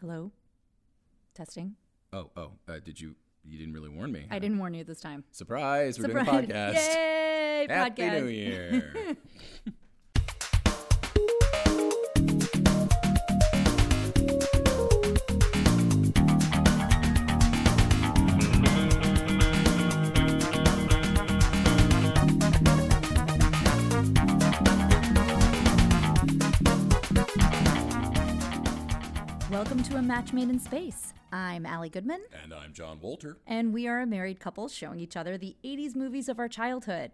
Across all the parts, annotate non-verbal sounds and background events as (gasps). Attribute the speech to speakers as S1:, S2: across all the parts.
S1: Hello? Testing?
S2: Oh, oh, uh, did you? You didn't really warn me.
S1: I didn't warn you this time.
S2: Surprise! We're doing a
S1: (laughs)
S2: podcast.
S1: Yay!
S2: Happy
S1: podcast.
S2: New Year.
S1: (laughs) Welcome to A Match Made in Space. I'm Allie Goodman,
S2: and I'm John Walter.
S1: and we are a married couple showing each other the 80s movies of our childhood.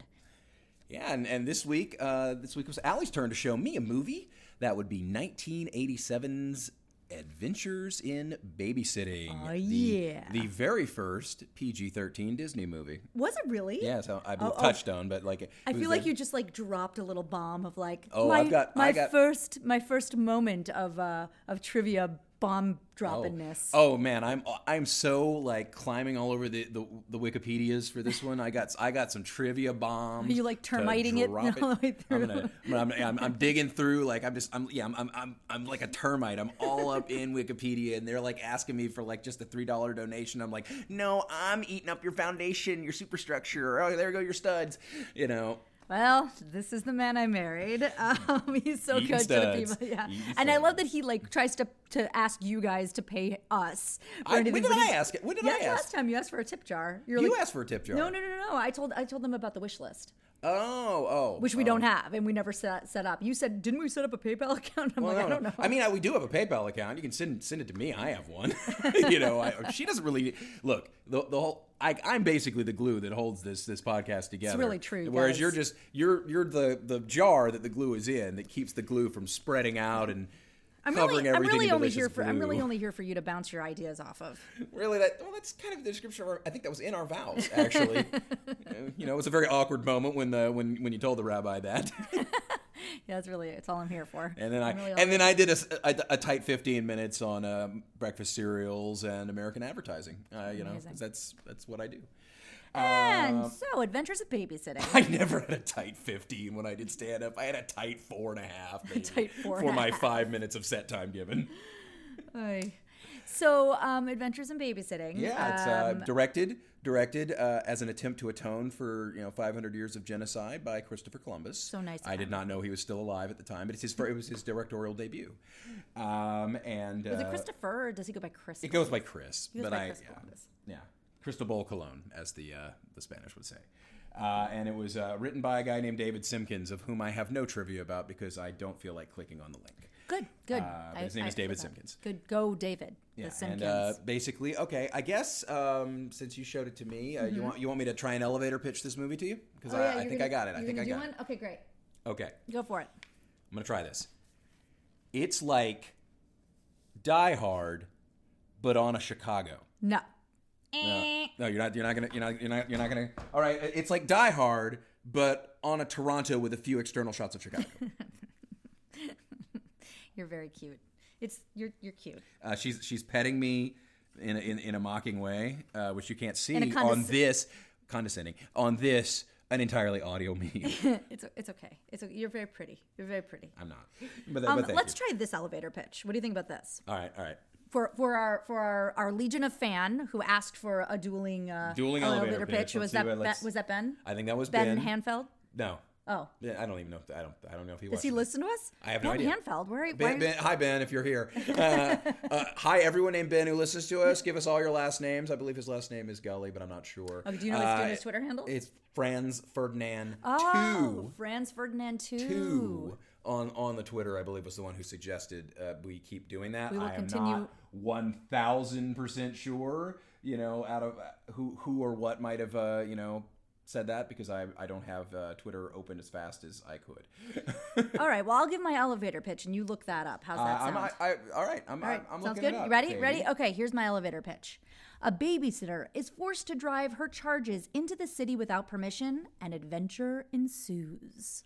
S2: Yeah, and, and this week, uh, this week was Allie's turn to show me a movie that would be 1987's Adventures in Babysitting.
S1: Oh,
S2: the-
S1: yeah.
S2: the very first PG-13 Disney movie.
S1: Was it really?
S2: Yeah, so I believe
S1: oh.
S2: Touchstone, but like it
S1: I
S2: was
S1: feel like
S2: the-
S1: you just like dropped a little bomb of like
S2: Oh,
S1: my,
S2: I've got-
S1: my
S2: I got-
S1: first my first moment of uh of trivia bomb
S2: Oh.
S1: droppingness.
S2: Oh man, I'm I'm so like climbing all over the, the the Wikipedias for this one. I got I got some trivia bombs.
S1: Are you, like,
S2: to
S1: termiting it (laughs)
S2: drop
S1: all the way
S2: I'm,
S1: through?
S2: gonna- I'm, I'm, I'm- I'm digging through like I'm just I'm yeah I'm, I'm I'm I'm like a termite. I'm all up in Wikipedia and they're like asking me for like just a three dollar donation. I'm like, no, I'm eating up your foundation, your superstructure. Oh, there go your studs. You know.
S1: Well, this is the man I married.
S2: (laughs)
S1: Um, (laughs) he's so
S2: Eating
S1: good
S2: studs.
S1: to the people. Yeah,
S2: Eating
S1: and I love that he like tries to to ask you guys to pay us. for
S2: I, when
S1: anything,
S2: did
S1: but
S2: I
S1: he's-
S2: ask it? When did
S1: Yeah,
S2: I ask?
S1: last time you asked for a tip jar. You're
S2: You
S1: like,
S2: asked for a tip jar.
S1: No, no, no, no. I told I told them about the wish list,
S2: Oh, oh.
S1: which we
S2: oh.
S1: don't have, and we never set set up. You said, didn't we set up a PayPal (laughs) account? I'm
S2: Well,
S1: like,
S2: Oh, no,
S1: I don't
S2: no.
S1: know.
S2: I mean, I, we do have a PayPal account. You can send send it to me. I
S1: (laughs)
S2: have one. (laughs) you know, I, she doesn't really look the the whole. I, I'm basically the glue that holds this this podcast together.
S1: really true, you
S2: Whereas
S1: guys.
S2: you're just you're you're the the jar that the glue is in that keeps the glue from spreading out and
S1: I'm
S2: covering
S1: really, I'm
S2: everything.
S1: really
S2: in
S1: only
S2: delicious
S1: here for I'm really
S2: glue.
S1: only here for you to bounce your ideas off of. (laughs)
S2: Really, that well, that's kind of the description. Of our, I think that was in our vows,
S1: (laughs)
S2: actually. you know, it was a very awkward moment when the when when you told the rabbi that.
S1: Yeah, that's really it's all I'm here for.
S2: And then I
S1: I'm really
S2: and then I did a, s- a- a tight 15 minutes on um, breakfast cereals and American advertising. Uh, you know, 'cause
S1: Amazing.
S2: that's that's what I do. (laughs) uh,
S1: and so, Adventures of Babysitting.
S2: I never had a tight 15 when I did stand up. I had a tight four and a half maybe,
S1: Tight four
S2: for
S1: and (laughs) a
S2: my five minutes of set
S1: (laughs)
S2: time given.
S1: Oy. So, um, Adventures in Babysitting.
S2: Yeah, it's
S1: um,
S2: uh, directed directed uh, as an attempt to atone for you know 500 years of genocide by Christopher Columbus.
S1: So nice of
S2: I did
S1: him.
S2: not know he was still alive at the time, but it's his fir- it was his directorial debut. Um, and
S1: is it
S2: uh,
S1: Christopher or does he go by Chris?
S2: It goes by Chris,
S1: goes
S2: but
S1: by
S2: I
S1: Chris
S2: yeah,
S1: Columbus.
S2: yeah, Cristobal Colon, as the uh, the Spanish would say. Uh, and it was uh, written by a guy named David Simpkins, of whom I have no trivia about because I don't feel like clicking on the link.
S1: Good, good.
S2: Uh, but his name is David
S1: forgot.
S2: Simpkins.
S1: Good, go David. the Simpkins.
S2: and uh, basically, okay, I guess um, since you showed it to me, uh, you want you want me to try and elevator pitch this movie to you
S1: Oh,
S2: because I, I think I got it. I think I got it.
S1: Okay, great.
S2: Okay,
S1: Go for it.
S2: I'm gonna try this. It's like Die Hard, but on a Chicago.
S1: No. Eh.
S2: No, no, you're not. You're not gonna. You're not. You're not. You're not gonna. All right. It's like Die Hard, but on a Toronto with a few external shots
S1: (laughs)
S2: of Chicago.
S1: You're very cute. It's you're you're cute. (laughs)
S2: uh, she's she's petting me in a, in, in a mocking way, uh, which you can't see
S1: a
S2: on
S1: condesc-
S2: this condescending on this an entirely audio (laughs) medium.
S1: It's it's okay. It's okay. you're very pretty. You're very pretty.
S2: I'm not. But,
S1: Um,
S2: but thank
S1: let's
S2: you.
S1: try this elevator pitch. What do you think about this
S2: all right. All right.
S1: for for our for our, our legion of fan who asked for a dueling uh,
S2: Dueling elevator pitch. Let's
S1: Was
S2: see
S1: that,
S2: what-
S1: that
S2: let's-
S1: was that Ben
S2: I think that was
S1: Ben,
S2: Ben.
S1: Hanfeld?
S2: no.
S1: Oh,
S2: Yeah, I don't even know. If, I don't. I don't know if he was.
S1: does he listen to us?
S2: I have no
S1: ben
S2: idea.
S1: Hanfeld, where? are- why
S2: Ben,
S1: are-
S2: ben, hi Ben, if
S1: (laughs)
S2: you're here. Uh, uh, hi everyone named Ben who listens to us. Give us all your last names. I believe his last name is Gully, but I'm not sure.
S1: Oh, do you know his, do you know his Twitter handle?
S2: uh, It's Franz Ferdinand
S1: Oh,
S2: two
S1: Franz Ferdinand too.
S2: two on on the Twitter. I believe was the one who suggested uh, we keep doing that.
S1: will
S2: I am
S1: continue-
S2: not one thousand percent sure. You know, out of uh, who who or what might have uh, you know said that because I I don't have uh, Twitter open as fast as I could.
S1: All right, well, I'll give my elevator pitch and you look that up. How's
S2: Uh,
S1: that
S2: I'm,
S1: sound?
S2: I, I, all right, I'm,
S1: All right,
S2: I'm, I'm
S1: sounds
S2: looking
S1: good.
S2: It up,
S1: you ready?
S2: baby.
S1: Ready? Okay, here's my elevator pitch. A babysitter is forced to drive her charges into the city without permission, and adventure ensues.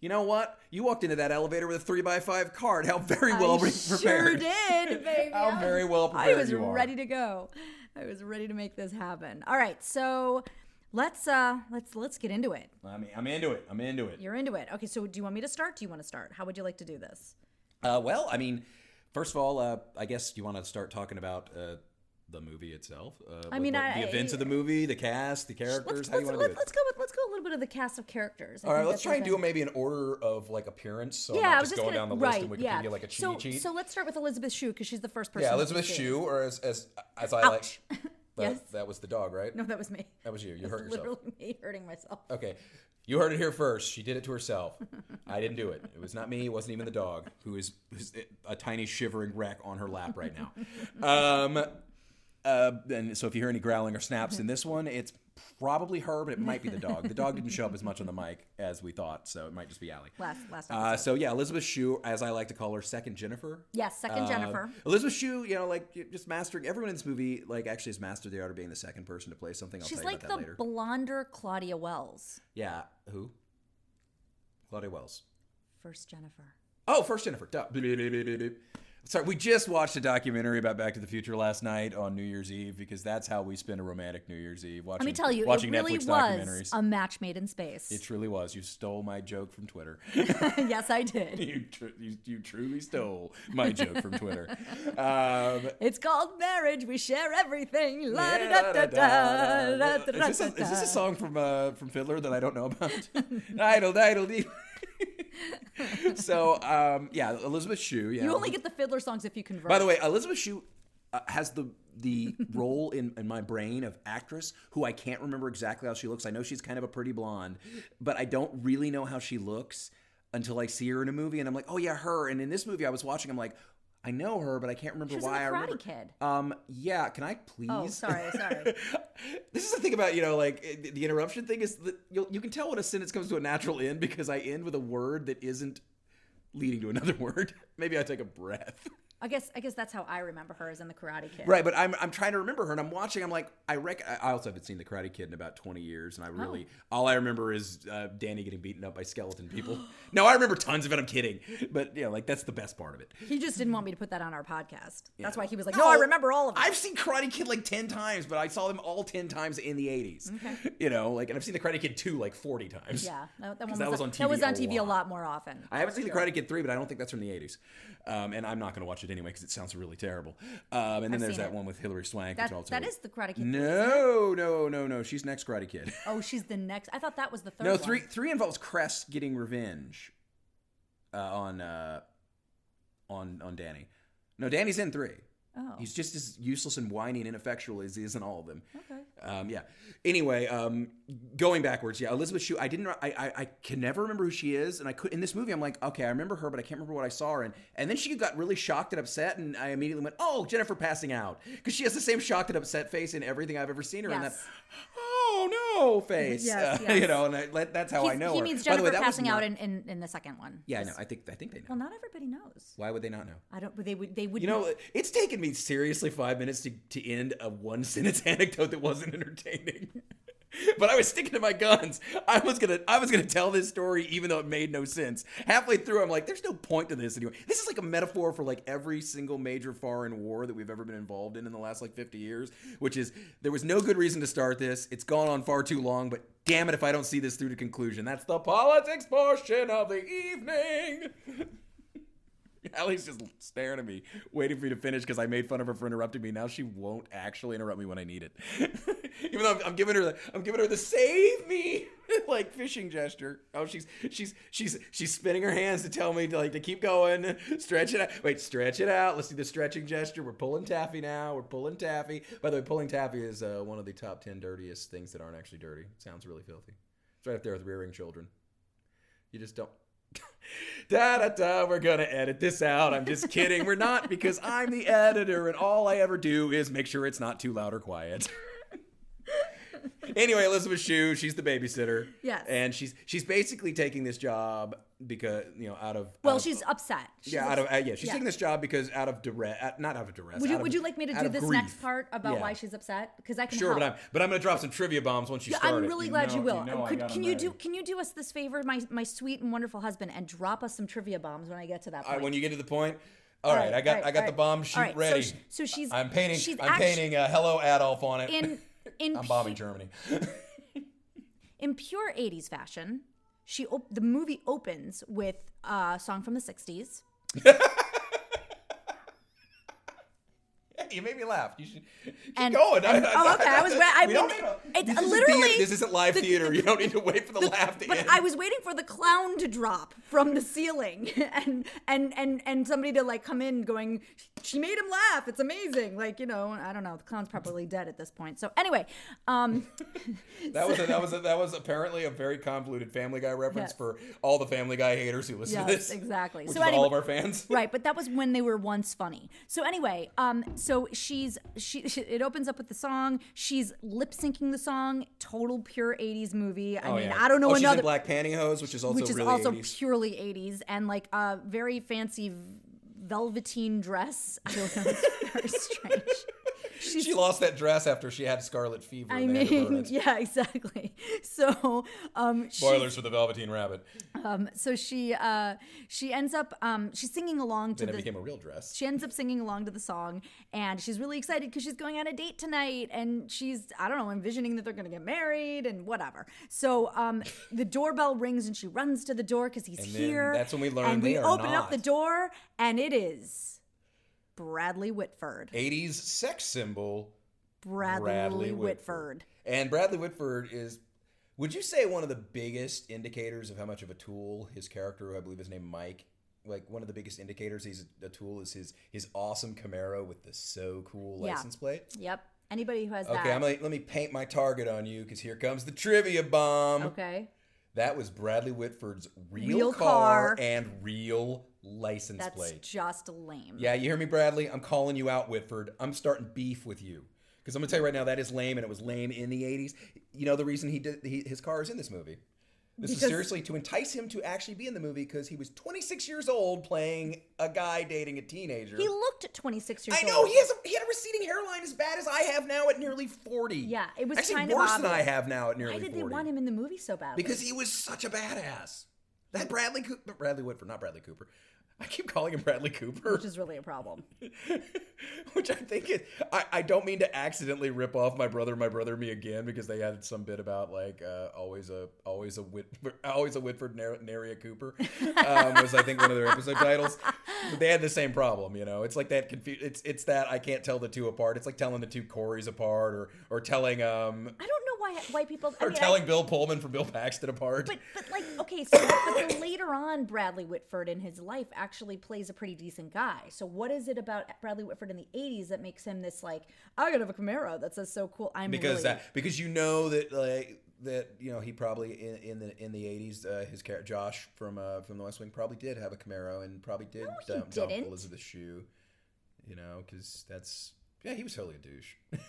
S2: You know what? You walked into that elevator with a three by five card. How very well
S1: I
S2: re-
S1: sure
S2: prepared.
S1: did, baby.
S2: (laughs) How
S1: I was-
S2: very well
S1: I
S2: prepared
S1: was
S2: you are.
S1: ready to go. I was ready to make this happen. All right, so let's uh let's let's get into it.
S2: I mean, I'm into it. I'm into it.
S1: You're into it. Okay, so do you want me to start? Do you want to start? How would you like to do this?
S2: Uh, well, I mean, First of all, uh, I guess you want to start talking about uh, the movie itself. Uh,
S1: I mean,
S2: what-
S1: I-
S2: the events of the movie, the cast, the characters.
S1: Let's,
S2: How
S1: let's,
S2: do you want to do
S1: let's,
S2: it?
S1: let's go with let's go a little bit of the cast of characters. I
S2: All right,
S1: think
S2: let's
S1: that's
S2: try and
S1: what
S2: do
S1: I'm-
S2: them maybe in order of like appearance. So
S1: yeah,
S2: I'm
S1: I was
S2: not just
S1: just
S2: going
S1: gonna,
S2: down the
S1: right,
S2: list and Wikipedia
S1: yeah.
S2: like a cheat
S1: so,
S2: sheet.
S1: So let's start with Elizabeth Shue because she's the first person.
S2: yeah,
S1: that we
S2: Elizabeth
S1: see.
S2: Shue, or as as, as I
S1: Ouch. (laughs)
S2: like. That,
S1: Yes.
S2: that was the dog,
S1: (laughs)
S2: right?
S1: No, that was me.
S2: That was Uh, you.
S1: (laughs)
S2: You hurt yourself.
S1: Literally me hurting myself.
S2: Okay. You heard it here first. She did it to herself. I didn't do it. It was not me. It wasn't even the dog, who is who's a tiny shivering wreck on her lap right now. Um, uh, and so if you hear any growling or snaps in this one, it's probably her, but it might be the dog. The dog didn't show up as much on the mic as we thought, so it might just be Allie.
S1: Last- last
S2: Uh, so yeah, Elizabeth Shue, as I like to call her, second Jennifer.
S1: Yes, second
S2: Uh,
S1: Jennifer.
S2: Elizabeth Shue, you know, like just mastering everyone in this movie, like actually has mastered the art of being the second person to play something. I'll
S1: She's
S2: tell you
S1: like
S2: about that
S1: the
S2: later.
S1: blonder Claudia Wells.
S2: Yeah. Who? Claudia Wells.
S1: First Jennifer.
S2: Oh, first Jennifer. Duh. Sorry, we just watched a documentary about Back to the Future last night on New Year's Eve because that's how we spent a romantic New Year's Eve watching.
S1: Let me tell you, it
S2: watching
S1: really was
S2: Netflix documentaries.
S1: a match made in space.
S2: it truly was. You stole my joke from Twitter. (laughs)
S1: (laughs) yes, I did.
S2: you, tr- you, you truly stole my joke from Twitter.
S1: (laughs)
S2: Um,
S1: It's called marriage. We share everything. La da da da da da da da
S2: is, this a, is this
S1: da.
S2: a song from uh, from Fiddler that I don't know about? (laughs) idle, idle, dee. (laughs) so um, yeah, Elizabeth Shue. Yeah,
S1: You only get the fiddler songs if you convert.
S2: By the way, Elizabeth Shue uh, has the the (laughs) role in, in my brain of actress who I can't remember exactly how she looks. I know she's kind of a pretty blonde, but I don't really know how she looks until I see her in a movie, and I'm like, oh yeah, her. And in this movie, I was watching, I'm like, I know her, but I can't remember
S1: she was in
S2: why.
S1: the
S2: I remember.
S1: Karate Kid.
S2: Um, yeah, can I please?
S1: Oh,
S2: (laughs)
S1: sorry, sorry.
S2: this is the thing about you know like eh, the interruption thing is that you you can tell when a sentence comes to a natural end because I end with a word that isn't leading to another (laughs) word. Maybe I take a breath.
S1: I guess I guess that's how I remember her as in the Karate Kid.
S2: Right, but I'm, I'm trying to remember her, and I'm watching. I'm like, I rec- I also haven't seen The Karate Kid in about 20 years, and I really all I remember is uh, Danny getting beaten up by skeleton people. (gasps) no, I remember tons of it. I'm kidding, but yeah, like that's the best part of it.
S1: He just didn't want me to put that on our podcast. That's why he was like, "No, I remember all of it."
S2: I've seen Karate Kid like 10 times, but I saw them all 10 times in the 80s. You know, like, and I've seen The Karate Kid 2 like 40 times.
S1: yeah, that, that, one
S2: that was on
S1: that was
S2: TV
S1: on
S2: a
S1: TV a
S2: lot.
S1: lot more often.
S2: I haven't seen The Karate Kid 3, but I don't think that's from the 80s. Um, and I'm not going to watch it anyway because it sounds really terrible. Um, and then there's
S1: seen
S2: that
S1: it.
S2: one with Hilary Swank.
S1: That,
S2: which I'll tell
S1: that
S2: you-
S1: is the Karate Kid.
S2: No, no, no, no. She's next Karate Kid.
S1: Oh, she's the next. I thought that was the third.
S2: No,
S1: one.
S2: three three involves Crest getting revenge uh, on uh, on on Danny. No, Danny's in three.
S1: Oh.
S2: He's just as useless and whiny and ineffectual as he is in all of them.
S1: Okay.
S2: Um, yeah. Anyway, um, going backwards, yeah, Elizabeth Shue. I didn't. I, I I can never remember who she is, and I could in this movie. I'm like, okay, I remember her, but I can't remember what I saw her. in. and then she got really shocked and upset, and I immediately went, oh, Jennifer passing out because she has the same shocked and upset face in everything I've ever seen her in. That
S1: Yes.
S2: oh no face.
S1: Yes,
S2: Uh,
S1: yes.
S2: (laughs) You know, and I, that, that's how I
S1: He's-
S2: know
S1: he
S2: her.
S1: means
S2: By the
S1: Jennifer
S2: way, that was
S1: passing out
S2: not-
S1: in, in, in the second one.
S2: yeah, I know.
S1: Just-
S2: I think I think they know.
S1: Well, not everybody knows.
S2: Why would they not know?
S1: I don't. They would. They would.
S2: You know, uh, it's taken me seriously five minutes to, to end a one (laughs) sentence anecdote that wasn't entertaining. (laughs) but I was sticking to my guns. I was gonna I was gonna tell this story even though it made no sense. Halfway through, I'm like, there's no point to this anyway. This is like a metaphor for like every single major foreign war that we've ever been involved in in the last like 50 years, which is there was no good reason to start this. It's gone on far too long, but damn it if I don't see this through to conclusion. That's the politics portion of the evening. (laughs) Allie's just staring at me, waiting for me to finish because I made fun of her for interrupting me. Now she won't actually interrupt me when I need it, (laughs) even though I'm, I'm giving her the I'm giving her the save me (laughs) like fishing gesture. Oh, she's she's she's she's spinning her hands to tell me to like to keep going, (laughs) stretch it out. Wait, stretch it out. Let's do the stretching gesture. We're pulling taffy now. We're pulling taffy. By the way, pulling taffy is uh, one of the top ten dirtiest things that aren't actually dirty. It sounds really filthy. It's right up there with rearing children. You just don't. (laughs) da da da, we're gonna edit this out. I'm just kidding. We're not because I'm the editor and all I ever do is make sure it's not too loud or quiet. anyway, Elizabeth Shue, she's the babysitter.
S1: Yes.
S2: And she's she's basically taking this job because, you know, out of out
S1: well,
S2: of-
S1: she's upset. She's
S2: yeah, out of uh, yeah, she's
S1: yeah.
S2: taking this job because out of duress, uh, not out of duress.
S1: Would you,
S2: out of-
S1: would you like me to
S2: out
S1: do
S2: of
S1: this
S2: grief.
S1: next part about
S2: Yeah.
S1: why she's upset? Because I can
S2: Sure,
S1: help.
S2: but I'm but I'm gonna drop some trivia bombs once you
S1: Yeah,
S2: start.
S1: I'm
S2: it.
S1: really glad you
S2: know-
S1: will.
S2: know I
S1: Could,
S2: got 'em
S1: can you
S2: ready.
S1: do can you do us this favor, my my sweet and wonderful husband, and drop us some trivia bombs when I get to that
S2: All
S1: point?
S2: right, when you get to the point. all right, I got
S1: all
S2: I got
S1: right.
S2: the bomb
S1: All
S2: sheet
S1: right, so
S2: ready.
S1: sh- so she's-
S2: I'm painting
S1: she's
S2: I'm
S1: actu-
S2: painting a hello Adolf on it.
S1: in in
S2: (laughs) I'm bombing Germany. (laughs)
S1: in pure 80s fashion she op- the movie opens with a song from the 60s
S2: you made me laugh. You should keep
S1: And-
S2: going. (laughs)
S1: and- oh, okay, I was wa- I
S2: we don't
S1: mean,
S2: need a-
S1: it's
S2: this isn't
S1: literally-
S2: theater. This isn't live
S1: the-
S2: theater. you don't need to wait for the,
S1: the-
S2: laugh to
S1: but
S2: end.
S1: I was waiting for the clown to drop from the ceiling (laughs) and and and and somebody to like come in going she made him laugh it's amazing like you know I don't know the clown's probably dead at this point so anyway
S2: (laughs)
S1: um
S2: that was a, that was a, that was apparently a very convoluted Family Guy reference
S1: Yes.
S2: for all the Family Guy haters who listen to
S1: Yes,
S2: this.
S1: exactly.
S2: Which
S1: So
S2: is all
S1: anyway-
S2: of our fans.
S1: right but that was when they were once funny so anyway um so she's she, (laughs) she- it opens up with the song she's lip syncing the song total pure 80s movie I
S2: (laughs) Oh,
S1: mean
S2: yeah.
S1: I don't know
S2: oh, She's
S1: another
S2: in black pantyhose, which is also
S1: which is
S2: really
S1: also
S2: 80s.
S1: purely 80s and like a very fancy velveteen dress. (laughs) I don't know, it's very strange. She's,
S2: She lost that dress after she had scarlet fever.
S1: I
S2: and they had to burn
S1: mean, (laughs)
S2: it.
S1: yeah, exactly. (laughs) So, um, she-
S2: spoilers for the Velveteen Rabbit.
S1: so she uh, she ends up um, she's singing along to
S2: Then it
S1: the
S2: became a real dress.
S1: she ends up singing along to the song and she's really excited because she's going on a date tonight and she's i don't know envisioning that they're going to get married and whatever so um, the doorbell rings and she runs to the door because he's
S2: And then
S1: here
S2: that's when we learn
S1: and
S2: they
S1: we
S2: are
S1: open up
S2: not.
S1: the door and it is bradley whitford
S2: 80s sex symbol
S1: bradley,
S2: Bradley
S1: whitford.
S2: Whitford. And Bradley Whitford is, would you say, one of the biggest indicators of how much of a tool his character, who I believe his name Mike, like one of the biggest indicators he's a tool is his his awesome Camaro with the so cool
S1: Yeah.
S2: license plate.
S1: yep anybody who has
S2: Okay,
S1: that
S2: I'm gonna, let me paint my target on you because here comes the trivia bomb.
S1: okay
S2: That was Bradley Whitford's real,
S1: Real car.
S2: car, and real license
S1: that's
S2: plate.
S1: just lame
S2: Yeah, you hear me, Bradley? I'm calling you out, Whitford. I'm starting beef with you. Because I'm going to tell you right now, that is lame, and it was lame in the 80s. You know the reason he did he, his car is in this movie? This is
S1: Because-
S2: seriously to entice him to actually be in the movie because he was 26 years old playing a guy dating a teenager.
S1: he looked 26 years
S2: I
S1: old
S2: know he has a, he had a receding hairline as bad as I have now at nearly 40.
S1: Yeah, it was
S2: actually
S1: kind of
S2: worse than I
S1: obvious.
S2: have now at nearly
S1: why did
S2: 40.
S1: they want him in the movie so badly
S2: Because he was such a badass. That Bradley Cooper, Bradley Whitford, not Bradley Cooper. I keep calling him Bradley Cooper.
S1: which is really a problem
S2: (laughs) Which I think is, I, I don't mean to accidentally rip off my brother, my brother, me again because they had some bit about like uh, always a always a Whit, (laughs) always a Whitford nary, nary a Cooper um, was I think one of their episode titles. But they had the same problem, you know. It's like that confu- It's it's that I can't tell the two apart. It's like telling the two Corys apart, or or telling um
S1: I don't know why why people. I
S2: or
S1: mean, I-
S2: telling Bill Pullman from Bill Paxton apart.
S1: but but like okay, so but then later on, Bradley Whitford in his life actually plays a pretty decent guy. So what is it about Bradley Whitford in the '80s that makes him this like I gotta have a Camaro that says so cool? I'm
S2: because uh,
S1: really,
S2: that because you know that like that you know he probably in, in the in the eighties uh, his character Josh from uh, from the West Wing probably did have a Camaro and probably did
S1: he
S2: dump, dump
S1: didn't.
S2: Elizabeth Shue, you know because that's yeah he was totally a douche. (laughs)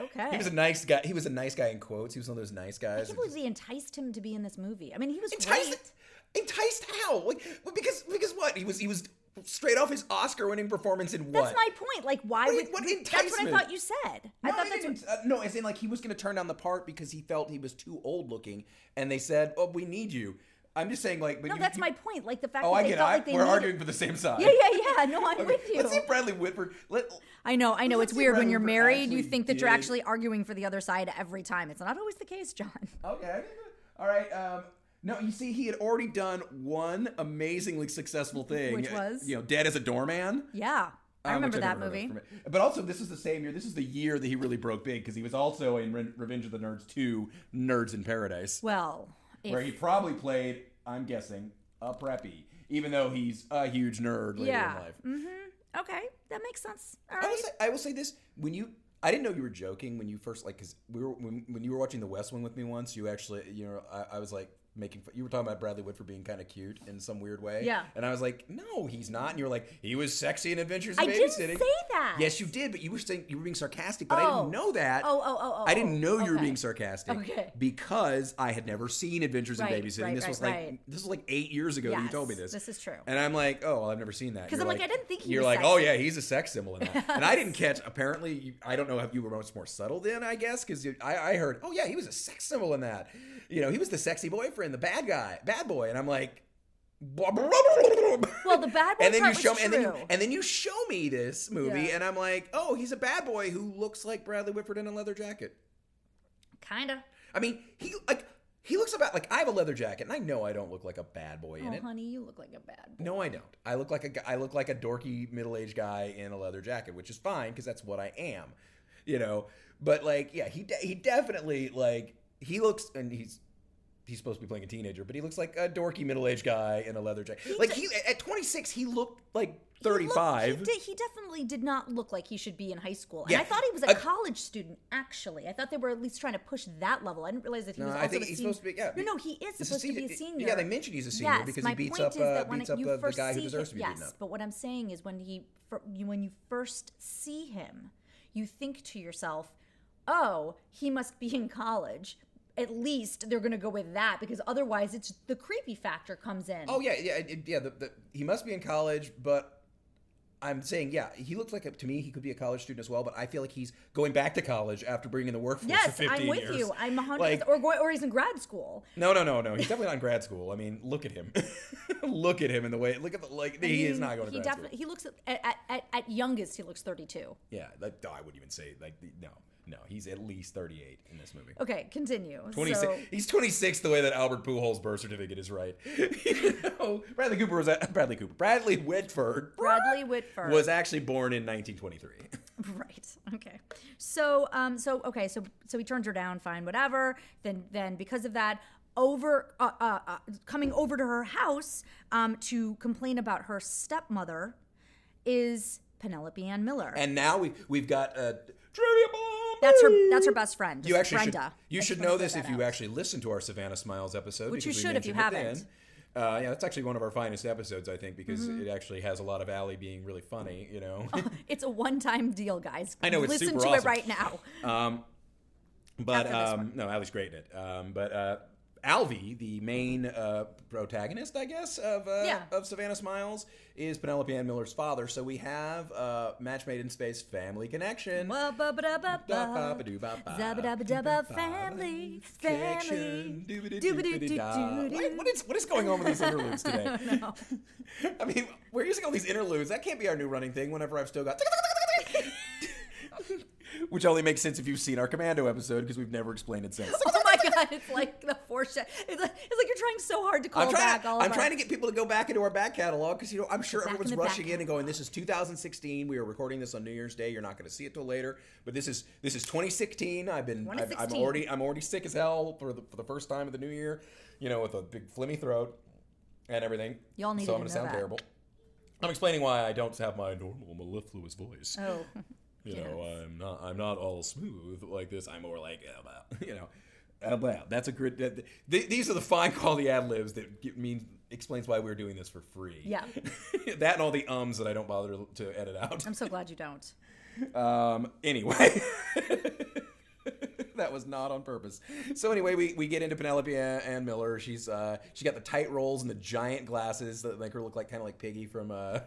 S1: okay.
S2: He was a nice guy. He was a nice guy in quotes. He was one of those nice
S1: I
S2: guys.
S1: can't
S2: who
S1: believe they enticed him to be in this movie. I mean, he was
S2: enticed
S1: great.
S2: enticed how like well, because because what he was he was straight off his Oscar winning performance in what
S1: That's my point. Like, why
S2: What do you-
S1: would
S2: what
S1: that's what I
S2: enticement?
S1: thought you said? I
S2: No,
S1: thought
S2: they
S1: that's what,
S2: didn't. uh, no, as in like he was going to turn down the part because he felt he was too old looking, and they said, "Oh, we need you." I'm just saying, like, but
S1: no,
S2: you,
S1: that's
S2: you-
S1: my point. Like the fact
S2: Oh,
S1: that
S2: I
S1: they
S2: get it.
S1: felt
S2: I-
S1: like they
S2: we're
S1: needed-
S2: arguing for the same side.
S1: Yeah, yeah, yeah. No, I'm with you.
S2: (laughs) Let's see Bradley Whitford. Let,
S1: I know, I know.
S2: Let's
S1: It's
S2: see
S1: weird when
S2: Bradley
S1: you're
S2: Cooper
S1: married, you
S2: actually
S1: think that you're
S2: did.
S1: actually arguing for the other side every time. It's not always the case, John. (laughs)
S2: okay, all right. Um, no, you see, he had already done one amazingly successful thing, uh,
S1: Which was?
S2: you know, dead as a doorman.
S1: Yeah. I
S2: Um, which
S1: remember that
S2: never heard
S1: movie.
S2: of from it. But also, this is the same year. This is the year that he really broke big because he was also in Re- Revenge of the Nerds 2, Nerds in Paradise.
S1: Well, if-
S2: where he probably played, I'm guessing, a preppy, even though he's a huge nerd later
S1: yeah.
S2: in life.
S1: Mm-hmm. Okay, that makes sense. All
S2: I will
S1: right.
S2: say, I will say this: when you, I didn't know you were joking when you first like, because we were when, when you were watching The West Wing with me once. You actually, you know, I, I was like making fun. You were talking about Bradley Whitford being kind of cute in some weird way.
S1: Yeah.
S2: And I was like, no, he's not. And you were like, he was sexy in Adventures
S1: I
S2: in
S1: didn't
S2: Babysitting.
S1: say that.
S2: Yes, you did, but you were saying you were being sarcastic, but I
S1: Oh.
S2: didn't know that.
S1: Oh, oh, oh, oh.
S2: I didn't know
S1: oh,
S2: you were
S1: okay.
S2: being sarcastic
S1: Okay.
S2: because I had never seen Adventures
S1: Right,
S2: in Babysitting.
S1: right,
S2: this
S1: right,
S2: was like
S1: right.
S2: this was like eight years ago that you told me
S1: Yes,
S2: this.
S1: this is true.
S2: And I'm like, oh, well, I've never seen that.
S1: 'Cause
S2: You're
S1: I'm like,
S2: like,
S1: I didn't think he
S2: You're
S1: was
S2: like,
S1: sexy.
S2: oh yeah, he's a sex symbol in
S1: (laughs)
S2: that. and I didn't catch. Apparently, you, I don't know if you were much more subtle then. I guess because I, I heard, oh yeah, he was a sex symbol in that. You know, he was the sexy boyfriend, the bad guy, bad boy. And I'm like. (laughs) Well,
S1: Well,
S2: the
S1: the bad boy
S2: and then
S1: part
S2: you show
S1: was
S2: me, and then you,
S1: true.
S2: and then you show me this movie,
S1: Yeah.
S2: and I'm like, oh, he's a bad boy who looks like Bradley Whitford in a leather jacket.
S1: Kinda.
S2: I mean, he like He looks about like I have a leather jacket, and I know I don't look like a bad boy in
S1: Oh,
S2: it.
S1: honey, you look like a bad boy.
S2: No, I don't. I look like a gu- I look like a dorky middle-aged guy in a leather jacket, which is fine because that's what I am, you know. But like, yeah, he de- he definitely like he looks and he's he's supposed to be playing a teenager, but he looks like a dorky middle-aged guy in a leather jacket. like he at 26, he looked like
S1: He looked-
S2: 35.
S1: He, did- he definitely did not look like he should be in high school. And
S2: Yeah.
S1: I thought he was a
S2: Uh,
S1: college student, actually. I thought they were at least trying to push that level. I didn't realize that he
S2: No,
S1: was
S2: I
S1: also
S2: think
S1: a
S2: he's
S1: senior.
S2: supposed to be- yeah,
S1: No,
S2: he-
S1: no, he is supposed to be a senior.
S2: Yeah, they mentioned he's a senior
S1: Yes,
S2: because
S1: my
S2: he beats
S1: point
S2: up
S1: is that
S2: uh,
S1: when
S2: beats up
S1: you
S2: uh, the
S1: first
S2: guy who
S1: see
S2: deserves to
S1: him,
S2: be
S1: yes,
S2: beaten up.
S1: but what I'm saying is when he fir- you, when you first see him, you think to yourself, "Oh, he must be in college." At least they're going to go with that because otherwise, it's the creepy factor comes in.
S2: Oh yeah, yeah, it- yeah. The, the, he must be in college, but I'm saying, yeah, he looks like a, to me he could be a college student as well. But I feel like he's going back to college after being in the workforce. for
S1: Yes,
S2: 15
S1: I'm with
S2: years.
S1: you. I'm 100
S2: Like-
S1: or go- or he's in grad school.
S2: No, no, no, no. He's definitely not in grad school. I mean, look at him. (laughs) look at him in the way. Look at the like. he is
S1: mean,
S2: not going to
S1: he
S2: grad
S1: defi-
S2: school.
S1: He looks at, at, at, at youngest. He looks 32.
S2: Yeah, like, no, I wouldn't even say like the- no, no. He's at least 38 in this movie.
S1: Okay, continue.
S2: 26.
S1: Oh, So,
S2: he's 26 the way that Albert Pujols' birth certificate is right. (laughs) you know, Bradley Cooper was a- Bradley Cooper. Bradley Whitford
S1: Bradley Whitford.
S2: was actually born in 1923.
S1: Right. Okay. So um so okay so so he turns her down. Fine. Whatever. Then then because of that over uh, uh, uh, coming over to her house um to complain about her stepmother is Penelope Ann Miller.
S2: And now we've we've got uh, trivia bomb.
S1: that's her that's her best friend.
S2: You
S1: is
S2: actually should,
S1: Brenda.
S2: you
S1: I
S2: should
S1: just wanna
S2: know
S1: throw
S2: this
S1: that
S2: if you
S1: out.
S2: actually listened to our Savannah Smiles episode,
S1: Which you
S2: because we
S1: should if you
S2: mentioned it
S1: haven't. Mm-hmm.
S2: then. Uh, yeah, that's actually one of our finest episodes, I think, because it actually has a lot of Allie being really funny. You know, (laughs)
S1: It's a one-time deal, guys.
S2: I know, it's
S1: Listen
S2: super
S1: to it
S2: awesome.
S1: right now.
S2: but
S1: after this
S2: um, no, Allie's great in it. Um, but uh, Alvy, the main uh, protagonist, I guess, of uh,
S1: Yeah.
S2: of Savannah Smiles, is Penelope Ann Miller's father. So we have uh, match made in space, family connection.
S1: Ba-ba-ba-da-ba-ba.
S2: Ba-ba-ba-do-ba-ba.
S1: Zabba-dabba-dabba, family, family.
S2: Connection. Doobity-doobity-doo-doo-doo. What
S1: Doobity-doo-doo-doo.
S2: what is what is going on with these interludes today? (laughs) I mean, we're using all these interludes. That can't be our new running thing. Whenever I've still got, (laughs) which only makes sense if you've seen our Commando episode because we've never explained it since.
S1: (laughs) Oh my god, it's like the foreshadow. It's like, it's like you're trying so hard to call
S2: I'm trying.
S1: back
S2: To,
S1: all of
S2: I'm
S1: our-
S2: trying to get people to go back into our back catalog because you know I'm sure
S1: Back in
S2: everyone's
S1: the back
S2: rushing in and going. This is 2016. We are recording this on New Year's Day. You're not going to see it till later. But this is this is 2016. I've been. I've, I'm
S1: 2016.
S2: already. I'm already sick as hell for the for the first time of the new year. You know, with a big flimmy throat and everything.
S1: Y'all needed
S2: So I'm
S1: to
S2: gonna
S1: know
S2: sound
S1: that.
S2: terrible. I'm explaining why I don't have my normal mellifluous voice.
S1: Oh,
S2: You know, I'm not I'm not all smooth like this. I'm more like uh, blah, (laughs) you know, uh, blah. That's a good. That, th- these are the fine quality ad libs that get, means explains why we're doing this for free.
S1: Yeah.
S2: (laughs) that and all the ums that I don't bother to edit out.
S1: I'm so glad you don't.
S2: (laughs) Um, anyway. (laughs) That was not on purpose. So anyway, we, we get into Penelope Ann Ann Miller. She's uh she got the tight rolls and the giant glasses that make her look like kind of like Piggy from uh.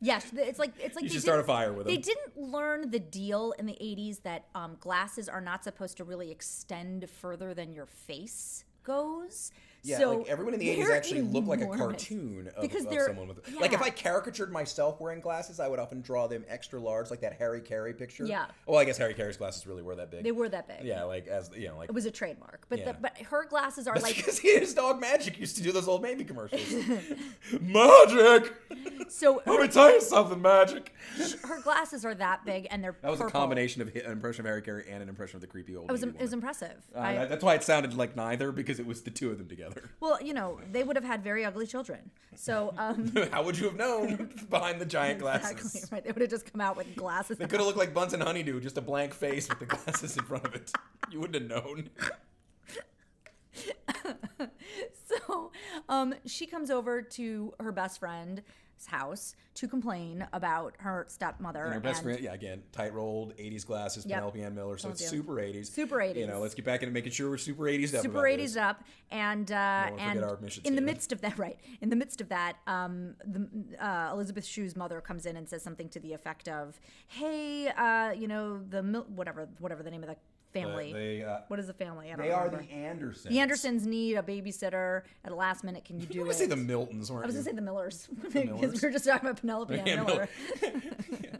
S1: Yes, th- it's like it's like
S2: You
S1: they
S2: should start
S1: didn't-
S2: a fire with
S1: They
S2: them.
S1: didn't learn the deal in the '80s that um, glasses are not supposed to really extend further than your face goes.
S2: Yeah,
S1: so
S2: like everyone in the 80s
S1: they're
S2: actually looked like a
S1: enormous.
S2: cartoon of,
S1: Because
S2: of
S1: they're-
S2: someone with. Like if
S1: yeah.
S2: I caricatured myself wearing glasses, I would often draw them extra large, like that Harry Carey picture.
S1: Yeah.
S2: Well, I guess Harry Carey's glasses really were that big.
S1: They were that big.
S2: Yeah, like as you know, like
S1: It was a trademark, but
S2: Yeah.
S1: the, but her glasses are
S2: (laughs)
S1: like
S2: because his dog Magic used to do those old baby commercials.
S1: (laughs)
S2: magic, (laughs)
S1: so.
S2: let me tell you something, Magic.
S1: Her glasses are that big, and they're
S2: That was a
S1: purple.
S2: combination of hi- an impression of Harry Carey and an impression of the creepy old.
S1: It was
S2: lady
S1: it was
S2: woman.
S1: impressive.
S2: Uh,
S1: I-
S2: that- that's why it sounded like neither because it was the two of them together. (laughs)
S1: Well, you know, they would have had very ugly children. So, um,
S2: How would you have known (laughs) behind the giant glasses?
S1: exactly, right. They would have just come out with glasses.
S2: It could have looked like Bunsen Honeydew, just a blank face with the glasses in front of it. You wouldn't have known.
S1: So, um, she comes over to her best friend's house to complain about her stepmother.
S2: Her best
S1: and-
S2: friend, yeah, again, tight rolled, 80s glasses,
S1: Yep.
S2: Penelope Ann Miller, so
S1: Told
S2: it's
S1: you.
S2: super 80s.
S1: Super
S2: You
S1: 80s.
S2: know, let's get back into making sure we're super 80s. up
S1: Super
S2: about
S1: 80s
S2: this.
S1: up, and uh,
S2: forget
S1: and
S2: our mission
S1: in the
S2: statement.
S1: midst of that, right? In the midst of that, um, the, uh, Elizabeth Shue's mother comes in and says something to the effect of, "Hey, uh, you know the mil- whatever whatever the name of the family.
S2: They, uh,
S1: what is the family? I don't
S2: they are
S1: remember.
S2: the Andersons.
S1: The Andersons need a babysitter at the last minute. Can you do
S2: You were
S1: it?
S2: going to say the Miltons, weren't
S1: I was
S2: you?
S1: gonna say the Millers (laughs) because
S2: Millers?
S1: we were just talking about Penelope Ann
S2: Yeah,
S1: Miller. (laughs)
S2: Miller.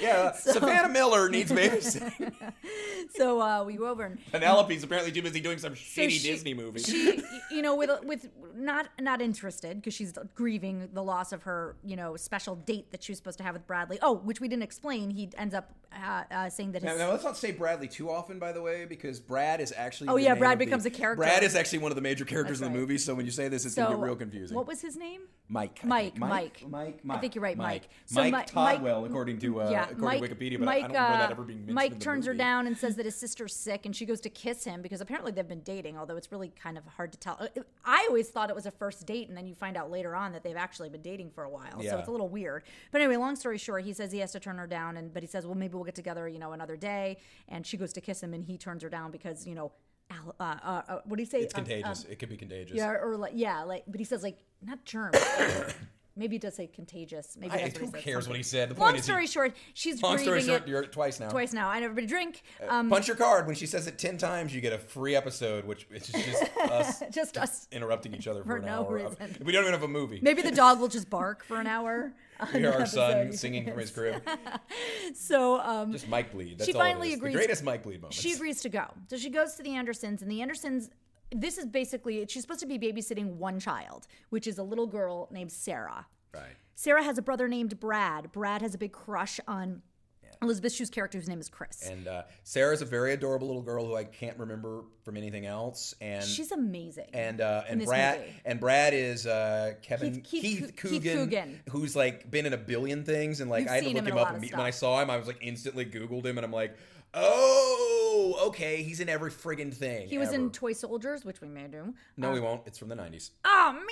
S2: yeah, Savannah Miller needs babysitting.
S1: (laughs) so uh, we go over and
S3: Penelope's apparently too busy doing some
S1: so
S3: shitty
S1: she-
S3: Disney movie.
S1: She, you know, with with not not interested because she's grieving the loss of her, you know, special date that she was supposed to have with Bradley. Oh, which we didn't explain. He ends up uh, uh, saying that
S2: Now,
S1: his
S2: now, let's not say Bradley too often, by the way, because Brad is actually.
S1: Oh,
S2: the
S1: yeah,
S2: name
S1: Brad
S2: of the-
S1: becomes a character.
S2: Brad is actually one of the major characters
S1: That's
S2: in the
S1: right.
S2: movie. So when you say this, it's
S1: so
S2: gonna get real confusing.
S1: What was his name?
S2: Mike? I
S1: Mike,
S2: think.
S1: Mike.
S2: Mike.
S1: I think you're right, Mike.
S2: Mike,
S1: So Mi-
S2: Mike
S1: Mike-
S2: Todwell, according to uh,
S1: yeah,
S2: according
S1: Mike,
S2: to Wikipedia, but I-
S1: Mike,
S2: I don't remember that
S1: uh,
S3: ever being mentioned
S1: Mike
S3: in the
S1: turns her
S3: movie.
S1: down and says that his sister's sick, and she goes to kiss him because apparently they've been dating, although it's really kind of hard to tell. Uh, I always thought it was a first date, and then you find out later on that they've actually been dating for a while,
S2: Yeah.
S1: so it's a little weird. But anyway, long story short, he says he has to turn her down, and but he says, well, maybe we'll get together, you know, another day. And she goes to kiss him, and he turns her down because you know, Al- uh, uh, uh, what do you say?
S2: It's
S1: Um, um,
S2: contagious. it could be contagious.
S1: yeah, or like yeah, like but he says like not germ. (coughs) Maybe it does say contagious. Maybe
S3: I,
S1: that's
S3: who
S1: what he says.
S3: cares what he said? The
S1: Long
S3: point
S1: story
S3: is,
S1: short, she's
S2: Long story
S1: grieving
S2: short,
S1: it
S2: you're at twice now.
S1: twice now, and everybody drink. Um,
S2: Punch your card when she says it ten times.
S3: he, you get a free episode, which is just
S1: (laughs)
S3: us
S1: Um, just us.
S3: interrupting each other for,
S1: For
S3: an
S1: no
S3: hour. of-
S1: reason.
S3: (laughs) We don't even have a movie.
S1: Maybe the dog will just bark for an hour. Uh, on
S3: we hear
S1: an
S3: our son
S1: episode.
S3: singing from his crib.
S1: (laughs) So um,
S3: Just Mike bleed. That's
S1: She
S3: all it
S1: finally
S3: is.
S1: agrees-
S3: The greatest Mike bleed moment.
S1: she agrees to go. So she goes to the Andersons, and the Andersons. This is basically she's supposed to be babysitting one child, which is a little girl named Sarah.
S3: right.
S1: Sarah has a brother named Brad. Brad has a big crush on Elizabeth Shue's character, whose name is Chris.
S2: And uh, Sarah's a very adorable little girl who I can't remember from anything else. And
S1: She's amazing.
S2: and uh, and
S1: this
S2: Brad
S1: movie.
S2: and Brad is uh, Kevin
S1: Keith- Keith
S2: Keith,
S1: Coo-
S2: Coogan,
S1: Keith Coogan.
S2: who's like been in a billion things, and like
S1: You've
S2: I had to
S1: seen
S2: look
S1: him
S2: him,
S1: in a
S2: up.
S1: lot
S2: And
S1: of
S2: be- when I
S1: stuff.
S2: saw him, I was like instantly Googled him, and I'm like, oh, okay, he's in every friggin' thing.
S1: he was
S2: ever.
S1: in Toy Soldiers, which we may do.
S2: no, we won't. It's from the '90s.
S1: Oh man.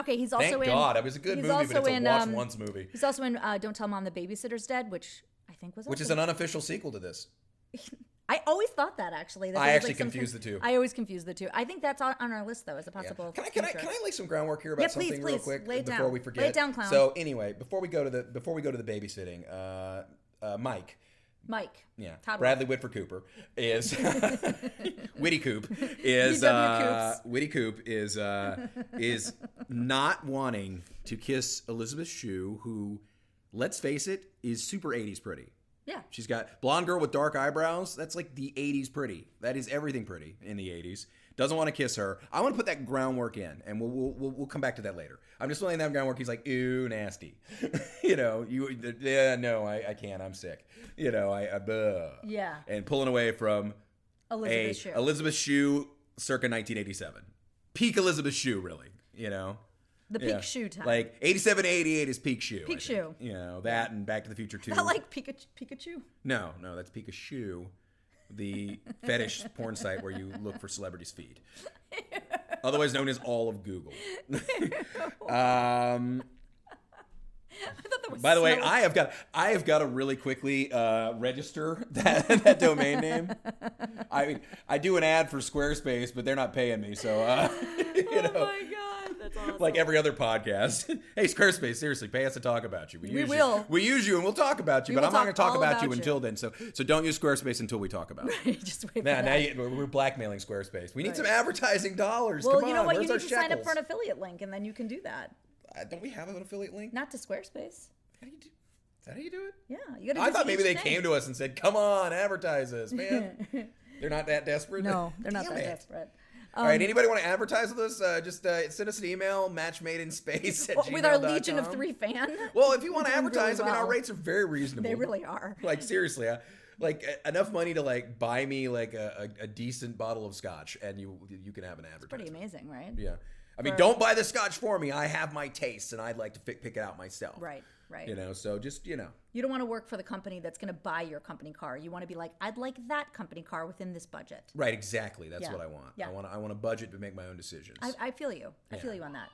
S1: Okay, he's also
S2: Thank
S1: in.
S2: God, it was a good
S1: he's
S2: movie, but
S1: also
S2: it's a
S1: in,
S2: watch
S1: um,
S2: once movie.
S1: He's also in uh, Don't Tell Mom the Babysitter's Dead, which I think was.
S2: Which
S1: also-
S2: is an unofficial sequel to this.
S1: I always thought that actually. that
S2: I
S1: there was,
S2: actually
S1: like, some
S2: confuse the two.
S1: I always confuse the two. I think that's on, on our list though as a possible.
S2: Can I can I
S1: future.
S2: can I lay some groundwork here about
S1: Yeah, please,
S2: something real
S1: please,
S2: quick
S1: lay it
S2: before
S1: down.
S2: we
S1: Lay
S2: forget?
S1: it down, clown.
S2: So anyway, before we go to the before we go to the babysitting, uh, uh, Mike,
S1: Mike.
S2: yeah,
S1: Todd
S2: Bradley Whitford Cooper is (laughs) Witty Coop is
S1: VW
S2: uh,
S1: E Coops.
S2: Witty Coop is uh, is not wanting to kiss Elizabeth Shue, who, let's face it, is super '80s pretty.
S1: Yeah.
S2: She's got blonde girl with dark eyebrows. That's like the 80s pretty. That is everything pretty in the 80s. Doesn't want to kiss her. I want to put that groundwork in, and we'll we'll, we'll, we'll come back to that later. I'm just laying that groundwork. He's like, ooh, nasty. (laughs) you know, you yeah, no, I, I can't. I'm sick. You know, I, I buh.
S1: Yeah.
S2: And pulling away from
S1: Elizabeth
S2: a
S1: Shue.
S2: Elizabeth Shue circa 1987, peak Elizabeth Shue, really. You know.
S1: the peak
S2: Yeah.
S1: shoe time.
S2: Like 87 88 is peak shoe.
S1: Peak Shoe.
S2: You know, that and Back to the Future 2.
S1: (laughs) I like Pikachu. Pikachu.
S2: No, no, that's Pikachu,
S1: (laughs)
S2: the fetish porn site where you look for celebrities' feed, otherwise known as all
S1: (laughs)
S2: of Google. um,
S1: I thought that was.
S2: by the way,
S1: so-
S2: I have got I have got to really quickly uh, register that, (laughs) that domain name. I mean, I do an ad for Squarespace, but they're not paying me, so uh, (laughs) you
S1: Oh
S2: know.
S1: my god, that's awesome.
S2: (laughs) Like every other podcast, (laughs) hey Squarespace, seriously, pay us to talk about you.
S1: We
S2: use you-
S1: will.
S2: we use you, and we'll talk about you.
S1: We
S2: but
S1: will
S2: I'm
S1: talk
S2: not going to talk
S1: all
S2: about,
S1: about
S2: you
S1: you.
S2: until then. So, so don't use Squarespace until we talk about
S1: (laughs)
S2: it.
S1: just wait for
S2: Now,
S1: that.
S2: now you, we're blackmailing Squarespace. We need some advertising dollars.
S1: well,
S2: Come
S1: you know
S2: on,
S1: what? You
S2: Where's
S1: need to
S2: our
S1: sign up
S2: shekels?
S1: for an affiliate link, and then you can do that.
S2: Uh, don't we have an affiliate link?
S1: Not to Squarespace.
S2: How do you do? Is that how you do it?
S1: Yeah, you got.
S2: I thought maybe they came to us and said, "Come on, advertise
S1: (laughs)
S2: us, man." they're not that desperate.
S1: No, they're not
S2: Damn
S1: that Um,
S2: it.
S1: desperate.
S2: All right, anybody want to advertise with us? Uh, just uh, send us an email, matchmadeinspace at
S1: Well, with our legion of
S2: gmail.com.
S1: three fan,
S2: Well, if you want to
S1: doing really
S2: advertise, I mean, our
S1: well.
S2: rates are very
S1: (laughs)
S2: reasonable.
S1: they really are.
S2: like seriously I, like e- enough money to like buy me like a, a, a decent bottle of scotch and you you can have an
S1: Pretty
S2: advertisement
S1: amazing, right?
S2: yeah i mean don't buy the scotch for me i have my tastes and i'd like to fi- pick it out myself
S1: Right, right.
S2: you
S1: You,
S2: know so just you know
S1: don't want to work for the company that's going to buy your company car. You want to be like, I'd like that company car within this budget.
S2: right exactly that's
S1: Yeah.
S2: what i want
S1: Yeah.
S2: i want i want a budget to make my own decisions
S1: I, I feel you. I feel you on that.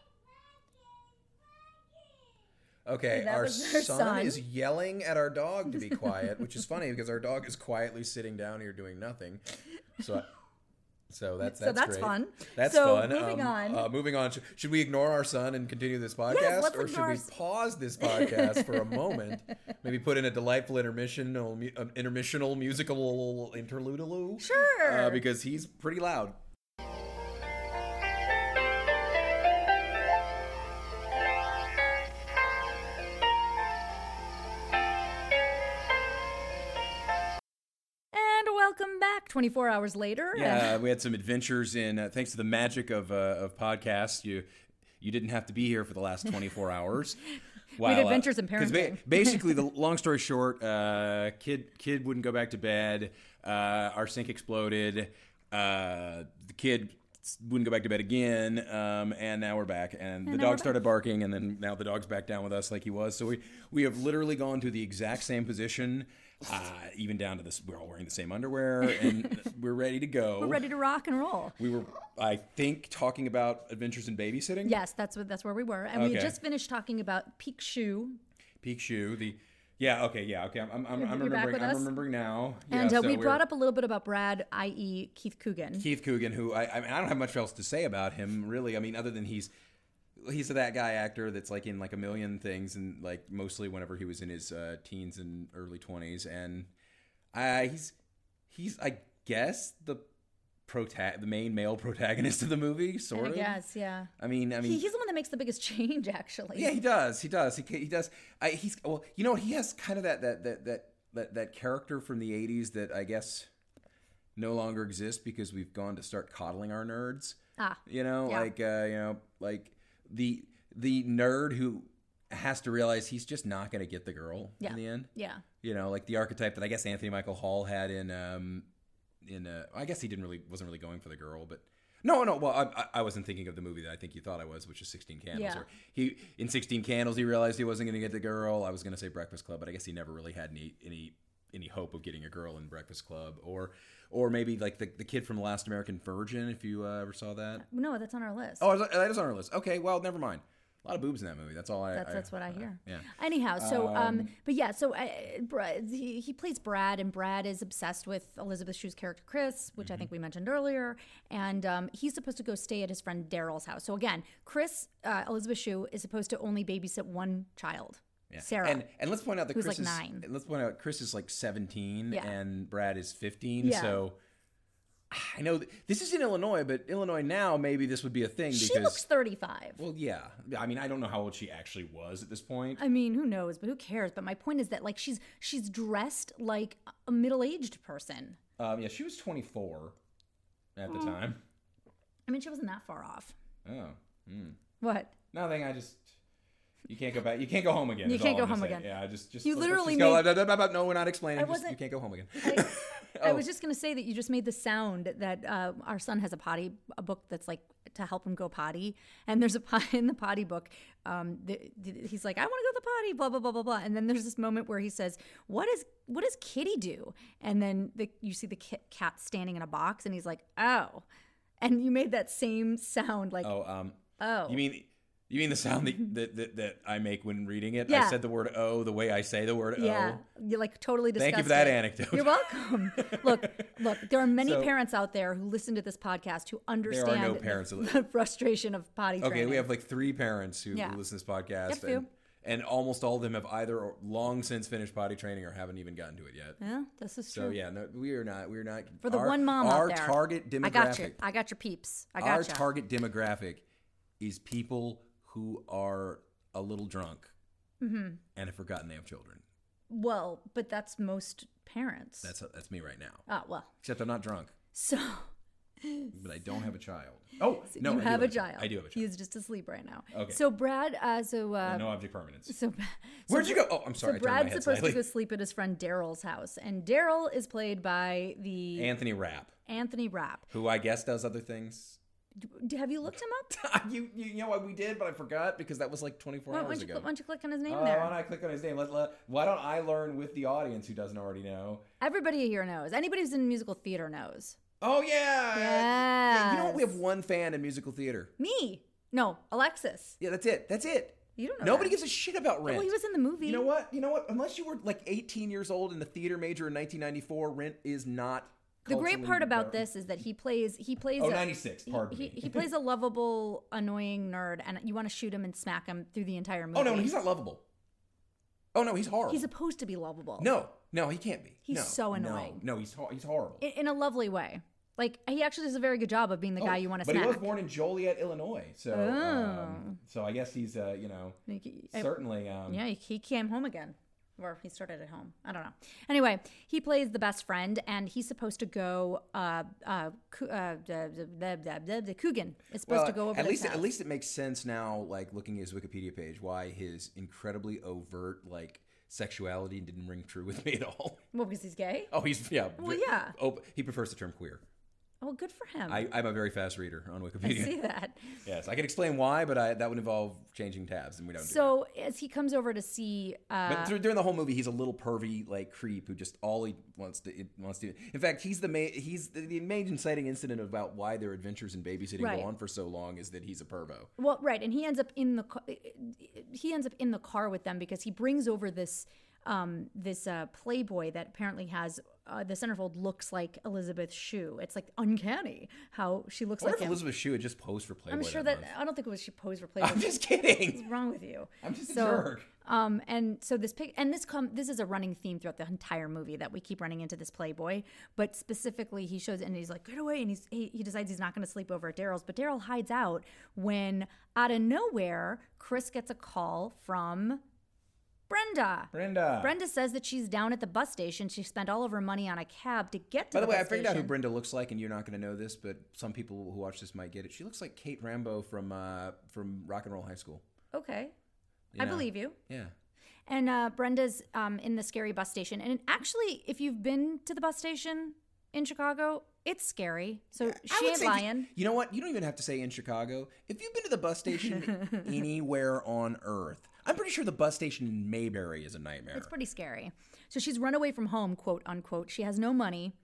S2: okay
S1: that
S2: our
S1: was our
S2: son,
S1: son.
S2: is yelling at our dog to
S1: (laughs)
S2: be quiet which is funny because our dog is quietly sitting down here doing nothing so I, so that's
S1: So
S2: that's,
S1: that's
S2: great.
S1: fun.
S2: That's
S1: So,
S2: fun.
S1: moving
S2: Um,
S1: on.
S2: Uh, moving on. Sh- Should we ignore our son and continue this podcast,
S1: let's
S2: or should
S1: ignore
S2: we
S1: us.
S2: pause
S1: (laughs)
S2: this podcast for a moment? Maybe put in a delightful intermissional, mu- um, intermissional musical interlude.
S1: Sure.
S2: Uh, because he's pretty loud.
S1: And welcome back 24 hours later.
S2: Yeah, we had some adventures in uh, thanks to the magic of uh, of podcasts. You you didn't have to be here for the last
S1: (laughs)
S2: 24 hours. Wow,
S1: adventures in
S2: 'cause ba-
S1: parenting. (laughs)
S2: basically, the long story short, uh, kid kid wouldn't go back to bed. Uh, our sink exploded. Uh, the kid s- wouldn't go back to bed again. Um, and now we're back. And, the
S1: now we're
S2: dog
S1: back.
S2: started barking, and then now the dog's back down with us like he was. So we we have literally gone to the exact same position. Uh, even down to this, we're all wearing the same underwear,
S1: (laughs)
S2: and we're ready to go.
S1: We're (laughs) ready to rock and roll.
S2: We were, I think, talking about adventures in babysitting.
S1: Yes, that's what that's where we were, and we had
S2: Okay.
S1: just finished talking about Peak Shoe,
S2: Peak Shoe. The yeah. Okay. Yeah. Okay. I'm. I'm, I'm
S1: back
S2: remembering.
S1: with
S2: I'm
S1: us?
S2: remembering now.
S1: and
S2: yeah,
S1: uh,
S2: so
S1: we
S2: we're-
S1: brought up a little bit about Brad, i.e., Keith Coogan.
S2: Keith Coogan, who I. I, mean, I don't have much else to say about him, really. I mean, other than he's. He's that guy actor that's like in like a million things and like mostly whenever he was in his uh, teens and early twenties and I he's he's I guess the prota- the main male protagonist of the movie
S1: I
S2: sort of
S1: guess, yeah.
S2: I mean I mean
S1: He, he's the one that makes the biggest (laughs) change, actually.
S2: Yeah, he does. He does. He, ca- he does. I, he's well. You know what? He has kind of that that that that that, that character from the '80s that I guess no longer exists because we've gone to start coddling our nerds.
S1: Ah,
S2: You know,
S1: Yeah.
S2: like uh, you know, like the the nerd who has to realize he's just not going to get the girl
S1: Yeah.
S2: in the end.
S1: yeah.
S2: You know, like the archetype that I guess Anthony Michael Hall had in um in uh, I guess he didn't really wasn't really going for the girl, but. No, no. Well, I- I, I wasn't thinking of the movie that I think you thought I was, which is Sixteen Candles.
S1: Yeah.
S2: Or he in Sixteen Candles, he realized he wasn't going to get the girl. I was going to say Breakfast Club, but I guess he never really had any any any hope of getting a girl in Breakfast Club, or or maybe like the, the kid from The Last American Virgin, if you uh, ever saw that.
S1: No, that's on our list.
S2: Oh, that is on our list. Okay, well, never mind. A lot of boobs in that movie. That's all I.
S1: That's,
S2: I-
S1: that's what I hear.
S2: yeah.
S1: Anyhow, so um, but yeah, so uh, Brad, he, he plays Brad, and Brad is obsessed with Elizabeth Shue's character Chris, which I
S2: Mm-hmm.
S1: think we mentioned earlier, and um, he's supposed to go stay at his friend Daryl's house. So again, Chris uh, Elizabeth Shue is supposed to only babysit one child,
S2: Yeah.
S1: Sarah.
S2: And and let's point out that
S1: who's,
S2: Chris
S1: like,
S2: is
S1: nine.
S2: and Let's point out Chris is like seventeen
S1: Yeah.
S2: and Brad is fifteen.
S1: Yeah.
S2: So I know th- this is in Illinois, but Illinois now maybe this would be a thing
S1: she
S2: because
S1: looks thirty-five.
S2: well, yeah. I mean, I don't know how old she actually was at this point.
S1: I mean, who knows? But who cares? But my point is that like she's she's dressed like a middle-aged person.
S2: Um, yeah, she was twenty four at the
S1: Oh.
S2: time.
S1: I mean, she wasn't that far off.
S2: Oh, mm.
S1: What?
S2: nothing. I just. You can't go back. You can't go home again.
S1: You
S2: is
S1: can't
S2: all I'm
S1: go
S2: gonna
S1: home
S2: say.
S1: again.
S2: Yeah, I just just
S1: You
S2: let's- let's
S1: literally
S2: just go,
S1: made-
S2: "Blah, blah, blah, blah, No, we're not explaining. Just- you
S1: wasn't-
S2: can't go home again.
S1: I, I
S2: Oh.
S1: was just going to say that you just made the sound that uh, our son has a potty a book that's like to help him go potty, and there's a pot (laughs) in the potty book. Um, the, the- he's like, I want to go to the potty, blah blah blah blah blah, and then there's this moment where he says, "What is what does Kitty do?" And then the, you see the ki- cat standing in a box, and he's like, "Oh," and you made that same sound like, "Oh."
S2: Oh, um, You mean you mean the
S1: (laughs)
S2: sound that that, that, that I make when reading it?
S1: Yeah.
S2: I said the word "oh" the way I say the word
S1: Yeah,
S2: "oh."
S1: you like totally disgusted.
S2: Thank you for that anecdote.
S1: You're
S2: (laughs)
S1: welcome. look, look, there are many
S2: So-
S1: parents out there who listen to this podcast who understand
S2: no
S1: the-
S2: parents that
S1: the,
S2: listen.
S1: (laughs) frustration of potty
S2: okay,
S1: training.
S2: we have like three parents who
S1: Yeah.
S2: listen to this podcast,
S1: Yep,
S2: and,
S1: few.
S2: and almost all of them have either or- long since finished potty training or haven't even gotten to it yet.
S1: Yeah, this is true.
S2: So yeah, no, we are not. We are not
S1: For the
S2: our-
S1: one mom
S2: Our
S1: out there,
S2: target demographic.
S1: I got you. I got your peeps. I got
S2: our
S1: you.
S2: target demographic is people who are a little drunk
S1: Mm-hmm.
S2: and have forgotten they have children.
S1: well, but that's most parents.
S2: That's that's me right now.
S1: ah well.
S2: Except I'm not drunk,
S1: So (laughs)
S2: but I don't have a child. Oh no,
S1: you
S2: I do
S1: have a child.
S2: I do have a child.
S1: He's just asleep right now.
S2: Okay.
S1: So Brad, uh, so uh,
S2: no object permanence.
S1: so.
S2: Where'd you go? Oh, I'm sorry.
S1: So
S2: I turned my
S1: Brad's
S2: head
S1: supposed
S2: slightly.
S1: to go sleep at his friend Daryl's house, and Daryl is played by the
S2: Anthony Rapp,
S1: Anthony Rapp.
S2: who I guess does other things. (laughs)
S1: D- Have you looked him up?
S2: you, you know what we did, but I forgot because that was like 24
S1: Why, why,
S2: hours
S1: don't you,
S2: ago.
S1: cl- why don't you click on his name
S2: Oh, why
S1: there?
S2: don't I click on his name? Let, let, why don't I learn with the audience who doesn't already know?
S1: Everybody here knows. Anybody who's in musical theater knows.
S2: Oh yeah, Yeah, You know what? We
S1: Yes.
S2: have one fan in musical theater.
S1: Me? No, Alexis.
S2: Yeah, that's it. That's it.
S1: You don't know.
S2: Nobody
S1: that.
S2: gives a shit about Rent.
S1: Well, he was in the movie.
S2: You know what? You know what? Unless you were like 18 years old and the theater major in 1994, Rent is not.
S1: The great
S2: culturally
S1: part about
S2: relevant.
S1: this is that he plays. He plays.
S2: Oh,
S1: a-
S2: 96,
S1: he-
S2: pardon
S1: he,
S2: me.
S1: he plays a lovable, annoying nerd, and you want to shoot him and smack him through the entire movie.
S2: Oh no, he's not lovable. Oh no, he's horrible.
S1: He's supposed to be lovable.
S2: no, no, he can't be.
S1: He's
S2: No,
S1: so
S2: no,
S1: annoying.
S2: No, he's hor- he's horrible.
S1: in, in a lovely way. Like he actually does a very good job of being the guy you want to
S2: Oh, But
S1: smack.
S2: he was born in Joliet, Illinois. So, um, so I guess he's uh, you know
S1: Like, he- I-
S2: certainly um,
S1: yeah, he- he came home again. or he started at home. I don't know. Anyway, he plays the best friend, and he's supposed to go. Uh, uh, Coo- uh, the, the, the, the, the Coogan is supposed to go over.
S2: at
S1: to
S2: least
S1: his
S2: at
S1: house.
S2: least it makes sense now. Like looking at his Wikipedia page, why his incredibly overt like sexuality didn't ring true with me at all.
S1: Well, because he's gay.
S2: Oh, he's yeah.
S1: Well, yeah.
S2: Oh, he prefers the term queer.
S1: Oh, good for him.
S2: I, I'm a very fast reader on
S1: I
S2: Wikipedia.
S1: see
S2: (laughs)
S1: that.
S2: Yes, I can explain why, but I, that would involve changing tabs, and we don't. do
S1: So as he comes over to see, uh,
S2: that. But through, during the whole movie, he's a little pervy, like creep, who just all he wants to it wants to. In fact, he's the main he's the, the main inciting incident about why their adventures in babysitting
S1: Right.
S2: go on for so long is that he's a pervo.
S1: well, right, and he ends up in the ca- he ends up in the car with them because he brings over this um, this uh, Playboy that apparently has uh, the centerfold looks like Elizabeth Shue. It's like uncanny how she looks
S2: I wonder
S1: like
S2: if
S1: him.
S2: Elizabeth Shue had just posed for Playboy.
S1: I'm sure
S2: that.
S1: that,
S2: month. (laughs)
S1: I don't think it was she posed for Playboy.
S2: I'm just kidding.
S1: What's wrong with you?
S2: (laughs) I'm just a
S1: so,
S2: jerk.
S1: Um, and so this pic, and this com, this is a running theme throughout the entire movie that we keep running into this Playboy, but specifically he shows and he's like get away, and he's he, he decides he's not going to sleep over at Daryl's, but Daryl hides out when out of nowhere Chris gets a call from Brenda.
S2: Brenda.
S1: Brenda says that she's down at the bus station. She spent all of her money on a cab to get to
S2: By the way, I
S1: bus
S2: figured out who
S1: station.
S2: Brenda looks like, and you're not going to know this, but some people who watch this might get it. She looks like Kate Rambo from uh, from Rock and Roll High School.
S1: Okay,
S2: You
S1: I
S2: know?
S1: believe you.
S2: Yeah.
S1: And uh, Brenda's um, in the scary bus station. And actually, if you've been to the bus station in Chicago, it's scary. So
S2: I
S1: she
S2: would
S1: ain't
S2: say if you-
S1: lying.
S2: you know what? You don't even have to say in Chicago. If you've been to the
S1: (laughs)
S2: bus station anywhere on Earth, I'm pretty sure the bus station in Mayberry is a nightmare.
S1: It's pretty scary. So she's run away from home, quote unquote. She has no money.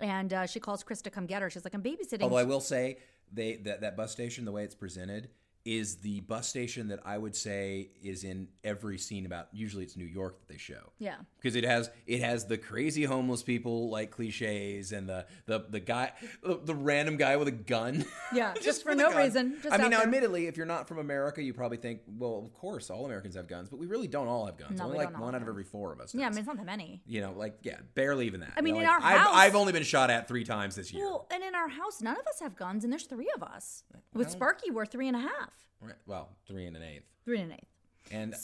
S1: And uh, she calls Chris to come get her. She's like, I'm babysitting.
S2: Although I will say they that, that bus station, the way it's presented, is the bus station that I would say is in every scene about. Usually, it's New York that they show.
S1: yeah.
S2: because it has it has the crazy homeless people like cliches and the the the guy the, the random guy with a gun. (laughs)
S1: Yeah, just for
S2: with a
S1: no
S2: gun.
S1: reason, just
S2: I mean,
S1: out
S2: now
S1: there.
S2: admittedly, if you're not from America, you probably think, well, of course, all Americans have guns, but we really don't all have guns.
S1: No,
S2: Only
S1: we
S2: like
S1: don't all
S2: one out
S1: have
S2: of
S1: guns.
S2: every four of us.
S1: Yeah, I
S2: does.
S1: mean, it's not that many.
S2: you know, like yeah, barely even that. I
S1: mean, in our
S2: I've,
S1: house-
S2: I've only been shot at three times this year.
S1: Well, and in our house, none of us have guns, and there's three of us. With Sparky, we're three and a half.
S2: Right, well, three and an eighth,
S1: Three and an eighth. (laughs)
S2: and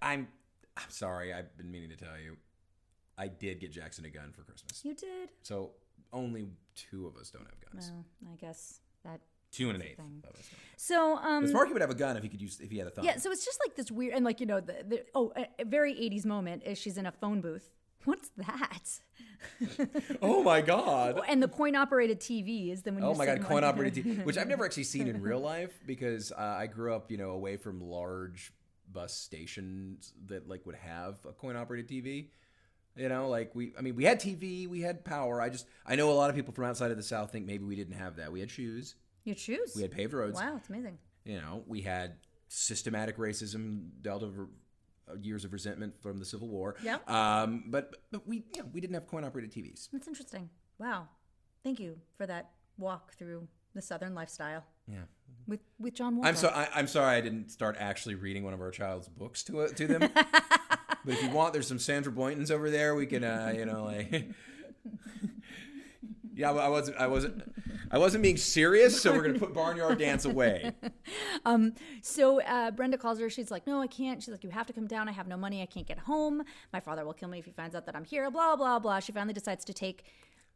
S2: I'm I'm sorry, I've been meaning to tell you, I did get Jackson a gun for Christmas.
S1: You did?
S2: So only two of us don't have guns.
S1: Well, I guess that.
S2: Two and an eighth.
S1: thing.
S2: of us.
S1: So, um.
S2: But Sparky would have a gun if he could use if he had a thumb.
S1: Yeah, so it's just like this weird and like you know the, the oh a, a very 80s moment is she's in a phone booth. (laughs) What's that?
S2: Oh my god.
S1: And the coin operated TV is then when you
S2: Oh my
S1: sit
S2: god,
S1: and
S2: coin
S1: watch-
S2: operated TV, which I've never actually seen in real life because uh, I grew up, you know, away from large bus stations that like would have a coin operated TV. You know, like we I mean, we had TV, we had power. I just I know a lot of people from outside of the south think maybe we didn't have that. We had shoes,
S1: (laughs) Your shoes.
S2: we had paved roads.
S1: wow, it's amazing.
S2: you know, we had systematic racism, dealt over uh, years of resentment from the Civil War.
S1: Yeah.
S2: Um, but but we you know, we didn't have coin operated TVs.
S1: That's interesting. Wow. Thank you for that walk through the southern lifestyle
S2: Yeah.
S1: with with John Wardle.
S2: I'm so I, I'm sorry I didn't start actually reading one of our child's books to uh,
S1: (laughs)
S2: to them. but if you want, there's some Sandra Boyntons over there. We can uh, you know like. (laughs) Yeah, I wasn't. I wasn't. I wasn't being serious. So we're gonna put Barnyard
S1: (laughs)
S2: Dance away.
S1: So uh, Brenda calls her. She's like, "No, I can't." She's like, "You have to come down. I have no money. I can't get home. My father will kill me if he finds out that I'm here." Blah blah blah. She finally decides to take.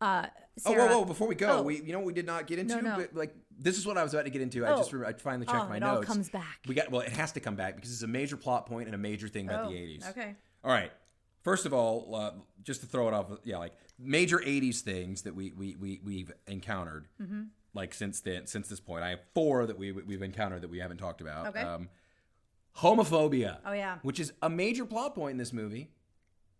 S1: Uh,
S2: Oh,
S1: Sarah.
S2: whoa, whoa! Before we go,
S1: Oh.
S2: we you know what we did not get into,
S1: no.
S2: but like this is what I was about to get into. I just
S1: Oh.
S2: remember, I finally checked
S1: Oh,
S2: my
S1: it all
S2: notes.
S1: comes back.
S2: We got well, it has to come back because it's a major plot point and a major thing about
S1: Oh,
S2: the '80s.
S1: okay.
S2: All right. First of all, uh, just to throw it off, yeah, like major '80s things that we we we we've encountered,
S1: Mm-hmm.
S2: like since then, since this point, I have four that we we've encountered that we haven't talked about. Um,
S1: Okay.
S2: homophobia.
S1: Oh, yeah.
S2: Which is a major plot point in this movie.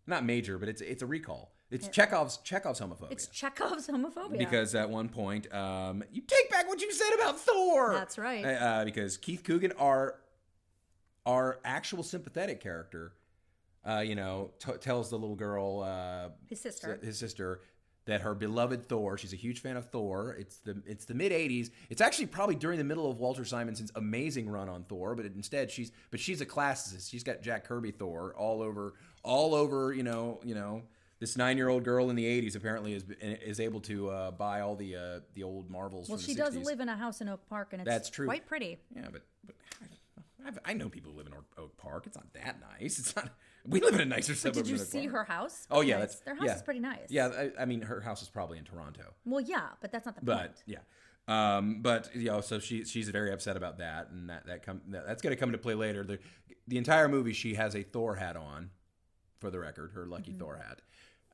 S2: Not major, but it's it's a recall. It's Chekhov's Chekhov's homophobia.
S1: It's Chekhov's homophobia.
S2: Because at one point, um, you take back what you said about Thor.
S1: That's right.
S2: Uh, uh, because Keith Coogan, our our actual sympathetic character, uh, you know, t- tells the little girl, uh,
S1: his sister.
S2: his sister, that her beloved Thor. She's a huge fan of Thor. It's the it's the mid '80s. It's actually probably during the middle of Walter Simonson's amazing run on Thor, but instead she's but she's a classicist. She's got Jack Kirby Thor all over all over. You know you know this nine year old girl in the '80s apparently is is able to uh, buy all the uh, the old Marvels.
S1: Well,
S2: from
S1: she
S2: the
S1: does
S2: 60s.
S1: live in a house in Oak Park, and it's
S2: That's true.
S1: quite pretty.
S2: Yeah, but, but I, I've, I know people who live in Oak- Oak Park. It's not that nice. It's not. We live in a nicer suburb.
S1: Did
S2: of
S1: you
S2: Oak
S1: see
S2: Park.
S1: her house?
S2: Oh yeah,
S1: Nice.
S2: that's
S1: their house
S2: yeah.
S1: is pretty nice.
S2: Yeah, I, I mean her house is probably in Toronto,
S1: Well, yeah, but that's not the
S2: but
S1: point.
S2: yeah, um, but you know, so she she's very upset about that, and that that come that, that's going to come into play later. The the entire movie, she has a Thor hat on, for the record, her lucky Thor hat.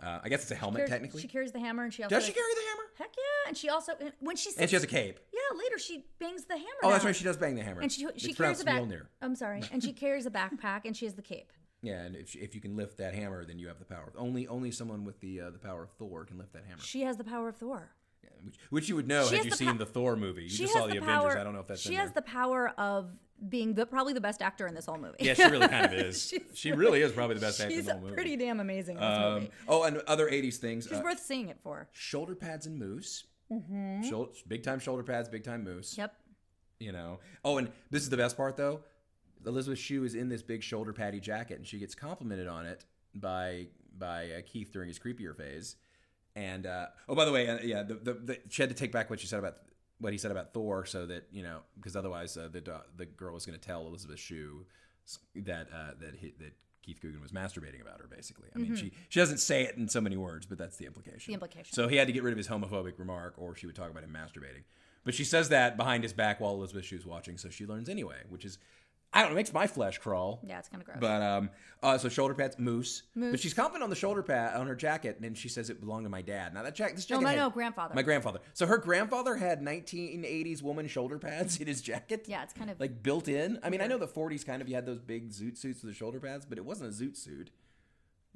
S2: Uh, I guess it's a helmet
S1: Carries-
S2: technically.
S1: Mm-hmm. she carries the hammer, and she also
S2: Does she carry the hammer?
S1: Heck yeah! And she also when she sits,
S2: And she has a cape.
S1: yeah later she bangs the hammer.
S2: Oh, that's
S1: down.
S2: right. She does bang the hammer.
S1: and she
S2: It's
S1: she carries
S2: pronounced
S1: a back.
S2: Mjolnir.
S1: I'm
S2: (laughs)
S1: sorry, and she carries a backpack, and she has the cape.
S2: Yeah, and if, if you can lift that hammer, then you have the power. Only only someone with the uh, the power of Thor can lift that hammer.
S1: She has the power of Thor.
S2: Yeah, which, which you would know
S1: She
S2: had
S1: has
S2: you
S1: the
S2: seen
S1: po-
S2: the Thor movie. You
S1: She
S2: just
S1: has
S2: saw the,
S1: the
S2: Avengers.
S1: power-
S2: I don't know if that's
S1: she
S2: in
S1: has
S2: there.
S1: the power of being the probably the best actor in this whole movie.
S2: yeah, she really kind of is.
S1: (laughs) She's
S2: she really is probably the best actor
S1: (laughs)
S2: in
S1: She's
S2: the whole movie.
S1: pretty damn amazing in this
S2: um,
S1: movie.
S2: oh, and other '80s things:
S1: She's
S2: uh,
S1: worth seeing it for.
S2: shoulder pads and moose. Mm-hmm. big time shoulder pads, big time moose.
S1: Yep.
S2: You know. Oh, and this is the best part though. Elizabeth Shue is in this big shoulder paddy jacket, and she gets complimented on it by by uh, Keith during his creepier phase. And uh, oh, by the way, uh, yeah, the, the, the, she had to take back what she said about what he said about Thor, so that you know, because otherwise uh, the do- the girl was going to tell Elizabeth Shue s- that uh, that he, that Keith Coogan was masturbating about her. Basically, I mean, she she doesn't say it in so many words, but that's the implication.
S1: Mm-hmm. The implication.
S2: So he had to get rid of his homophobic remark, or she would talk about him masturbating. But she says that behind his back while Elizabeth Shue's watching, so she learns anyway, which is. I don't know. It makes my flesh crawl.
S1: Yeah, it's kind of gross.
S2: But um, uh, so shoulder pads, moose. But she's confident on the shoulder pad on her jacket, and then she says it belonged to my dad. Now that jacket, this jacket,
S1: no,
S2: had-
S1: Oh, no, grandfather.
S2: my grandfather. So her grandfather had 1980s woman shoulder pads in his jacket.
S1: yeah, it's kind of
S2: like built in. I mean, I know the 40s kind of you had those big zoot suits with the shoulder pads, but it wasn't a zoot suit.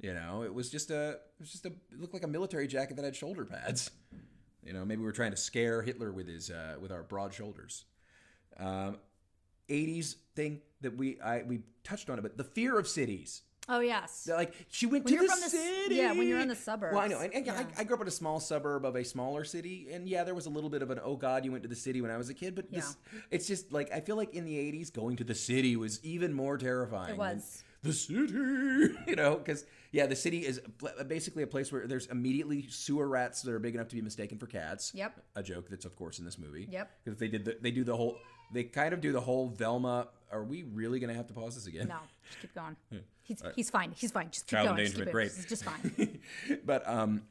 S2: You know, it was just a, it was just a, it looked like a military jacket that had shoulder pads. You know, maybe we were trying to scare Hitler with his, uh, with our broad shoulders. Um, 80s thing that we I we touched on it, but the fear of cities.
S1: oh yes.
S2: They're like she went
S1: When
S2: to
S1: you're
S2: the
S1: from the s-
S2: city.
S1: yeah, when you're in the
S2: Well, I know,
S1: suburbs,
S2: and, and yeah.
S1: yeah.
S2: I, I grew up in a small suburb of a smaller city, and yeah, there was a little bit of an oh god, you went to the city when I was a kid. But this, it's just like I feel like in the '80s, going to the city was even more terrifying.
S1: It
S2: than (laughs)
S1: was.
S2: the city, you know, because yeah, the city is pl- basically a place where there's immediately sewer rats that are big enough to be mistaken for cats.
S1: Yep.
S2: a joke that's of course in this movie.
S1: Yep.
S2: because they did the, they do the whole they kind of do the whole Velma. Are we really gonna have to pause this again?
S1: No, just keep going. He's, he's fine. He's fine. Just keep
S2: Child
S1: going. Just keep
S2: endangerment,
S1: it. He's just
S2: (laughs)
S1: fine.
S2: but um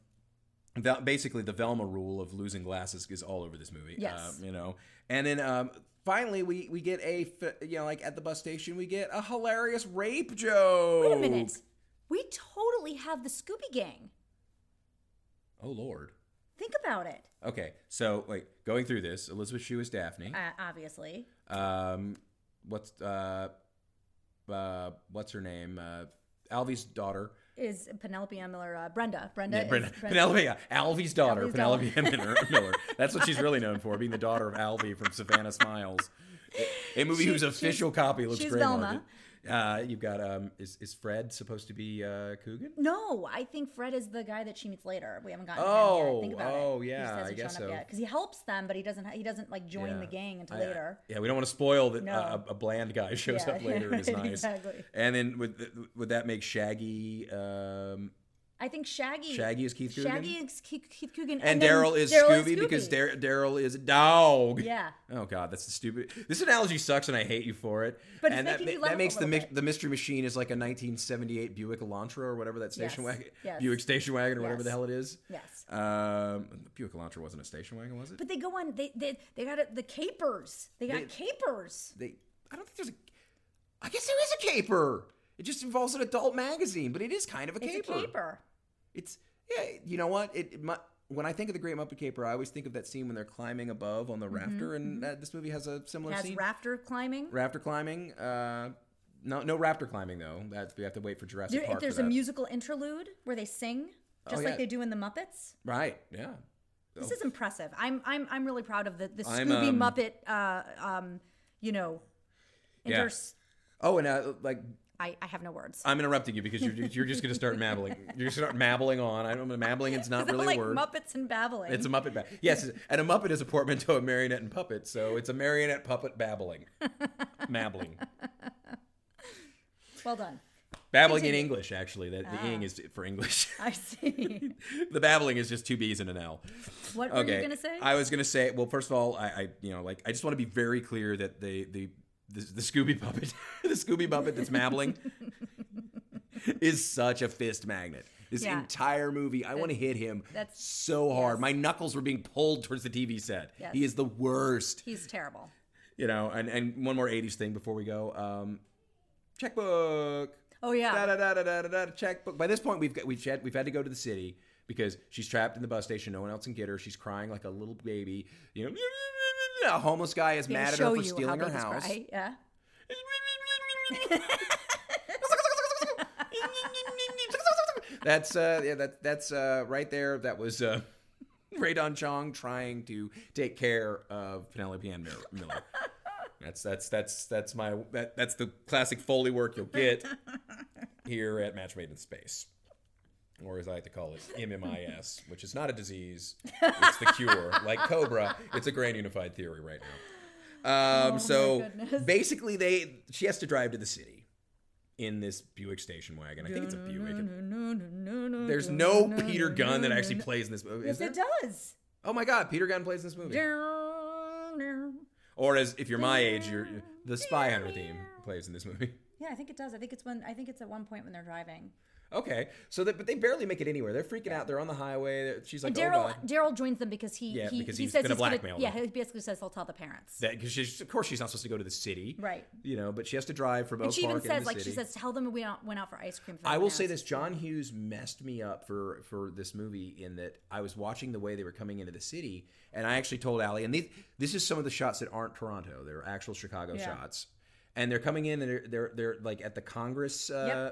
S2: Vel- basically the velma rule of losing glasses is all over this movie
S1: Yes.
S2: um, you know and then um finally we we get a fi- you know like at the bus station we get a hilarious rape joke
S1: Wait a minute. We totally have the Scooby Gang.
S2: oh lord
S1: Think about it.
S2: okay so wait going through this elizabeth shue is daphne
S1: Uh, obviously,
S2: um what's uh uh what's her name uh alvie's daughter
S1: is Penelope Ann Miller uh, Brenda? Brenda.
S2: Yeah,
S1: is
S2: Bren-
S1: Brenda.
S2: Penelope, yeah, Alvie's daughter,
S1: Alvie's
S2: Penelope Miller, Miller. That's what she's really known for, being the daughter of Alvie from Savannah Smiles. A movie
S1: She-
S2: whose
S1: she's-
S2: official copy looks
S1: she's
S2: great.
S1: Velma.
S2: Uh, you've got um, is is Fred supposed to be uh, Coogan?
S1: No, I think Fred is the guy that she meets later. We haven't gotten. to him yet.
S2: Oh,
S1: Think about
S2: oh,
S1: it.
S2: yeah,
S1: He just
S2: I
S1: hasn't
S2: guess
S1: shown up
S2: so.
S1: yet because he helps them, but he doesn't. He doesn't like join
S2: Yeah.
S1: the gang until
S2: I- uh,
S1: later.
S2: Yeah, we don't want to spoil that
S1: No.
S2: uh, a, a bland guy shows
S1: Yeah,
S2: up later
S1: (laughs)
S2: and is
S1: right,
S2: nice.
S1: exactly.
S2: And then would th- would that make Shaggy um,
S1: I think Shaggy.
S2: Shaggy is Keith Coogan?
S1: Shaggy is Keith, Keith Coogan.
S2: and
S1: then
S2: Daryl is Scooby, because Dar- Daryl is a dog.
S1: Yeah.
S2: Oh God, that's the stupid. This analogy sucks, and I hate you for it.
S1: But it's
S2: and that,
S1: making you
S2: ma-
S1: laugh
S2: that
S1: a
S2: makes the
S1: little
S2: mi-
S1: bit.
S2: the mystery machine is like a 1978 Buick Elantra or whatever that station
S1: Yes.
S2: wagon,
S1: Yes.
S2: Buick station wagon or whatever the
S1: Yes.
S2: hell it is.
S1: Yes.
S2: Um, Buick Elantra wasn't a station wagon, was it?
S1: But they go on. They they, they got it the capers. They got
S2: They-
S1: capers.
S2: they, I don't think there's a. I guess there is a caper. It just involves an adult magazine, but it is kind of a
S1: It's a caper.
S2: It's yeah. You know what? It, it mu when I think of the Great Muppet Caper, I always think of that scene when they're climbing above on the rafter, and uh, this movie has a similar
S1: Mm-hmm, Has
S2: scene.
S1: rafter climbing.
S2: Raptor climbing. Uh, no, no raptor climbing though. That's we have to wait for Jurassic
S1: There-
S2: Park.
S1: there's
S2: for
S1: a
S2: that.
S1: musical interlude where they sing, just
S2: Oh, yeah.
S1: like they do in the Muppets.
S2: right? Yeah.
S1: This is impressive. I'm I'm I'm really proud of the the
S2: I'm,
S1: Scooby
S2: um,
S1: Muppet. Uh, um, you know,
S2: Yeah.
S1: inters-
S2: Oh, and uh, like
S1: I I have no words.
S2: I'm interrupting you because you're you're just gonna
S1: (laughs)
S2: start mabbling. You're gonna start mabbling on. I don't know. Mabbling. It's not
S1: Is it
S2: really
S1: like
S2: a word.
S1: Muppets and babbling.
S2: It's a Muppet. Ba- yes, and a Muppet is a portmanteau of marionette and puppet. So it's a marionette
S1: (laughs)
S2: puppet babbling, mabbling,
S1: well done.
S2: babbling in
S1: Continue. Ah.
S2: English. Actually, that the ing is for English. (laughs)
S1: I see.
S2: the babbling is just two b's and an l.
S1: What were you gonna say?
S2: I was gonna say. Well, first of all, I, I you know like I just want to be very clear that the the the, the Scooby puppet, (laughs) the Scooby puppet
S1: (laughs)
S2: that's mabbling, is such a fist magnet. This
S1: Yeah.
S2: entire movie, I want to hit him
S1: that's-
S2: so hard.
S1: yes.
S2: My knuckles were being pulled towards the TV set.
S1: Yes.
S2: He is the worst.
S1: He's terrible.
S2: You know, and, and one more 80s thing before we go. Um, checkbook.
S1: Oh yeah.
S2: Da, da, da, da, da, da, da, checkbook. By this point, we've got, we've had, we've had to go to the city because she's trapped in the bus station. No one else can get her. She's crying like a little baby. You know, a homeless guy is
S1: Yeah,
S2: mad at
S1: show
S2: her for
S1: you how
S2: stealing her
S1: babies
S2: house.
S1: cry. Yeah.
S2: (laughs) that's uh, yeah, that that's uh, right there. That was uh, (laughs) Radon Chong trying to take care of Penelope Ann Miller.
S1: (laughs)
S2: Miller. That's that's that's that's my that, that's the classic Foley work
S1: (laughs)
S2: you'll get here at Match Made in Space, or as I like to call it, MMIS, which is not a disease; it's the
S1: (laughs)
S2: cure. Like Cobra, it's a grand unified theory right now. Um, so
S1: Oh goodness.
S2: basically, they she has to drive to the city in this Buick station wagon. I think it's a Buick. There's no Peter Gunn that actually plays in this movie.
S1: (laughs)
S2: Is
S1: Yes,
S2: there?
S1: it does.
S2: Oh my God, Peter Gunn plays in this movie. Or as if you're my age, you're, the Spy Hunter theme plays in this movie. (laughs)
S1: Yeah, I think it does. I think it's when I think it's at one point when they're driving.
S2: Okay, so that but they barely make it anywhere. They're freaking out. They're on the highway. They're- She's like, oh
S1: Daryl
S2: god,
S1: Daryl joins them because he
S2: Yeah,
S1: he,
S2: because
S1: he
S2: he's
S1: says
S2: gonna
S1: he's
S2: blackmail
S1: Yeah,
S2: them.
S1: he basically says he'll tell the parents.
S2: that because she's of course she's not supposed to go to the city,
S1: Right.
S2: You know, but she has to drive from Oak
S1: she even
S2: Park into
S1: says
S2: the
S1: like she
S2: city.
S1: says tell them we out- went out for ice cream. For
S2: I
S1: half
S2: will
S1: an
S2: say
S1: hour."
S2: this: John Hughes messed me up for for this movie in that I was watching the way they were coming into the city, and I actually told Allie, and these, this is some of the shots that aren't Toronto; they're actual Chicago
S1: Yeah.
S2: shots, and they're coming in and they're they're, they're like at the Congress uh,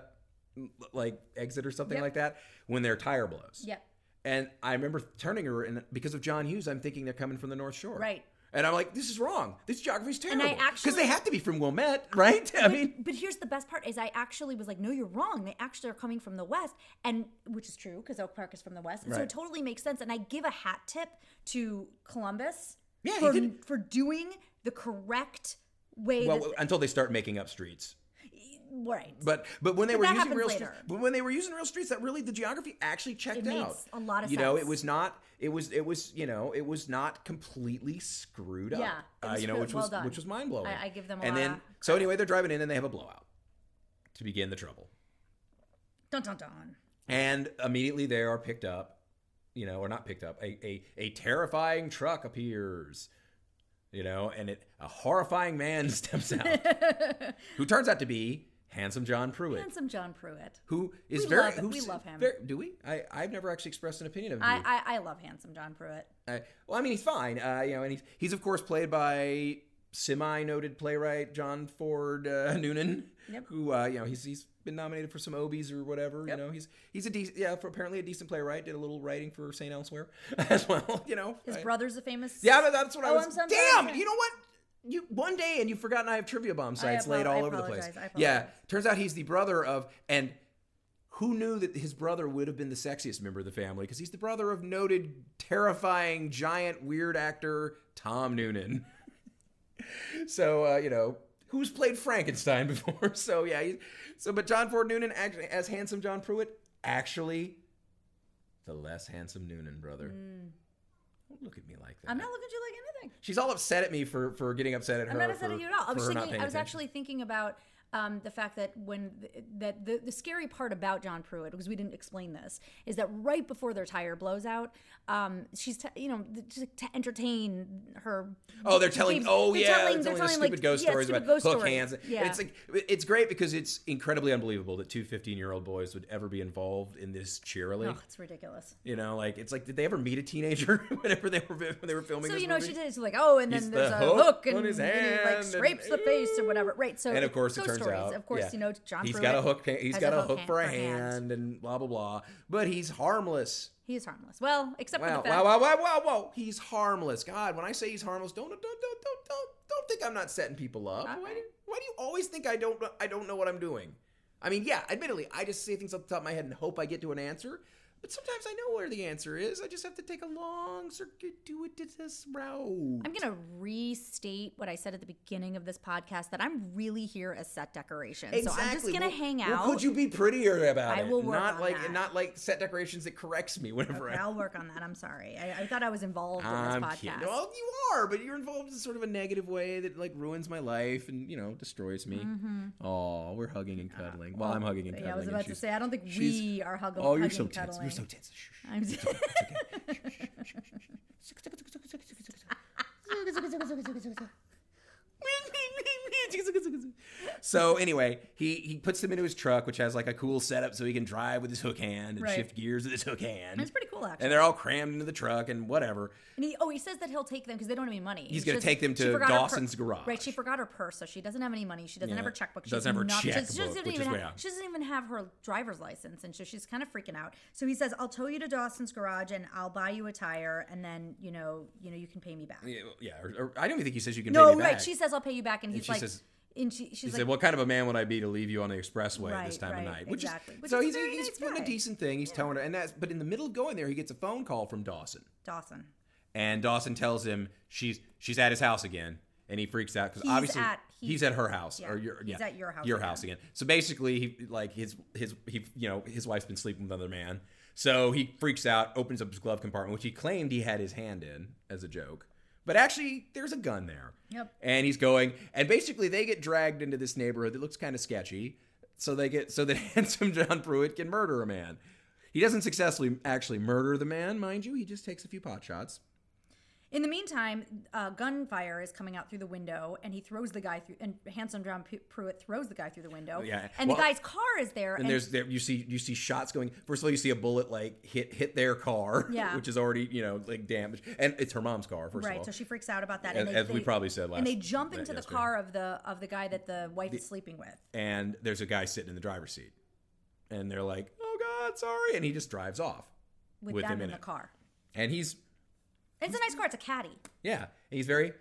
S2: like exit or something
S1: Yep.
S2: like that when their tire blows.
S1: Yep.
S2: And I remember turning her, and because of John Hughes, I'm thinking they're coming from the North Shore,
S1: Right.
S2: And I'm like, this is wrong. This geography's terrible.
S1: I
S2: because
S1: actually-
S2: they have to be from Wilmette, right? (laughs) I mean,
S1: But here's the best part: is I actually was like, "No, you're wrong. They actually are coming from the west," and which is true because Oak Park is from the west, and so it
S2: Right.
S1: totally makes sense. And I give a hat tip to Columbus
S2: Yeah, he
S1: for,
S2: did-
S1: for doing the correct way.
S2: well,
S1: that,
S2: until they start making up streets.
S1: right,
S2: But but when they
S1: But
S2: were
S1: that
S2: using
S1: happens
S2: real
S1: later.
S2: streets, but when they were using real streets, that really the geography actually checked
S1: makes
S2: out.
S1: a lot of
S2: you know,
S1: sense.
S2: it was not. It was it was you know it was not completely screwed up.
S1: Yeah, it
S2: uh,
S1: was
S2: you know,
S1: good.
S2: which
S1: Well
S2: was
S1: done.
S2: which was mind blowing.
S1: I- I give them a
S2: and
S1: lot
S2: then
S1: of
S2: so anyway, they're driving in and they have a blowout to begin the trouble,
S1: dun dun
S2: (laughs)
S1: dun.
S2: and immediately they are picked up. You know, or not picked up. A a, a terrifying truck appears. You know, and it a horrifying man (laughs) steps out, who turns out to be handsome John Pruitt
S1: Handsome John Pruitt.
S2: who is
S1: We
S2: very
S1: love-
S2: who's
S1: we love him.
S2: very- do we? I I've never actually expressed an opinion of him. I,
S1: I, I I love handsome John Pruitt.
S2: well, I mean he's fine. Uh, you know, and he's he's of course played by semi-noted playwright John Ford uh, (laughs) Noonan,
S1: Yep.
S2: who uh, you know he's he's been nominated for some Obies or whatever. You know, he's he's a decent yeah for apparently a decent playwright. Did a little writing for St. Elsewhere (laughs) as well. You know,
S1: His
S2: I-
S1: brother's a famous.
S2: Yeah, but that's what I
S1: Oh,
S2: was.
S1: I'm sorry, I'm
S2: Damn,
S1: sorry.
S2: you know what? You one day and you've forgotten I have trivia bomb sites
S1: apo-
S2: laid all
S1: I
S2: over the place.
S1: apologize, I
S2: Yeah,
S1: apologize.
S2: turns out he's the brother of and who knew that his brother would have been the sexiest member of the family because he's the brother of noted terrifying giant weird actor Tom Noonan. (laughs) so uh, you know who's played Frankenstein (laughs) before. So yeah, he, so but John Ford Noonan act- as handsome John Pruitt actually the less handsome Noonan brother. Don't look at me like that.
S1: Hmm. I'm not looking at you like anything.
S2: She's all upset at me for for getting upset at her.
S1: I'm not upset
S2: for-
S1: at you at all. I
S2: for
S1: was
S2: her not
S1: thinking.
S2: paying
S1: I was
S2: attention.
S1: actually thinking about um, the fact that when th- that the, the scary part about John Pruitt, because we didn't explain this, is that right before their tire blows out, um, she's t- you know th- to, to entertain her.
S2: Oh, they're telling.
S1: babes-
S2: Oh,
S1: they're
S2: yeah,
S1: telling-
S2: they're
S1: they're
S2: telling us
S1: telling,
S2: stupid
S1: like,
S2: ghost
S1: yeah,
S2: stories
S1: stupid
S2: about
S1: ghost
S2: hook
S1: stories.
S2: hands.
S1: Yeah.
S2: It's like it's great because it's incredibly unbelievable that two 15 year old boys would ever be involved in this cheerily.
S1: Oh, it's ridiculous.
S2: You know, like it's like did they ever meet a teenager (laughs) whenever they were when they were filming?
S1: So
S2: this
S1: you know
S2: movie?
S1: she did. She's like, oh, and then
S2: He's
S1: there's
S2: the
S1: a
S2: hook
S1: hook,
S2: on
S1: and,
S2: his
S1: and he like
S2: hand,
S1: scrapes
S2: (laughs) and-
S1: the face or whatever. Right. So
S2: And of course, it
S1: ghost
S2: turns
S1: stories.
S2: out,
S1: Of course,
S2: yeah.
S1: you know John.
S2: He's
S1: Pruitt
S2: got a hook. ha- He's
S1: has
S2: got a hook for a
S1: hand.
S2: hand and blah blah blah. But he's harmless.
S1: He's harmless. Well, (laughs) except for
S2: Wow,
S1: the fact.
S2: wow, wow, wow, wow, wow. He's harmless. God, when I say he's harmless, don't don't don't don't don't, don't think I'm not setting people up.
S1: All
S2: Why,
S1: right.
S2: do, why do you always think I don't I don't know what I'm doing? I mean, yeah, admittedly, I just say things off the top of my head and hope I get to an answer. But sometimes I know where the answer is. I just have to take a long circuitous route.
S1: I'm going to restate what I said at the beginning of this podcast that I'm really here as set decoration. So I'm just going to
S2: Well-
S1: hang
S2: well,
S1: out.
S2: could you be prettier about
S1: I
S2: it?
S1: will work
S2: not
S1: on
S2: like
S1: that.
S2: not like set decorations that corrects me whenever I.
S1: I'll work on that. I'm sorry. I, I thought I was involved in
S2: I'm
S1: this
S2: kidding.
S1: podcast.
S2: Well, you are, but you're involved in sort of a negative way that like ruins my life and you know destroys me. Oh, we're hugging and cuddling. Well, I'm hugging and
S1: Mm-hmm. yeah,
S2: cuddling.
S1: I was
S2: and
S1: about to
S2: she's-
S1: say, I don't think
S2: she's-
S1: we are hug-
S2: Oh,
S1: hugging
S2: you're so
S1: and
S2: tense.
S1: cuddling.
S2: You're so tense. Shh, shh.
S1: I'm
S2: (laughs)
S1: just- (laughs)
S2: So anyway, he he puts them into his truck, which has like a cool setup so he can drive with his hook hand and
S1: Right.
S2: shift gears with his hook hand.
S1: That's pretty cool, actually.
S2: And they're all crammed into the truck and whatever.
S1: And he, oh, he says that he'll take them because they don't have any money. He's
S2: gonna take them to Dawson's garage.
S1: Right, she forgot her purse, so she doesn't have any money. She doesn't have her checkbook. She
S2: doesn't have her
S1: nothing. She- she,
S2: checkbook,
S1: doesn't
S2: which
S1: even
S2: is
S1: have,
S2: weird.
S1: she doesn't even have her driver's license, and so she's kind of freaking out. So he says, "I'll tow you to Dawson's garage, and I'll buy you a tire, and then you know, you know, you can pay me back."
S2: Yeah, yeah or, or I don't even think he says you can
S1: No,
S2: pay me back.
S1: right. She says, "I'll pay you back," and he's
S2: she
S1: like,
S2: says-
S1: "And she, she's
S2: He
S1: like,
S2: said, "What kind of a man would I be to leave you on the expressway at
S1: Right,
S2: this time of
S1: right,
S2: night?" Which
S1: exactly.
S2: is
S1: Which
S2: so
S1: is a
S2: he's
S1: very
S2: he's
S1: nice
S2: doing
S1: guy.
S2: a decent thing. He's towing her, and that's but in the middle of going there, he gets a phone call from Dawson,
S1: Dawson,
S2: and Dawson tells him she's she's at his house again, and he freaks out because
S1: He's
S2: obviously
S1: at- he-
S2: he's at her house
S1: yeah,
S2: or your,
S1: he's
S2: yeah,
S1: at your house
S2: your
S1: again.
S2: house again. So basically, he like his his he you know his wife's been sleeping with another man, so he freaks out, opens up his glove compartment, which he claimed he had his hand in as a joke. But actually, there's a gun there.
S1: Yep.
S2: And he's going, and basically they get dragged into this neighborhood that looks kind of sketchy. So they get so that (laughs) handsome John Pruitt can murder a man. He doesn't successfully actually murder the man, mind you. He just takes a few pot shots.
S1: In the meantime, uh, gunfire is coming out through the window, and he throws the guy through. And Handsome John P- Pruitt throws the guy through the window.
S2: Yeah,
S1: And the
S2: well-
S1: guy's car is there. And,
S2: And there's there you see you see shots going. First of all, you see a bullet like hit hit their car, (laughs)
S1: Yeah.
S2: which is already you know like damaged, and it's her mom's car. First of
S1: right,
S2: all,
S1: so she freaks out about that.
S2: As- as we probably said last-
S1: And they jump
S2: that
S1: into the
S2: yesterday.
S1: car of the of the guy that the wife is sleeping with.
S2: and there's a guy sitting in the driver's seat, and they're like, "Oh God, sorry," and he just drives off,
S1: With,
S2: with
S1: them
S2: him
S1: in
S2: in
S1: the
S2: it.
S1: car.
S2: and he's
S1: It's a nice car. It's a caddy.
S2: Yeah, he's very,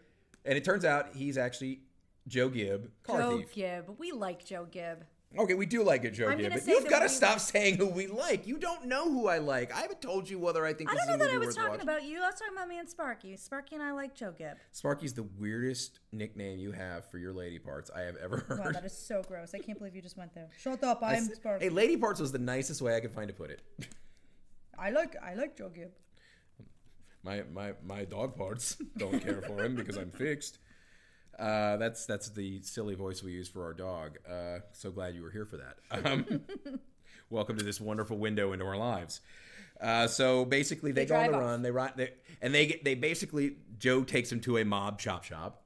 S2: and it turns out he's actually Joe Gibb, car
S1: Joe
S2: thief.
S1: Gibb. We like Joe Gibb.
S2: Okay, we do like a Joe
S1: I'm
S2: Gibb,
S1: gonna
S2: but
S1: say
S2: you've
S1: that
S2: got to
S1: we-
S2: stop saying who we like. You don't know who I like. I haven't told you whether I think
S1: I
S2: this
S1: don't know
S2: is a
S1: that I
S2: movie
S1: was
S2: worth
S1: talking
S2: watching.
S1: about you. I was talking about me and Sparky. Sparky and I like Joe Gibb.
S2: Sparky's the weirdest nickname you have for your lady parts I have ever
S1: Wow,
S2: heard.
S1: that is so gross. I can't believe you just went there. Shut up.
S2: I
S1: I'm
S2: said-
S1: Sparky.
S2: hey, lady parts was the nicest way I could find to put it.
S1: I like I like Joe Gibb.
S2: My my my dog parts (laughs) don't care for him because I'm fixed. Uh, that's that's the silly voice we use for our dog. Uh, so glad you were here for that. (laughs) Um, welcome to this wonderful window into our lives. Uh, so basically, they,
S1: They
S2: go on
S1: drive
S2: the
S1: off.
S2: run. They run. They, and they get. They basically Joe takes them to a mob chop shop,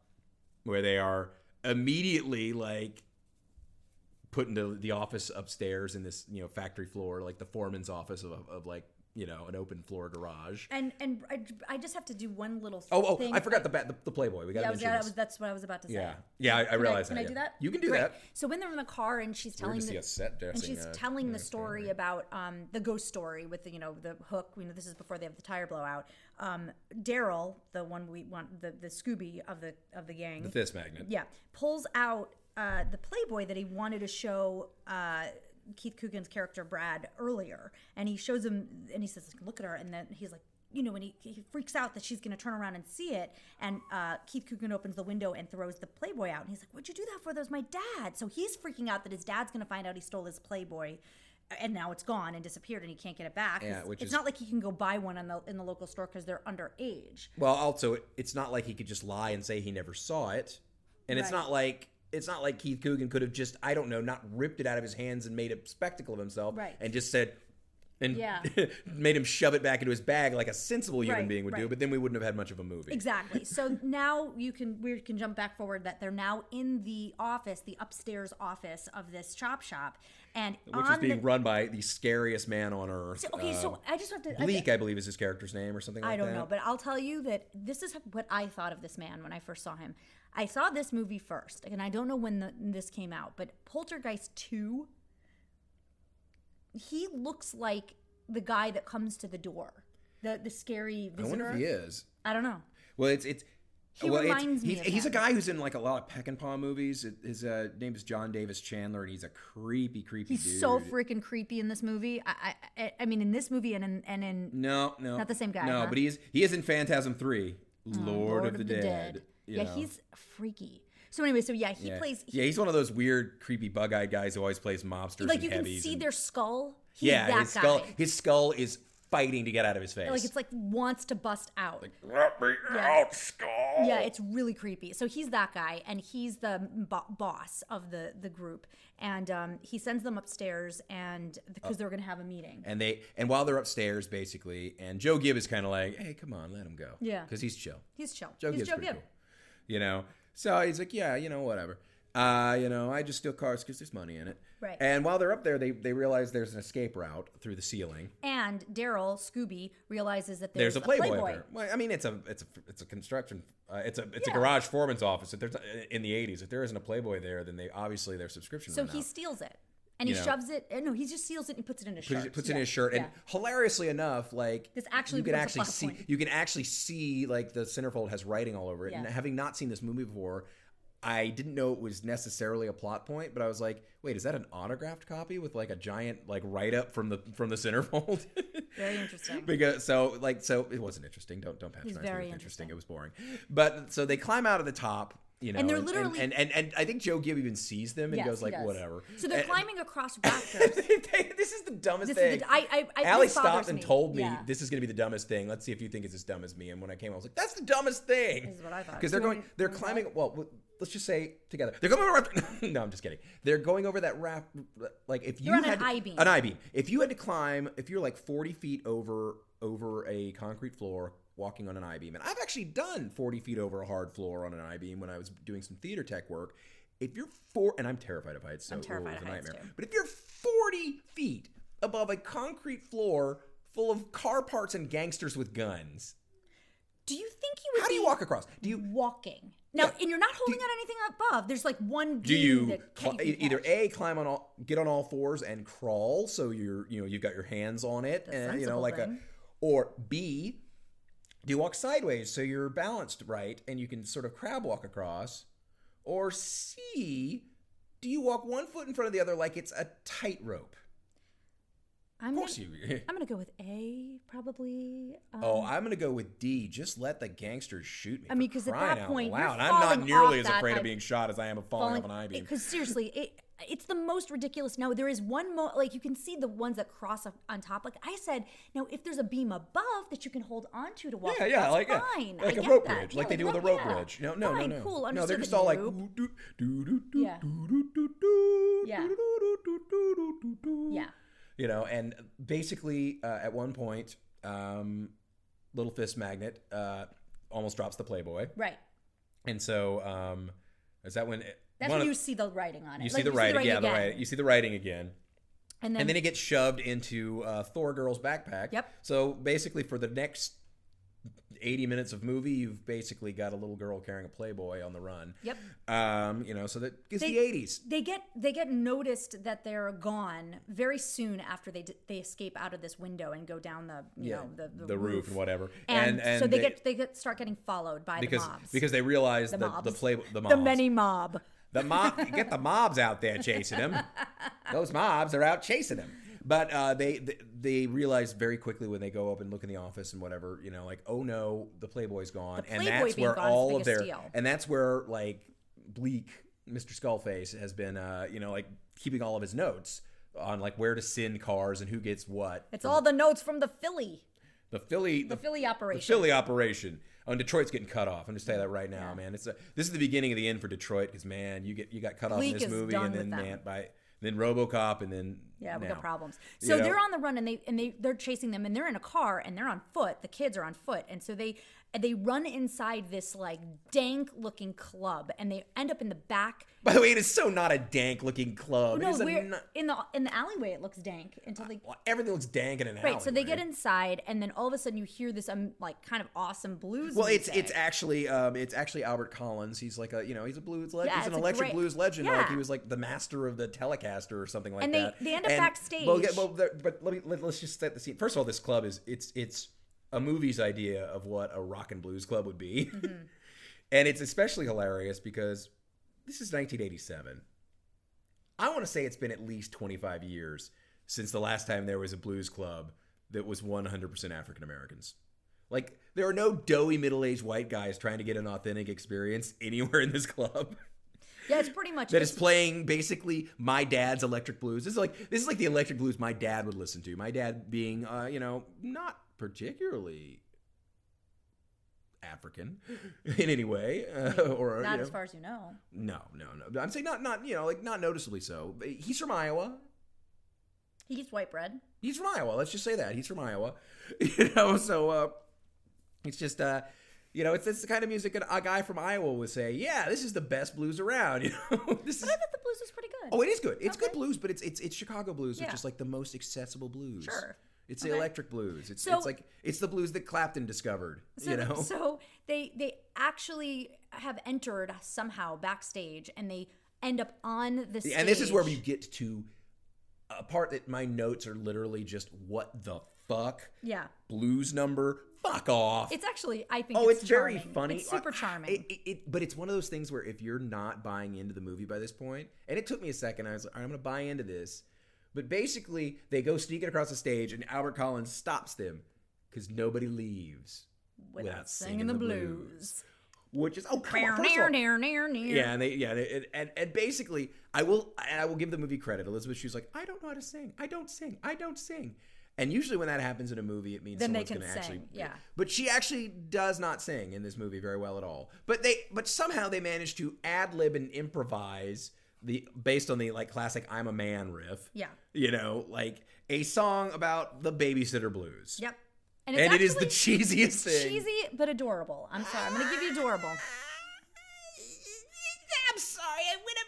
S2: where they are immediately like put into the office upstairs in this you know factory floor, like the foreman's office of, of like you know an open floor garage.
S1: And and I, I just have to do one little
S2: Oh, oh!
S1: thing.
S2: I forgot the bat, the, the Playboy. We got
S1: Yeah,
S2: to
S1: I was,
S2: mention
S1: that
S2: this.
S1: was, that's what I was about to say.
S2: yeah, yeah, I, I
S1: Can
S2: realize
S1: Can
S2: that.
S1: I do
S2: yeah.
S1: that?
S2: You can do
S1: Great.
S2: that.
S1: So when they're in the car and she's telling
S2: to see
S1: the,
S2: a set
S1: and
S2: dressing,
S1: she's
S2: uh,
S1: telling the
S2: yeah,
S1: story about um, the ghost story with the you know the hook. You know this is before they have the tire blowout. Um, Daryl, the one we want, the the Scooby of the of the gang,
S2: The fist magnet.
S1: yeah, pulls out uh, the Playboy that he wanted to show uh, Keith Coogan's character Brad earlier, and he shows him, and he says, "Look at her," and then he's like. You know, when he, he freaks out that she's going to turn around and see it, and uh, Keith Coogan opens the window and throws the Playboy out, and he's like, "What'd you do that for? That was my dad." So he's freaking out that his dad's going to find out he stole his Playboy, and now it's gone and disappeared, and he can't get it back.
S2: Yeah,
S1: It's-
S2: which
S1: it's
S2: is-
S1: not like he can go buy one in the in the local store because they're underage.
S2: Well, also, it, it's not like he could just lie and say he never saw it, and it's
S1: Right.
S2: not like it's not like Keith Coogan could have just I don't know not ripped it out of his hands and made a spectacle of himself,
S1: Right.
S2: And just said. And
S1: Yeah.
S2: (laughs) made him shove it back into his bag like a sensible human
S1: Right,
S2: being would do,
S1: right.
S2: but then we wouldn't have had much of a movie.
S1: Exactly. So now you can we can jump back forward that they're now in the office, the upstairs office of this chop shop, and
S2: Which
S1: on
S2: is being
S1: the,
S2: run by the scariest man on earth.
S1: so, okay.
S2: uh,
S1: so I just have to I-
S2: Bleak, I believe, is his character's name or something
S1: I
S2: like that.
S1: don't know, but I'll tell you that this is what I thought of this man when I first saw him. I saw this movie first, and I don't know when the, this came out, but Poltergeist 2, he looks like the guy that comes to the door, the the scary
S2: I
S1: visitor.
S2: wonder if he is.
S1: I don't know.
S2: Well, it's it's
S1: He
S2: well, it's-
S1: reminds me.
S2: he's,
S1: of
S2: he's a
S1: him.
S2: guy who's in like a lot of Peck and Paw movies. It- His uh, name is John Davis Chandler, and he's a creepy, creepy
S1: He's
S2: dude.
S1: so freaking creepy in this movie. I, I, I- I mean, in this movie and in, and in
S2: no, no,
S1: Not the same guy,
S2: No,
S1: huh? Oh,
S2: but he is he is in Phantasm Three, Lord, of, the, Dead. you
S1: Yeah,
S2: know.
S1: he's freaky. So anyway, so yeah, he
S2: yeah.
S1: plays.
S2: yeah, he's one of those weird, creepy, bug-eyed guys who always plays mobsters.
S1: like
S2: and
S1: you can
S2: heavies
S1: see
S2: and-
S1: their skull. He's
S2: yeah,
S1: that
S2: his skull,
S1: guy.
S2: his skull is fighting to get out of his face.
S1: like it's like wants to bust out.
S2: Let me
S1: Yeah.
S2: out, skull.
S1: yeah, it's really creepy. So he's that guy, and he's the bo- boss of the the group, and um, he sends them upstairs, and because they're gonna have a meeting.
S2: Oh. and they and while they're upstairs, basically, and Joe Gibb is kind of like, "Hey, come on, let him go."
S1: Yeah.
S2: because he's chill.
S1: He's chill.
S2: Joe
S1: he's
S2: Gibb's
S1: Joe
S2: pretty
S1: Gibb.
S2: cool. You know, so he's like, yeah, you know, whatever. Uh, you know, I just steal cars because there's money in it.
S1: Right.
S2: And while they're up there, they they realize there's an escape route through the ceiling.
S1: And Daryl Scooby realizes that
S2: There's,
S1: there's,
S2: a Playboy. there. Well, I mean, it's a it's a it's a construction. Uh, it's a it's a
S1: Yeah.
S2: garage foreman's office. If there's uh, in the '80s, if there isn't a Playboy there, then they obviously their subscription.
S1: So
S2: ran
S1: he
S2: out.
S1: steals it, and he
S2: You know.
S1: shoves it. uh, No, he just steals it and puts it in his
S2: puts,
S1: shirt.
S2: puts it
S1: Yeah,
S2: in his shirt, and
S1: yeah.
S2: hilariously enough, like
S1: This actually
S2: you can
S1: becomes a
S2: actually
S1: plot
S2: see
S1: point.
S2: you can actually see like the centerfold has writing all over it. And
S1: Yeah.
S2: having not seen this movie before, I didn't know it was necessarily a plot point, but I was like, wait, is that an autographed copy with like a giant like write up from the from the centerfold? (laughs)
S1: Very interesting.
S2: because so like so it wasn't interesting. Don't don't patronize me
S1: very
S2: with
S1: interesting.
S2: It was boring, but so they climb out of the top. You know,
S1: And they're literally-
S2: and, and, and, I think Joe Gibb even sees them and
S1: Yes,
S2: goes
S1: he
S2: like
S1: does.
S2: whatever.
S1: So they're
S2: And-
S1: climbing across
S2: (laughs)
S1: rafters.
S2: this is the dumbest
S1: This
S2: thing.
S1: is the, I, I, I,
S2: Allie
S1: this bothers
S2: stopped and
S1: me.
S2: told me
S1: Yeah.
S2: this is going to be the dumbest thing. Let's see if you think it's as dumb as me. And when I came, I was like, "That's the dumbest thing."
S1: This is what I thought.
S2: Because they're
S1: Do you
S2: going,
S1: want me-
S2: they're
S1: want me to
S2: climbing. Well, w- let's just say together, they're going over. (laughs) no, I'm just kidding. They're going over that raft. Like if you
S1: They're on an
S2: had to-
S1: I-beam.
S2: an I beam. If you had to climb, if you're like 40 feet over over a concrete floor. Walking on an I beam, and I've actually done 40 feet over a hard floor on an I beam when I was doing some theater tech work. If you're four, and I'm terrified of heights, so
S1: I'm terrified
S2: it was
S1: of
S2: a
S1: heights,
S2: nightmare.
S1: too.
S2: But if you're 40 feet above a concrete floor full of car parts and gangsters with guns,
S1: Do you think you would
S2: how do you
S1: be
S2: walk across? Do you
S1: walking? Now,
S2: Yeah.
S1: and you're not holding
S2: you-
S1: on anything above. There's like one.
S2: do
S1: beam
S2: you
S1: that
S2: cli- e,
S1: you can
S2: either
S1: catch.
S2: a climb on all get on all fours and crawl so you're you know you've got your hands on it
S1: That's
S2: and you
S1: sensible
S2: know like a
S1: thing.
S2: or b do you walk sideways so you're balanced right and you can sort of crab walk across or c do you walk one foot in front of the other like it's a tightrope
S1: I'm
S2: of course
S1: gonna,
S2: you eh.
S1: I'm gonna go with A probably. Um,
S2: Oh, I'm gonna go with D. Just let the gangsters shoot me.
S1: I mean,
S2: for
S1: 'cause at
S2: crying
S1: that
S2: out
S1: point, you're
S2: loud. I'm not
S1: falling
S2: nearly
S1: off
S2: as
S1: that
S2: afraid of
S1: I-
S2: being shot as I am of falling, off an I beam.
S1: Because seriously, it it's the most ridiculous. Now there is one more, like you can see the ones that cross up on top. Like I said, now if there's a beam above that you can hold onto to walk,
S2: Yeah, yeah,
S1: that's
S2: like a,
S1: fine. I
S2: like a
S1: get
S2: rope
S1: that.
S2: bridge,
S1: Yeah,
S2: like they do with a rope
S1: yeah.
S2: bridge. No, no,
S1: fine,
S2: no, no.
S1: cool.
S2: no, they're
S1: understood
S2: just
S1: that
S2: all like.
S1: noob.
S2: (laughs) "Ooh, doo, doo, doo, doo,
S1: Yeah.
S2: doo, doo, doo, doo,
S1: Yeah.
S2: doo, doo, doo, doo, doo, doo, doo."
S1: Yeah.
S2: You know, and basically, uh, at one point, um, little fist magnet uh, almost drops the Playboy,
S1: right.
S2: and so um, is that when?
S1: That's
S2: one
S1: when
S2: of-
S1: you see the writing on it.
S2: you
S1: Like,
S2: see the writing, yeah, the
S1: again.
S2: writing. You see the writing again.
S1: and then,
S2: And then it gets shoved into uh, Thor Girl's backpack.
S1: Yep.
S2: So basically, for the next 80 minutes of movie, you've basically got a little girl carrying a Playboy on the run.
S1: Yep.
S2: Um, you know, so that it's
S1: They-
S2: the 80s.
S1: they get they get noticed that they're gone very soon after they d- they escape out of this window and go down the you know the, the,
S2: roof and whatever.
S1: and, so they, get they get start getting followed by
S2: because
S1: the mobs
S2: because they realize that the
S1: mobs.
S2: Playboy the mobs
S1: the many mob
S2: The mob, get the mobs out there chasing him. Those mobs are out chasing him. But uh, they, they they realize very quickly when they go up and look in the office and whatever, you know, like oh no, the Playboy's gone,
S1: The
S2: and
S1: Playboy
S2: that's
S1: being
S2: where
S1: gone is
S2: all
S1: the
S2: of their
S1: biggest deal.
S2: and that's where like bleak Mr. Skullface has been, uh, you know, like keeping all of his notes on like where to send cars and who gets what.
S1: it's all the notes from the philly
S2: The Philly,
S1: the philly operation
S2: the Philly operation. Oh, and Detroit's getting cut off. I'm just telling you that right now, man. It's a, this is the beginning of the end for Detroit because man, you get you got cut off in
S1: Bleak
S2: this
S1: is
S2: movie,
S1: done
S2: and
S1: with
S2: then
S1: them.
S2: man, by then RoboCop, and then
S1: yeah we
S2: now.
S1: got problems
S2: You
S1: so
S2: know?
S1: they're on the run and they and they they're chasing them and they're in a car and they're on foot the kids are on foot and so they they run inside this like dank looking club and they end up in the back
S2: By the way, it is so not a dank looking club. it
S1: no
S2: is a
S1: we're
S2: not-
S1: in the in the alleyway it looks dank until they
S2: well, everything looks dank in an
S1: Right, so they get
S2: alleyway.
S1: inside, and then all of a sudden you hear this um, like kind of awesome blues.
S2: Well, it's
S1: music.
S2: it's actually um, it's actually Albert Collins. He's like a you know he's a blues legend.
S1: Yeah,
S2: he's an
S1: it's a
S2: electric
S1: great-
S2: blues legend. Like he
S1: yeah.
S2: was like the master of the Telecaster or something like
S1: And they-
S2: that.
S1: they end up backstage.
S2: Well, yeah, well there- but let me let, us just set the scene. First of all, this
S1: Mm-hmm.
S2: club is it's it's a movie's idea of what a rock and blues club would be. (laughs) And it's especially hilarious because this is 1987. I want to say it's been at least 25 years since the last time there was a blues club that was 100% African Americans. Like, there are no doughy middle aged white guys trying to get an authentic experience (laughs) anywhere in this club
S1: Yeah, it's pretty much
S2: that is
S1: it's-
S2: playing basically my dad's electric blues. This is like this is like the electric blues my dad would listen to. My dad being, uh, you know, not particularly African (laughs) in any way, uh, or
S1: not
S2: you
S1: as
S2: know.
S1: far as you know.
S2: no, no, no. I'm saying not, not you know, like not noticeably so. But He's from Iowa.
S1: He eats white bread.
S2: He's from Iowa. Let's just say that he's from Iowa. (laughs) You know, so uh, it's just. Uh, you know, it's, it's the kind of music a a guy from Iowa would say. Yeah, this is the best blues around. (laughs) You know, this is
S1: I thought the blues was pretty good.
S2: Oh, it is good. It's good
S1: Okay.
S2: blues, but it's it's it's Chicago blues,
S1: Yeah.
S2: which is like the most accessible blues.
S1: Sure.
S2: It's the
S1: Okay.
S2: electric blues. It's
S1: So-
S2: it's like it's the blues that Clapton discovered.
S1: so,
S2: you
S1: th-
S2: know.
S1: so they they actually have entered somehow backstage, and they end up on the stage.
S2: (laughs) and this is where we get to a part that my notes are literally just what the fuck
S1: yeah.
S2: blues number. Fuck off.
S1: It's actually I think
S2: Oh,
S1: it's,
S2: it's, very
S1: charming.
S2: funny.
S1: It's super
S2: Uh,
S1: charming.
S2: It, it- it- but it's one of those things where if you're not buying into the movie by this point, and it took me a second, I was like, all right, I'm going to buy into this. But basically, they go sneaking across the stage, and Albert Collins stops them because nobody leaves,
S1: without,
S2: without
S1: singing,
S2: singing
S1: the
S2: the
S1: blues.
S2: which is oh come
S1: Near,
S2: on, first of
S1: near,
S2: all-
S1: near, near, near.
S2: yeah, and they yeah, they, and, and and basically, I will and I will give the movie credit. Elizabeth Shue's like, I don't know how to sing. I don't sing. I don't sing. And usually, when that happens in a movie, it means
S1: Then they
S2: someone's going to
S1: can
S2: actually.
S1: sing, yeah.
S2: But she actually does not sing in this movie very well at all. But they but somehow they manage to ad lib and improvise the based on the like classic "I'm a Man" riff.
S1: Yeah.
S2: You know, like a song about the babysitter blues.
S1: Yep. And, it's
S2: And it is the
S1: actually
S2: cheesiest thing.
S1: cheesy but adorable. I'm sorry. I'm gonna give you adorable.
S4: (laughs) I'm sorry, I went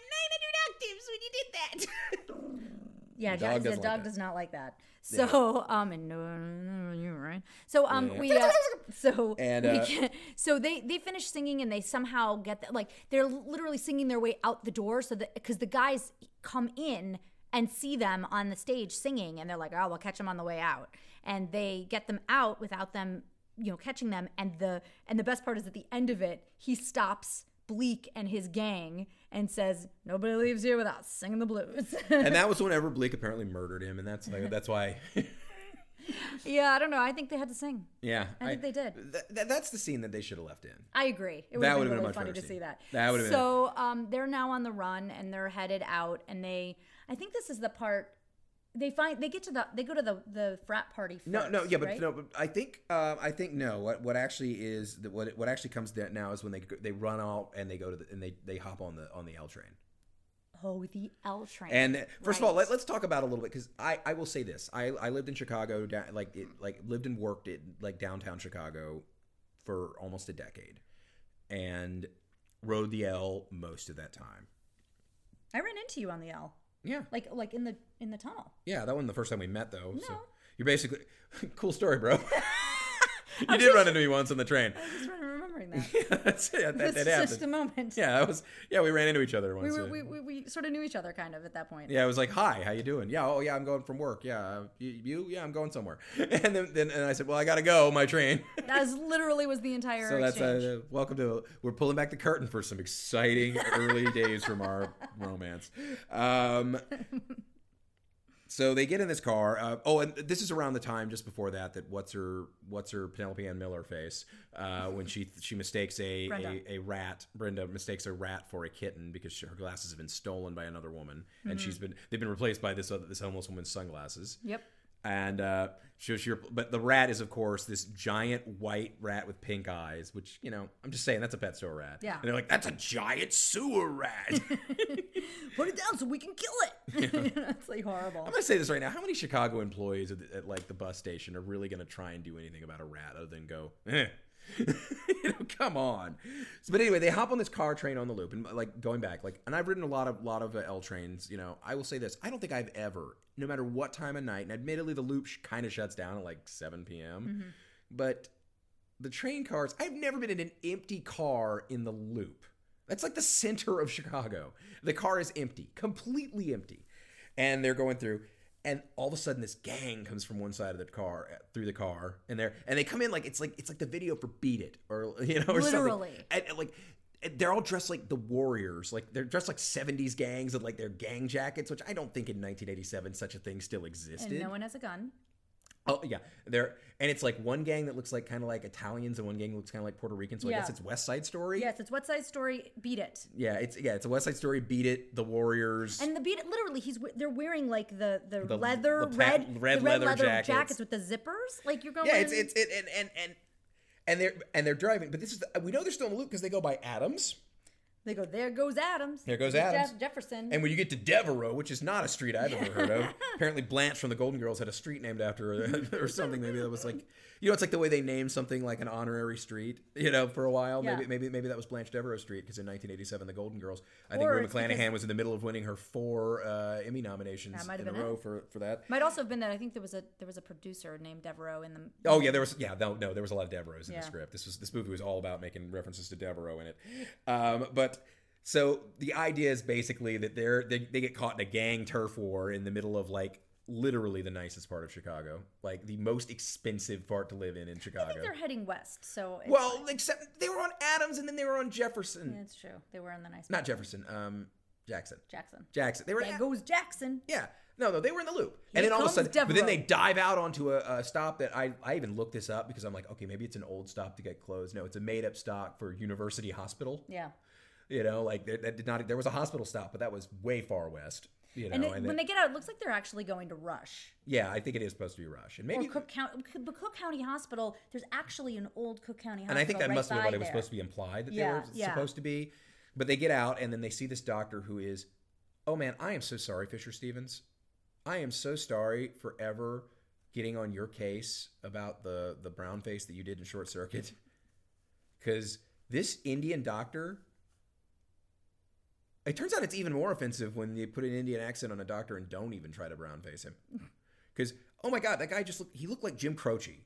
S4: up 900 octaves when you did that.
S1: Yeah,
S2: dog
S1: dog, the dog
S2: doesn't like that.
S1: does not like that. So um, and no, you're right. So um,
S2: Yeah.
S1: we uh, so
S2: And,
S1: we
S2: uh,
S1: can- (laughs) so they they finish singing and they somehow get that like they're literally singing their way out the door so that because the guys come in and see them on the stage singing and they're like oh we'll catch them on the way out and they get them out without them you know catching them and the and the best part is at the end of it he stops. Bleak and his gang, and says, "Nobody leaves here without singing the blues." (laughs)
S2: And that was whenever Bleak apparently murdered him, and that's like, that's why.
S1: Yeah, I don't know. I think they had to sing.
S2: yeah,
S1: I think they did.
S2: Th- th- that's the scene that they should have left in.
S1: I agree. It would
S2: That
S1: have
S2: would've
S1: been
S2: been
S1: really
S2: a much
S1: funny
S2: better
S1: to
S2: scene.
S1: see that.
S2: That would've been-
S1: so um, they're now on the run and they're headed out, and they. I think this is the part they find they get to the they go to the the frat party. First,
S2: No, no, yeah, but
S1: right?
S2: no, but I think um, I think no. What what actually is that what what actually comes down now is when they go- they run out and they go to the, and they they hop on the on the L train.
S1: Oh, the L train.
S2: And first of all,
S1: Right.
S2: let, let's talk about it a little bit because I, I will say this: I, I lived in Chicago, da- like it, like lived and worked at like downtown Chicago for almost a decade, and rode the L most of that time.
S1: I ran into you on the L,
S2: Yeah,
S1: like like in the in the tunnel.
S2: yeah, that wasn't the first time we met though. So
S1: No.
S2: you're basically (laughs) cool story,
S1: (laughs)
S2: bro. you did run into me once on the train. (laughs)
S1: I'm just remembering that.
S2: That's it. (laughs) That,
S1: This is
S2: that happened.
S1: just a moment.
S2: yeah, that was. Yeah, we ran into each other
S1: We,
S2: once.
S1: were,
S2: yeah.
S1: we, we, we sort of knew each other kind of at that point.
S2: yeah, I was like, "Hi, how you doing?" Yeah, oh yeah, I'm going from work. Yeah, uh, you, you? Yeah, I'm going somewhere. (laughs) And then, then and I said, "Well, I gotta go. My train."
S1: That is literally was the entire
S2: so that's
S1: exchange.
S2: uh, welcome to. We're pulling back the curtain for some exciting early days from our (laughs) romance. Um, so they get in this car. Uh, oh, and this is around the time just before that that what's her what's her Penelope Ann Miller face uh, when she she mistakes a,
S1: Brenda.
S2: a a rat. Brenda mistakes a rat for a kitten because she, her glasses have been stolen by another woman, and she's been they've been replaced by this other, this homeless woman's sunglasses
S1: yep.
S2: and uh, she, she, but the rat is of course this giant white rat with pink eyes, which you know I'm just saying that's a pet store rat.
S1: Yeah.
S2: and they're like that's a giant sewer rat. I'm
S1: Put it down so we can kill it. (laughs) That's like horrible.
S2: gonna say this right now: How many Chicago employees at, the, at like the bus station are really gonna try and do anything about a rat other than go? Eh. (laughs) you know, come on. So, but anyway, they hop on this car train on the loop, and like going back, like, and I've ridden a lot of lot of uh, L trains. You know, I will say this: I don't think I've ever, no matter what time of night, and admittedly, the loop sh- kind of shuts down at like 7 p.m. but the train cars i've never been in an empty car in the loop that's like the center of chicago the car is empty completely empty and they're going through and all of a sudden this gang comes from one side of the car through the car and they're and they come in like it's like it's like the video for beat it or (laughs) you know or
S1: Literally.
S2: something and, and, like and they're all dressed like the warriors like they're dressed like 70s gangs and like their gang jackets which i don't think in 1987 such a thing still existed
S1: And no one has a gun.
S2: Oh yeah, there and it's like one gang that looks like kind of like Italians and one gang looks kind of like Puerto Rican. So I guess
S1: Yeah.
S2: it's West Side Story.
S1: Yes, it's West Side Story. Beat it.
S2: Yeah, it's yeah, it's a West Side Story. Beat it, the Warriors.
S1: And the beat it. Literally, he's we- they're wearing like the the, leather
S2: the pa-
S1: red
S2: red
S1: the
S2: leather jackets.
S1: with the zippers. Like you're going.
S2: yeah, it's it's it and and and and they're and they're driving. But this is the, we know they're still in the loop because they go by Adams.
S1: They go. There goes Adams.
S2: There goes
S1: Jeff-
S2: Adams."
S1: Jefferson.
S2: And when you get to Devereaux, which is not a street I've ever
S1: (laughs)
S2: heard of, apparently Blanche from the Golden Girls had a street named after her (laughs) or something. Maybe that was like, you know, it's like the way they name something like an honorary street, you know, for a while. Maybe
S1: Yeah.
S2: maybe maybe that was Blanche Devereaux Street because in 1987, the Golden Girls, I think
S1: Or
S2: Rue
S1: it's because-
S2: McClanahan was in the middle of winning her four uh, Emmy nominations
S1: That might have
S2: in a
S1: been it.
S2: row for for that.
S1: Might also have been that I think there was a there was a producer named Devereaux in the.
S2: Oh yeah, there was yeah no no there was a lot of Devereaux's in
S1: Yeah.
S2: the script. This was this movie was all about making references to Devereaux in it. Um, but so the idea is basically that they're they, they get caught in a gang turf war in the middle of like literally the nicest part of Chicago, like the most expensive part to live in in Chicago.
S1: They're heading west, so it's,
S2: Well, except they were on Adams and then they were on Jefferson,
S1: it's true. They were in the nice.
S2: not Jefferson, um, Jackson,
S1: Jackson.
S2: Jackson. They were
S1: There
S2: at-
S1: goes Jackson.
S2: yeah. No, no, they were in the loop. and
S1: Here
S2: then all of a
S1: comes
S2: sudden, but then they
S1: Devereaux.
S2: dive out onto a, a stop that I, I even looked this up because I'm like, okay, maybe it's an old stop to get closed. No, it's a made up stop for University Hospital.
S1: Yeah.
S2: You know, like there, that did not, there was a hospital stop, but that was way far west. You know,
S1: And,
S2: and,
S1: it, when
S2: then-
S1: they get out, it looks like they're actually going to Rush
S2: yeah, I think it is supposed to be Rush. And
S1: or
S2: maybe,
S1: Cook County. But Cook County Hospital, there's actually an old Cook County Hospital.
S2: and I think that
S1: right
S2: must have been
S1: by
S2: what it was
S1: there.
S2: supposed to be implied that
S1: Yeah,
S2: they were
S1: yeah.
S2: supposed to be. But they get out and then they see this doctor who is, oh man, I am so sorry, Fisher Stevens. I am so sorry for ever getting on your case about the the brown face that you did in Short Circuit, (laughs) because this Indian doctor. It turns out it's even more offensive when they put an Indian accent on a doctor and don't even try to brown face him, (laughs) because oh my god, that guy just looked, he looked like Jim Croce.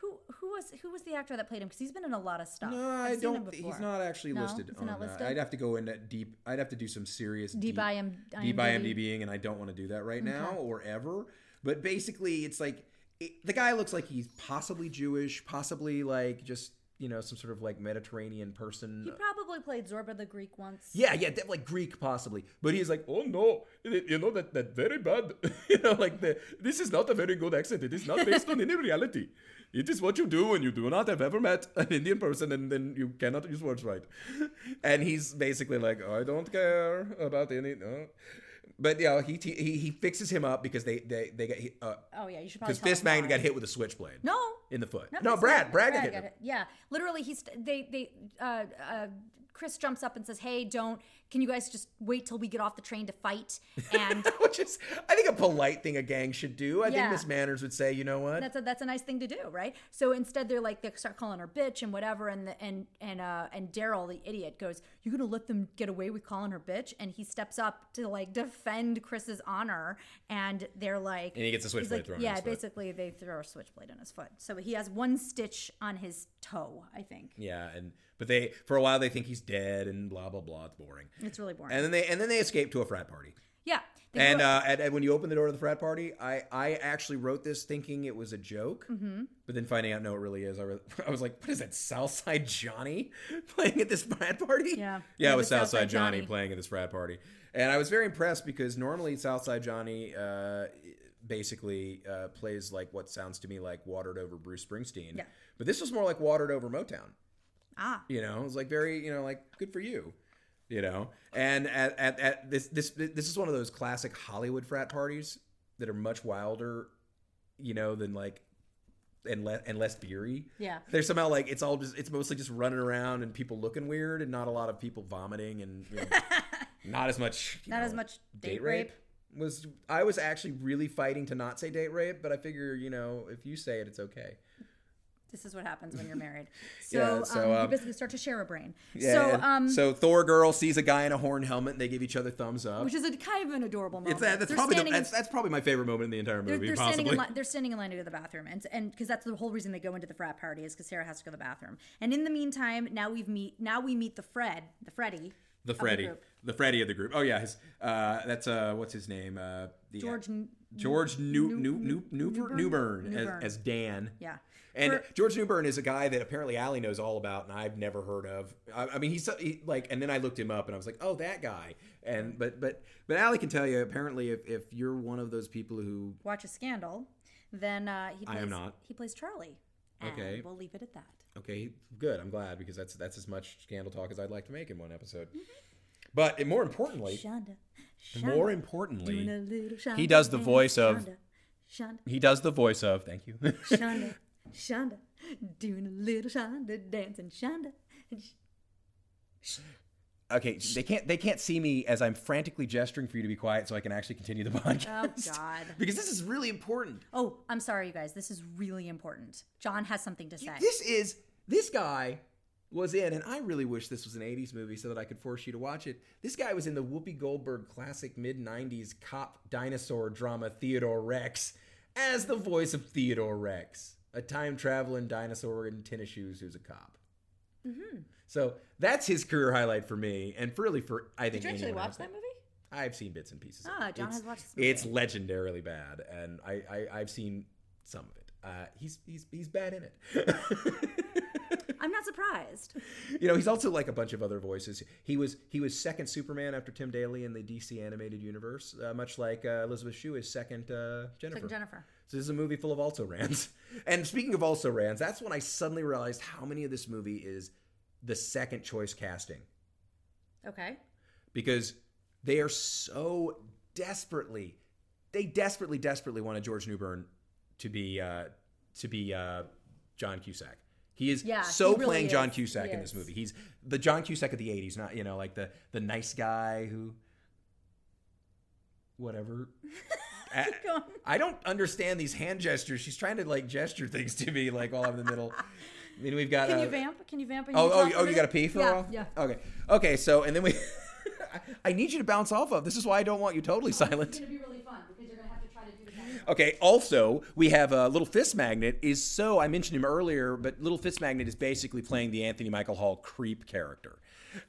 S1: Who who was who was the actor that played him? Because he's been in a lot of stuff.
S2: No,
S1: I've
S2: I
S1: seen
S2: don't.
S1: him
S2: thi-
S1: before.
S2: he's not actually
S1: No?
S2: listed.
S1: Is he
S2: on,
S1: not
S2: uh,
S1: listed?
S2: I'd have to go in that deep. I'd have to do some serious
S1: Deep IM
S2: deep
S1: IMDb.
S2: IMDb-ing, and I don't want to do that right now or ever. But basically, it's like it, the guy looks like he's possibly Jewish, possibly like just you know some sort of like Mediterranean person.
S1: He probably played Zorba the Greek once.
S2: yeah, yeah, def- like Greek possibly, but he's like, oh no, you know that that very bad, (laughs) you know, like the this is not a very good accent. It is not based on any reality. It is what you do when you do not have ever met an Indian person and then you cannot use words right. (laughs) And he's basically like, I don't care about any. No. But yeah, he, he he fixes him up because they they they got because
S1: Oh yeah, you should probably. tell
S2: Fist
S1: him
S2: Magnet
S1: why.
S2: got hit with a switchblade.
S1: No.
S2: in the foot.
S1: Not
S2: No,
S1: Fist
S2: Brad,
S1: Magnet,
S2: Brad, got hit.
S1: got hit. Yeah, literally, he's they they uh, uh, Chris jumps up and says, "Hey, don't! Can you guys just wait till we get off the train to fight?" And
S2: Which is, I think, a polite thing a gang should do. I
S1: Yeah.
S2: think Miss Manners would say, you know what?
S1: that's a that's a nice thing to do, right? So instead, they're like they start calling her bitch and whatever, and the, and and uh and Daryl the idiot goes, "You're gonna let them get away with calling her bitch?" And he steps up to like defend Chris's honor, and they're like,
S2: And he gets a
S1: he's
S2: switchblade
S1: like-
S2: thrown in
S1: Yeah,
S2: his foot.
S1: basically, they throw a switchblade on his foot, so he has one stitch on his toe, I think.
S2: Yeah, and but they for a while they think he's dead and blah blah blah. It's boring.
S1: It's really boring.
S2: And then they and then they escape to a frat party.
S1: yeah, they
S2: And,
S1: go-
S2: uh, and and when you open the door to the frat party, I I actually wrote this thinking it was a joke,
S1: Mm-hmm.
S2: but then finding out no, it really is. I, re- (laughs) I was like, what is that Southside Johnny (laughs) playing at this frat party?
S1: Yeah.
S2: yeah,
S1: It
S2: it
S1: was
S2: was Southside,
S1: Southside
S2: Johnny,
S1: Johnny.
S2: playing at this frat party, and I was very impressed because normally Southside Johnny. Uh, basically uh, plays like what sounds to me like watered over bruce springsteen
S1: Yeah.
S2: but this was more like watered over motown
S1: ah,
S2: you know it was like very you know like good for you you know and at, at, at this this this is one of those classic hollywood frat parties that are much wilder you know than like and less and less beery
S1: Yeah.
S2: they're somehow like it's all just it's mostly just running around and people looking weird and not a lot of people vomiting and you know,
S1: (laughs)
S2: not as much you
S1: Not as
S2: know,
S1: much date rape.
S2: was i was actually really fighting to not say date rape but i figure you know if you say it it's okay
S1: this is what happens when you're married. So,
S2: (laughs) Yeah, so,
S1: um, you
S2: um,
S1: basically start to share a brain.
S2: Yeah,
S1: so,
S2: and
S1: um,
S2: so Thor girl sees a guy in a horn helmet and they give each other thumbs up.
S1: which is a kind of an adorable moment.
S2: it's, that, that's,
S1: They're
S2: probably the,
S1: standing in-
S2: that's, that's probably my favorite moment in the entire
S1: they're,
S2: movie,
S1: they're standing
S2: possibly.
S1: in line, they're standing in line to go to the bathroom, and and because that's the whole reason they go into the frat party is because Sarah has to go to the bathroom. And in the meantime, now we've meet now we meet the Fred, the Freddy,
S2: (laughs) the Freddy.
S1: group.
S2: The Freddy of the group. Oh, yeah. His, uh, that's, uh, what's his name? Uh, the,
S1: George N
S5: George New
S1: New-
S5: New New
S1: New-
S5: Newburn
S1: Newburn.
S5: Newburn as,
S1: Newburn.
S5: as Dan.
S1: Yeah.
S2: And
S1: For-
S2: George Newburn is a guy that apparently Allie knows all about, and I've never heard of. I, I mean, he's he, like, and then I looked him up, and I was like, oh, that guy. And but but but Allie can tell you apparently if if you're one of those people who
S1: watch a scandal, then uh, he
S2: I
S1: plays,
S2: am not.
S1: He plays Charlie. And
S2: Okay.
S1: We'll leave it at that.
S2: okay, good, I'm glad because that's that's as much scandal talk as I'd like to make in one episode. But and more importantly,
S1: Shonda. Shonda.
S2: more
S1: doing a
S2: importantly,
S1: little Shonda
S5: He does the
S1: dance.
S5: voice of-
S1: Shonda, Shonda,
S5: He does the voice of thank you. (laughs)
S1: Shonda, Shonda, doing a little Shonda dance and Shonda.
S5: okay, they can't they can't see me as I'm frantically gesturing for you to be quiet so I can actually continue the
S1: Oh
S5: podcast.
S1: God.
S5: (laughs) Because this is really important.
S1: Oh, I'm sorry, you guys. This is really important. John has something to say.
S2: this is this guy was in, and I really wish this was an '80s movie so that I could force you to watch it. This guy was in the Whoopi Goldberg classic mid '90s cop dinosaur drama Theodore Rex as the voice of Theodore Rex, a time traveling dinosaur in tennis shoes who's a cop.
S1: Mm-hmm.
S2: So that's his career highlight for me, and really for I think.
S1: Did you actually
S2: anyone
S1: watch
S2: else.
S1: that movie?
S2: I've seen bits and pieces. of
S1: Ah,
S2: it.
S1: John
S2: it's,
S1: has watched this movie.
S2: It's legendarily bad, and I, I I've seen some of it. Uh, he's he's he's bad in it. (laughs)
S1: I'm not surprised.
S2: you know, he's also like a bunch of other voices. He was he was second Superman after Tim Daly in the DC animated universe, uh, much like uh, Elizabeth Shue is second uh, Jennifer.
S1: Like Jennifer.
S2: So this is a movie full of also rans. (laughs) And speaking of also rans, that's when I suddenly realized how many of this movie is the second choice casting
S1: (laughs) Okay.
S2: because they are so desperately, they desperately, desperately wanted George Newbern to be uh, to be uh, John Cusack. He is
S1: Yeah, he
S2: so
S1: really
S2: playing John
S1: is.
S2: Cusack
S1: He
S2: in this
S1: is.
S2: movie. He's the John Cusack of the '80s, not you know like the the nice guy who,
S1: (laughs)
S2: whatever. I,
S1: going.
S2: I don't understand these hand gestures. She's trying to like gesture things to me like while I'm in the middle. Then we've got
S1: Can
S2: uh,
S1: you vamp? Can you vamp? and
S2: Oh, oh,
S1: talk for a
S2: oh! You
S1: minute?
S2: got to pee for
S1: yeah,
S2: a while.
S1: Yeah.
S2: Okay. Okay. So, and then we. (laughs) I I need you to bounce off of. This is why I don't want you totally (laughs) silent.
S1: gonna be really fun because you're gonna have to try to do that.
S2: Okay. Also, we have uh, Little Fist Magnet is so I mentioned him earlier, but Little Fist Magnet is basically playing the Anthony Michael Hall creep character,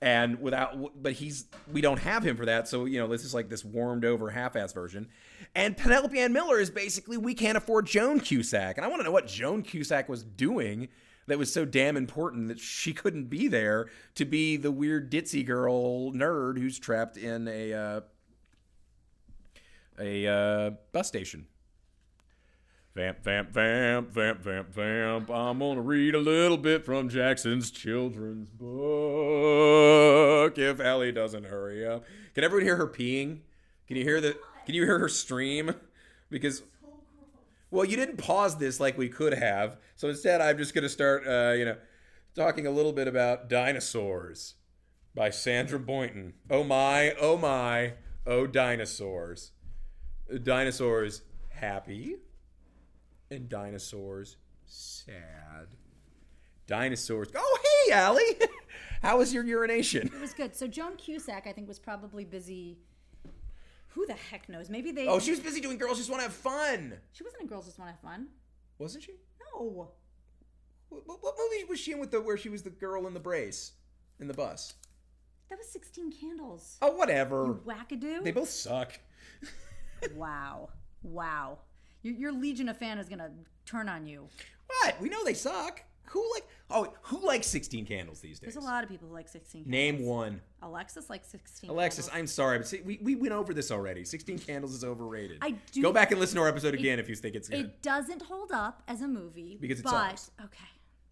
S2: and without, but he's we don't have him for that. So you know, this is like this warmed over half-ass version, and Penelope Ann Miller is basically we can't afford Joan Cusack, and I want to know what Joan Cusack was doing that was so damn important that she couldn't be there to be the weird ditzy girl nerd who's trapped in a uh, a uh, bus station.
S5: Vamp, vamp, vamp, vamp, vamp, vamp. I'm gonna read a little bit from Jackson's children's book if Ellie doesn't hurry up.
S2: Can everyone hear her peeing? Can you hear the? Can you hear her stream? Because, well, you didn't pause this like we could have. So instead, I'm just gonna start, uh, you know, talking a little bit about dinosaurs by Sandra Boynton. Oh my, oh my, oh dinosaurs! Dinosaurs happy and dinosaurs sad. Dinosaurs. Oh hey, Allie, (laughs) how was your urination?
S1: It was good. So Joan Cusack, I think, was probably busy. Who the heck knows? Maybe they.
S2: Oh, she was busy doing girls just want to have fun.
S1: she wasn't in Girls Just Want to Have Fun.
S2: Wasn't she?
S1: No.
S2: What, what movie was she in with the where she was the girl in the brace in the bus?
S1: That was 16 Candles.
S2: Oh, whatever.
S1: Wackadoo.
S2: They both suck.
S1: wow. Wow. Your, your Legion of Fan is going to turn on you.
S2: What? We know they suck. Who like? Oh, who likes Sixteen Candles these days?
S1: There's a lot of people who like 16 Candles.
S2: Name one.
S1: Alexis likes 16
S2: Alexis,
S1: Candles.
S2: I'm sorry, but see, we, we went over this already. Sixteen Candles is overrated.
S1: I do-
S2: Go back and listen to our episode again if you think it's good.
S1: It doesn't hold up as a movie.
S2: Because it
S1: but,
S2: sucks.
S1: Okay.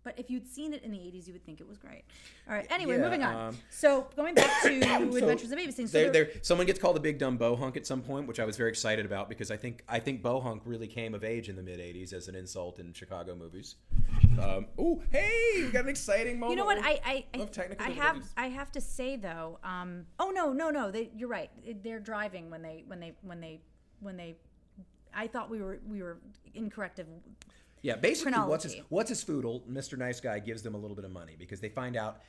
S1: But if you'd seen it in the 80s, you would think it was great. All right. Anyway,
S2: yeah,
S1: moving on.
S2: um,
S1: so going back to
S2: (coughs) So,
S1: Adventures of Babysitting. So
S2: there,
S1: there-
S2: there, someone gets called the big dumb bohunk at some point, which I was very excited about because I think I think bohunk really came of age in the mid '80s as an insult in Chicago movies. Um, oh, hey, we got an exciting moment.
S1: You know what? I I, I,
S2: Of technical
S1: I have
S2: difficulties.
S1: I have to say though. Um, oh no no no! They, you're right. They're driving when they when they when they when they. I thought we were we were incorrect of
S2: yeah, basically, what's his
S1: chronology.
S2: what's his foodle? Mr. Nice Guy gives them a little bit of money because they find out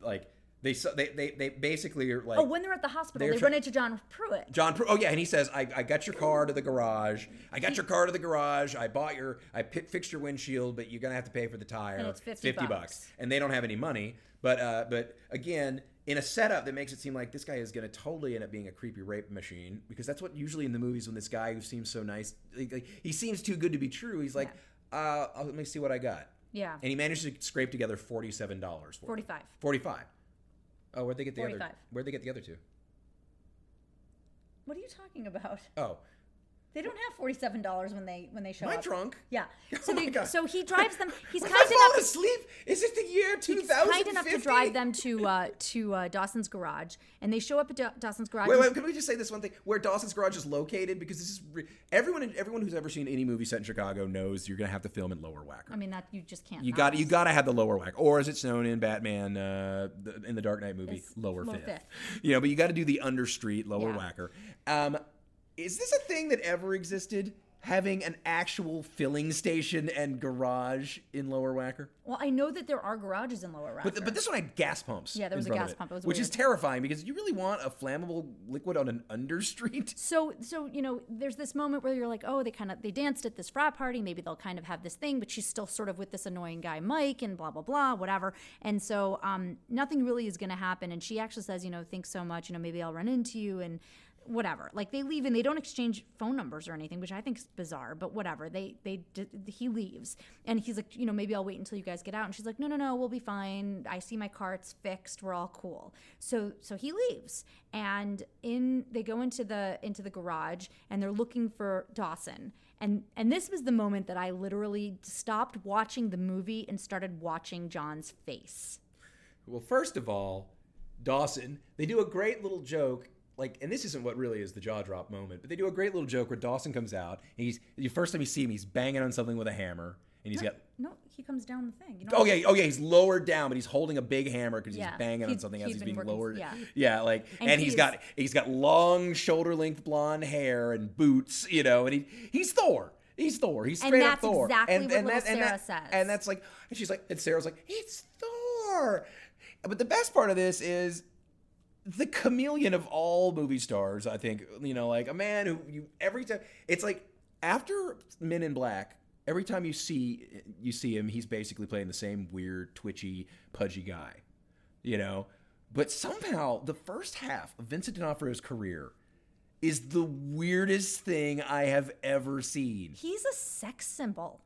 S2: like They su- they they, they basically are like
S1: Oh, when they're at the hospital,
S2: They're
S1: they
S2: try-
S1: run into John Pruitt.
S2: John. Pru- Oh yeah, and he says, I, "I got your car to the garage. I got your car to the garage. I bought your, I pi fixed your windshield, but you're gonna have to pay for the tire.
S1: And it's 50 bucks.
S2: And they don't have any money. But uh, but again, in a setup that makes it seem like this guy is gonna totally end up being a creepy rape machine because that's what usually in the movies when this guy who seems so nice, like, like, he seems too good to be true. He's like, uh, I'll- let me see what I got.
S1: Yeah.
S2: And he managed to scrape together forty seven dollars.
S1: Forty five.
S2: Forty five. Oh, where'd they get the other?
S1: 45.
S2: Where'd they get the other two?
S1: What are you talking about?
S2: Oh.
S1: They don't have forty seven dollars when they when they show
S2: Am I
S1: up.
S2: drunk?
S1: Yeah. So
S2: Oh my
S1: they,
S2: God.
S1: so
S2: (laughs)
S1: he drives them. He's
S2: When
S1: kind
S2: I fall
S1: enough.
S2: asleep. Is it the year
S1: He's
S2: 2050?
S1: kind enough to drive them to uh, to uh, Dawson's garage, and they show up at Da- Dawson's garage.
S2: Wait,
S1: and-
S2: wait. Can we just say this one thing? Where Dawson's Garage is located? Because this is re- everyone. Everyone who's ever seen any movie set in Chicago knows you're gonna have to film in Lower Wacker.
S1: I mean that you just can't.
S2: you
S1: not.
S2: got you got to have the Lower Wacker, or as it's known in Batman, uh, the, in the Dark Knight movie,
S1: It's
S2: Lower,
S1: Lower
S2: Fifth.
S1: Fifth.
S2: You know, but you got to do the understreet, Lower
S1: Yeah.
S2: Wacker. Um, is this a thing that ever existed? Having an actual filling station and garage in Lower Wacker?
S1: Well, I know that there are garages in Lower Rock.
S2: But, th- but this one had gas pumps.
S1: Yeah, there
S2: in
S1: was a
S2: front of
S1: gas pump. It was
S2: which is
S1: weird.
S2: terrifying because you really want a flammable liquid on an (laughs) understreet.
S1: so so you know there's this moment where you're like oh they kind of they danced at this frat party maybe they'll kind of have this thing but she's still sort of with this annoying guy mike and blah blah blah whatever and so um, nothing really is going to happen and she actually says you know thanks so much you know maybe i'll run into you and whatever like they leave and they don't exchange phone numbers or anything which i think is bizarre but whatever they they d- he leaves and he's like you know maybe i'll wait until you guys get out and she's like no no no we'll be fine i see my car it's fixed we're all cool so so he leaves and in they go into the into the garage and they're looking for dawson and and this was the moment that i literally stopped watching the movie and started watching john's face
S2: Well, first of all, Dawson, they do a great little joke. Like, and this isn't what really is the jaw drop moment, but they do a great little joke where Dawson comes out. And he's the first time you see him, he's banging on something with a hammer, and he's got.
S1: no he comes down the thing you know
S2: Oh yeah, oh yeah. He's lowered down, but he's holding a big hammer because
S1: Yeah.
S2: he's banging on
S1: He'd-
S2: something
S1: he'd
S2: as he's
S1: been
S2: being
S1: working-
S2: lowered.
S1: yeah.
S2: yeah, like,
S1: And
S2: and,
S1: he's-
S2: he's got he's got long shoulder length blonde hair and boots, you know, and he he's Thor. He's Thor. He's
S1: And
S2: straight
S1: that's
S2: up Thor.
S1: exactly what little
S2: and
S1: Sarah
S2: that-
S1: says.
S2: And that's like, and she's like, and Sarah's like, it's Thor. But the best part of this is the chameleon of all movie stars, I think. You know, like a man who you every time it's like after Men in Black, every time you see you see him, he's basically playing the same weird, twitchy, pudgy guy. You know? But somehow the first half of Vincent D'Onofrio's career is the weirdest thing I have ever seen
S1: he's a sex symbol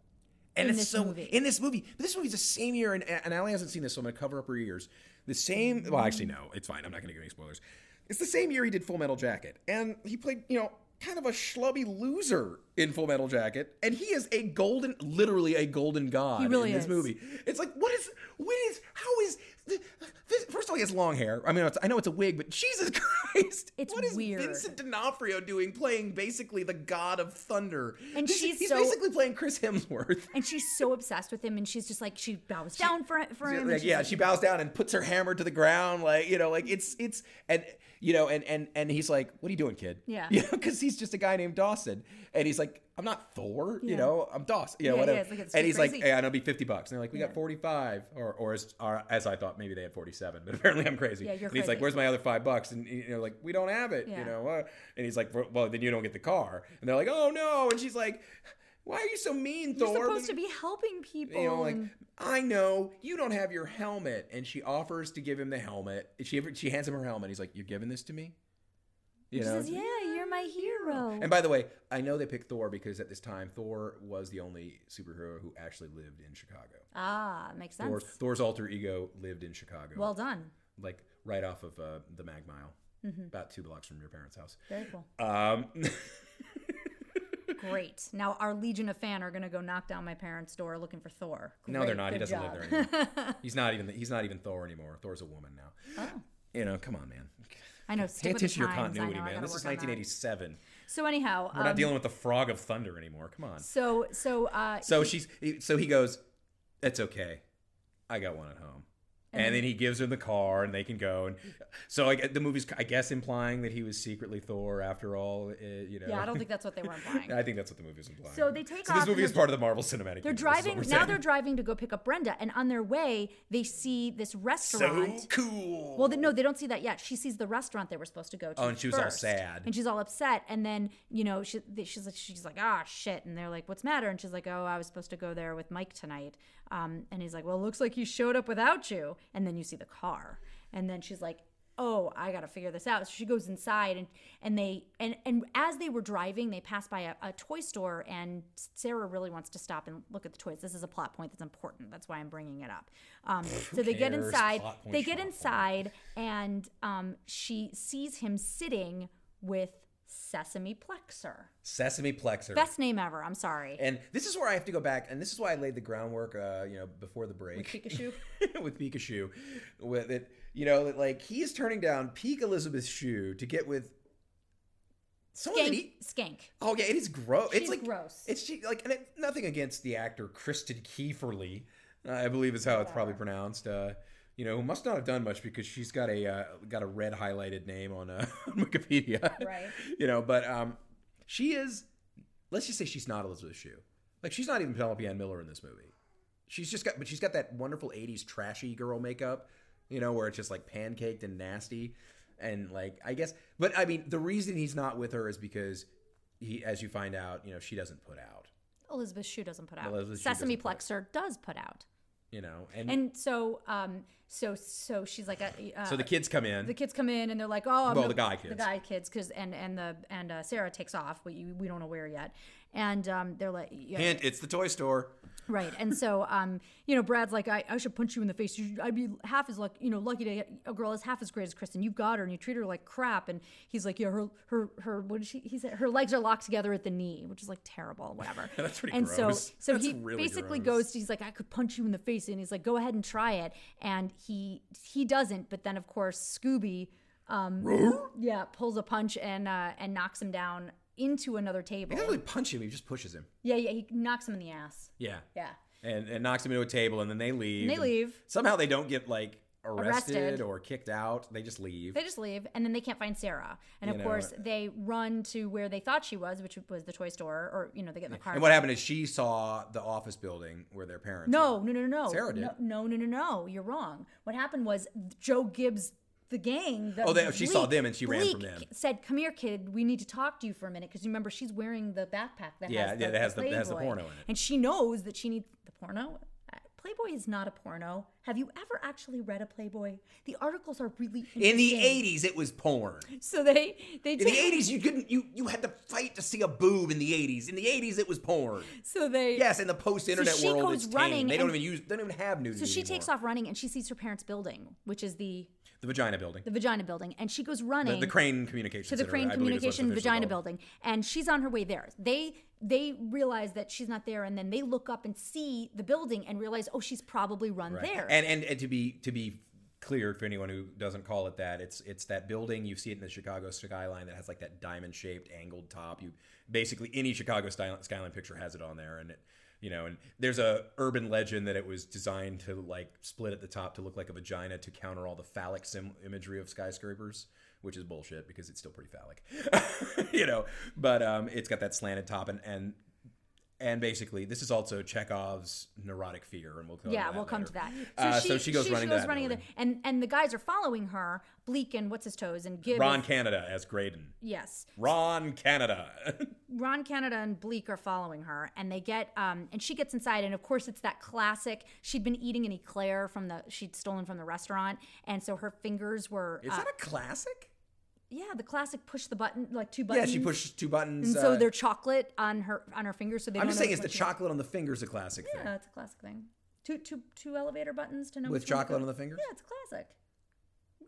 S2: and
S1: in
S2: it's
S1: this
S2: so
S1: movie.
S2: in this movie. But this movie's the same year, and and Allie hasn't seen this, so I'm gonna cover up her ears. The same. Well, actually, no, it's fine. I'm not gonna give any spoilers. It's the same year he did Full Metal Jacket, and he played you know kind of a schlubby loser in Full Metal Jacket, and he is a golden, literally a golden god
S1: He really
S2: in this
S1: is.
S2: movie. It's like what is what is how is th- this, first of all he has long hair. I mean, it's, I know it's a wig, but Jesus (laughs) Christ,
S1: It's
S2: what is
S1: weird.
S2: Vincent D'Onofrio doing playing basically the god of thunder?
S1: And
S2: He's-
S1: she's
S2: he's
S1: so-
S2: basically playing Chris Hemsworth.
S1: and she's so (laughs) obsessed with him and she's just like she bows down for, for him and
S2: Like,
S1: she's
S2: yeah,
S1: like-
S2: she bows down and puts her hammer to the ground, like you know, like it's it's and you know, and and and he's like, "What are you doing, kid?"
S1: Yeah.
S2: (laughs) you know, because he's just a guy named Dawson, and he's like, "I'm not Thor,
S1: Yeah.
S2: you know, I'm Dawson, you know,
S1: Yeah,
S2: whatever."
S1: yeah, it's like, it's
S2: and he's
S1: crazy.
S2: like, "Hey, I know, it'll be fifty bucks." And they're like, "We
S1: Yeah.
S2: got forty-five, or or as or, as I thought, maybe they had forty-seven, but (laughs) apparently I'm crazy."
S1: Yeah, you're
S2: and he's
S1: crazy.
S2: like, "Where's my other five bucks?" And you know, like, "We don't have it,"
S1: Yeah.
S2: you know, uh, and he's like, "Well, then you don't get the car," and they're like, "Oh no," and she's like. Why are you so mean,
S1: you're
S2: Thor?
S1: supposed to be helping people
S2: you know, like
S1: and-
S2: I know you don't have your helmet, and she offers to give him the helmet. She she hands him her helmet. He's like, "You're giving this to me." You
S1: She
S2: know.
S1: says, "Yeah, you're my hero."
S2: And by the way, I know they picked Thor because at this time Thor was the only superhero who actually lived in Chicago.
S1: ah, makes sense.
S2: Thor, Thor's alter ego lived in Chicago,
S1: well done.
S2: like right off of uh, the Mag Mile,
S1: Mm-hmm.
S2: about two blocks from your parents' house.
S1: Very cool.
S2: Um, (laughs)
S1: Great. Now our legion of fan are gonna go knock down my parents' door looking for Thor.
S2: no, they're
S1: Great,
S2: not. He
S1: good
S2: doesn't
S1: job.
S2: live there
S1: (laughs)
S2: anymore. he's not even he's not even Thor anymore. Thor's a woman now.
S1: Oh.
S2: You know, come on, man.
S1: I know.
S2: Pay
S1: Stick with the
S2: attention to your
S1: times. I
S2: continuity,
S1: know, I
S2: man.
S1: gotta
S2: This is
S1: work on that.
S2: 1987.
S1: So anyhow,
S2: We're not
S1: um,
S2: dealing with the Frog of Thunder anymore. Come on.
S1: so so uh,
S2: So she's so he goes, "That's okay. I got one at home." and then he gives her the car, and they can go. And so I, the movie's, I guess, implying that he was secretly Thor after all. uh, you know,
S1: Yeah, I don't think that's what they were
S2: (laughs)
S1: implying.
S2: I think that's what the movie's implying.
S1: So they take
S2: So this
S1: off
S2: movie
S1: and
S2: is part of the Marvel Cinematic.
S1: They're driving now. They're driving to go pick up Brenda, and on their way, they see this restaurant.
S6: So cool.
S1: Well, they, no, they don't see that yet. She sees the restaurant they were supposed to go to.
S2: Oh, and she was all
S1: first,
S2: sad.
S1: and she's all upset. And then you know, she, they- she's like, she's like, ah, shit. And they're like, what's the matter? And she's like, oh, I was supposed to go there with Mike tonight. Um, and he's like, well, looks like he showed up without you. And then you see the car, and then she's like. Oh, I gotta figure this out. So she goes inside, and and they and and as they were driving, they pass by a, a toy store, and Sarah really wants to stop and look at the toys. This is a plot point that's important. That's why I'm bringing it up. Um, so they get
S2: cares?
S1: inside.
S2: Plot point,
S1: They get
S2: plot
S1: inside
S2: point.
S1: outside and um, she sees him sitting with Sesame Plexer.
S2: Sesame Plexer.
S1: Best name ever. I'm sorry.
S2: and this is where I have to go back, and this is why I laid the groundwork, uh, you know, before the break. (laughs)
S1: Pikachu.
S2: with Pikachu, with it, you know, that like he is turning down peak Elizabeth Shue to get with someone that
S1: Skank.
S2: he.
S1: Skank.
S2: Oh yeah, it is gross.
S1: She's
S2: it's like
S1: gross.
S2: It's she like, and it, nothing against the actor Kristen Kieferly, uh, I believe is how it's probably pronounced. Uh, you know, who must not have done much because she's got a uh, got a red highlighted name on, uh, (laughs) on Wikipedia.
S1: Right.
S2: (laughs) you know, but um, she is. Let's just say she's not Elizabeth Shue. Like she's not even Penelope Ann Miller in this movie. She's just got, but she's got that wonderful '80s trashy girl makeup, you know, where it's just like pancaked and nasty, and like I guess. But I mean, the reason he's not with her is because he, as you find out, you know, she doesn't put out,
S1: Elizabeth Shue doesn't put out.
S2: Elizabeth Shue
S1: Sesame
S2: doesn't
S1: Plexer does put out.
S2: you know, and,
S1: And so, um, so, so she's like, a, uh,
S2: so the kids come in.
S1: the kids come in and they're like, "Oh, I'm
S2: Well,
S1: no-
S2: the guy
S1: the
S2: kids.
S1: guy kids," because and and the and uh, Sarah takes off. We you- we don't know where yet, and um, they're like, yeah,
S2: Hint, it's the toy store.
S1: Right. And so, um, you know, Brad's like, I, I should punch you in the face. You, I'd be half as lucky, you know, lucky to get a girl as half as great as Kristen. You've got her and you treat her like crap. And he's like, yeah, her, her, her, what did she, he said, her legs are locked together at the knee, which is like terrible, whatever.
S2: (laughs) That's pretty
S1: and
S2: gross.
S1: so, so
S2: That's
S1: he
S2: really
S1: basically
S2: gross.
S1: goes, he's like, I could punch you in the face. And he's like, go ahead and try it. And he, he doesn't. But then, of course, Scooby, yeah, pulls a punch and, uh, and knocks him down into another
S2: He
S1: table.
S2: doesn't really punch him; he just pushes him.
S1: Yeah. Yeah. He knocks him in the ass.
S2: Yeah,
S1: Yeah.
S2: and and knocks him into a table, and then they leave.
S1: And they leave.
S2: Somehow they don't get like arrested,
S1: Arrested.
S2: or kicked out. They just leave.
S1: They just leave, and then they can't find Sarah. And
S2: You
S1: of
S2: know, uh,
S1: course, they run to where they thought she was, which was the toy store, or you know, they get in the car.
S2: and what happened is she saw the office building where their parents.
S1: No, no, no, no, no.
S2: Sarah did.
S1: No, no, no, no, no. You're wrong. What happened was Joe Gibbs, the gang. The,
S2: Oh, they- she saw them and she ran from
S1: Bleak
S2: them.
S1: Said, "Come here, kid. We need to talk to you for a minute." Because remember, she's wearing the backpack that
S2: Yeah,
S1: has
S2: yeah,
S1: the,
S2: that has the- that has the
S1: Playboy.
S2: porno in it.
S1: and she knows that she needs the porno. Uh, Playboy is not a porno. Have you ever actually read a Playboy? The articles are really
S2: In the
S1: interesting.
S2: eighties, it was porn.
S1: So they they
S6: in the
S1: take,
S6: eighties, you couldn't. You you had to fight to see a boob in the eighties. In the eities, it was porn.
S1: so they
S6: Yes, in the post-internet
S1: she
S6: world,
S1: goes
S6: it's tame.
S1: running
S6: They don't
S1: and-
S6: even use. They don't even have nudity.
S1: So she
S6: anymore.
S1: takes off running and she sees her parents' building, which is the
S2: The vagina building.
S1: the vagina building, and she goes
S2: The,
S1: running
S2: the Crane Communications.
S1: to the
S2: Center,
S1: Crane
S2: I believe is what it's
S1: Communication
S2: officially
S1: Vagina
S2: called.
S1: Building, and she's on her way there. They they realize that she's not there, and then they look up and see the building and realize, oh, she's probably run
S2: Right.
S1: there.
S2: And, and and to be to be clear for anyone who doesn't call it that, it's it's that building you see it in the Chicago skyline that has like that diamond shaped angled top. You basically any Chicago skyline, skyline picture has it on there, and it you know and there's a urban legend that it was designed to like split at the top to look like a vagina to counter all the phallic sim- imagery of skyscrapers which is bullshit because it's still pretty phallic (laughs) you know but um it's got that slanted top and and and basically this is also chekhov's neurotic fear and we'll come
S1: yeah,
S2: to that
S1: we'll come
S2: later.
S1: to that.
S2: Uh, so she goes running to
S1: goes
S2: that
S1: running in
S2: building.
S1: there, and and the guys are following her. Bleak and what's his toes and Gibbs.
S2: Ron Canada as Graydon.
S1: yes,
S2: Ron Canada. (laughs)
S1: Ron Canada and Bleak are following her, and they get um, and she gets inside, and of course it's that classic. She'd been eating an eclair from the she'd stolen from the restaurant, and so her fingers were
S2: is
S1: uh,
S2: that a classic?
S1: yeah the classic push the button like two
S2: Yeah,
S1: buttons.
S2: she pushes two buttons.
S1: And so
S2: uh,
S1: they're chocolate on her on her fingers, so they.
S2: I'm
S1: don't
S2: just
S1: know
S2: saying, it's the
S1: which one-
S2: chocolate on the fingers a classic
S1: Yeah,
S2: thing?
S1: it's a classic thing. Two two two elevator buttons to know
S2: With
S1: which one to
S2: chocolate
S1: go-
S2: on the fingers?
S1: Yeah, it's a classic.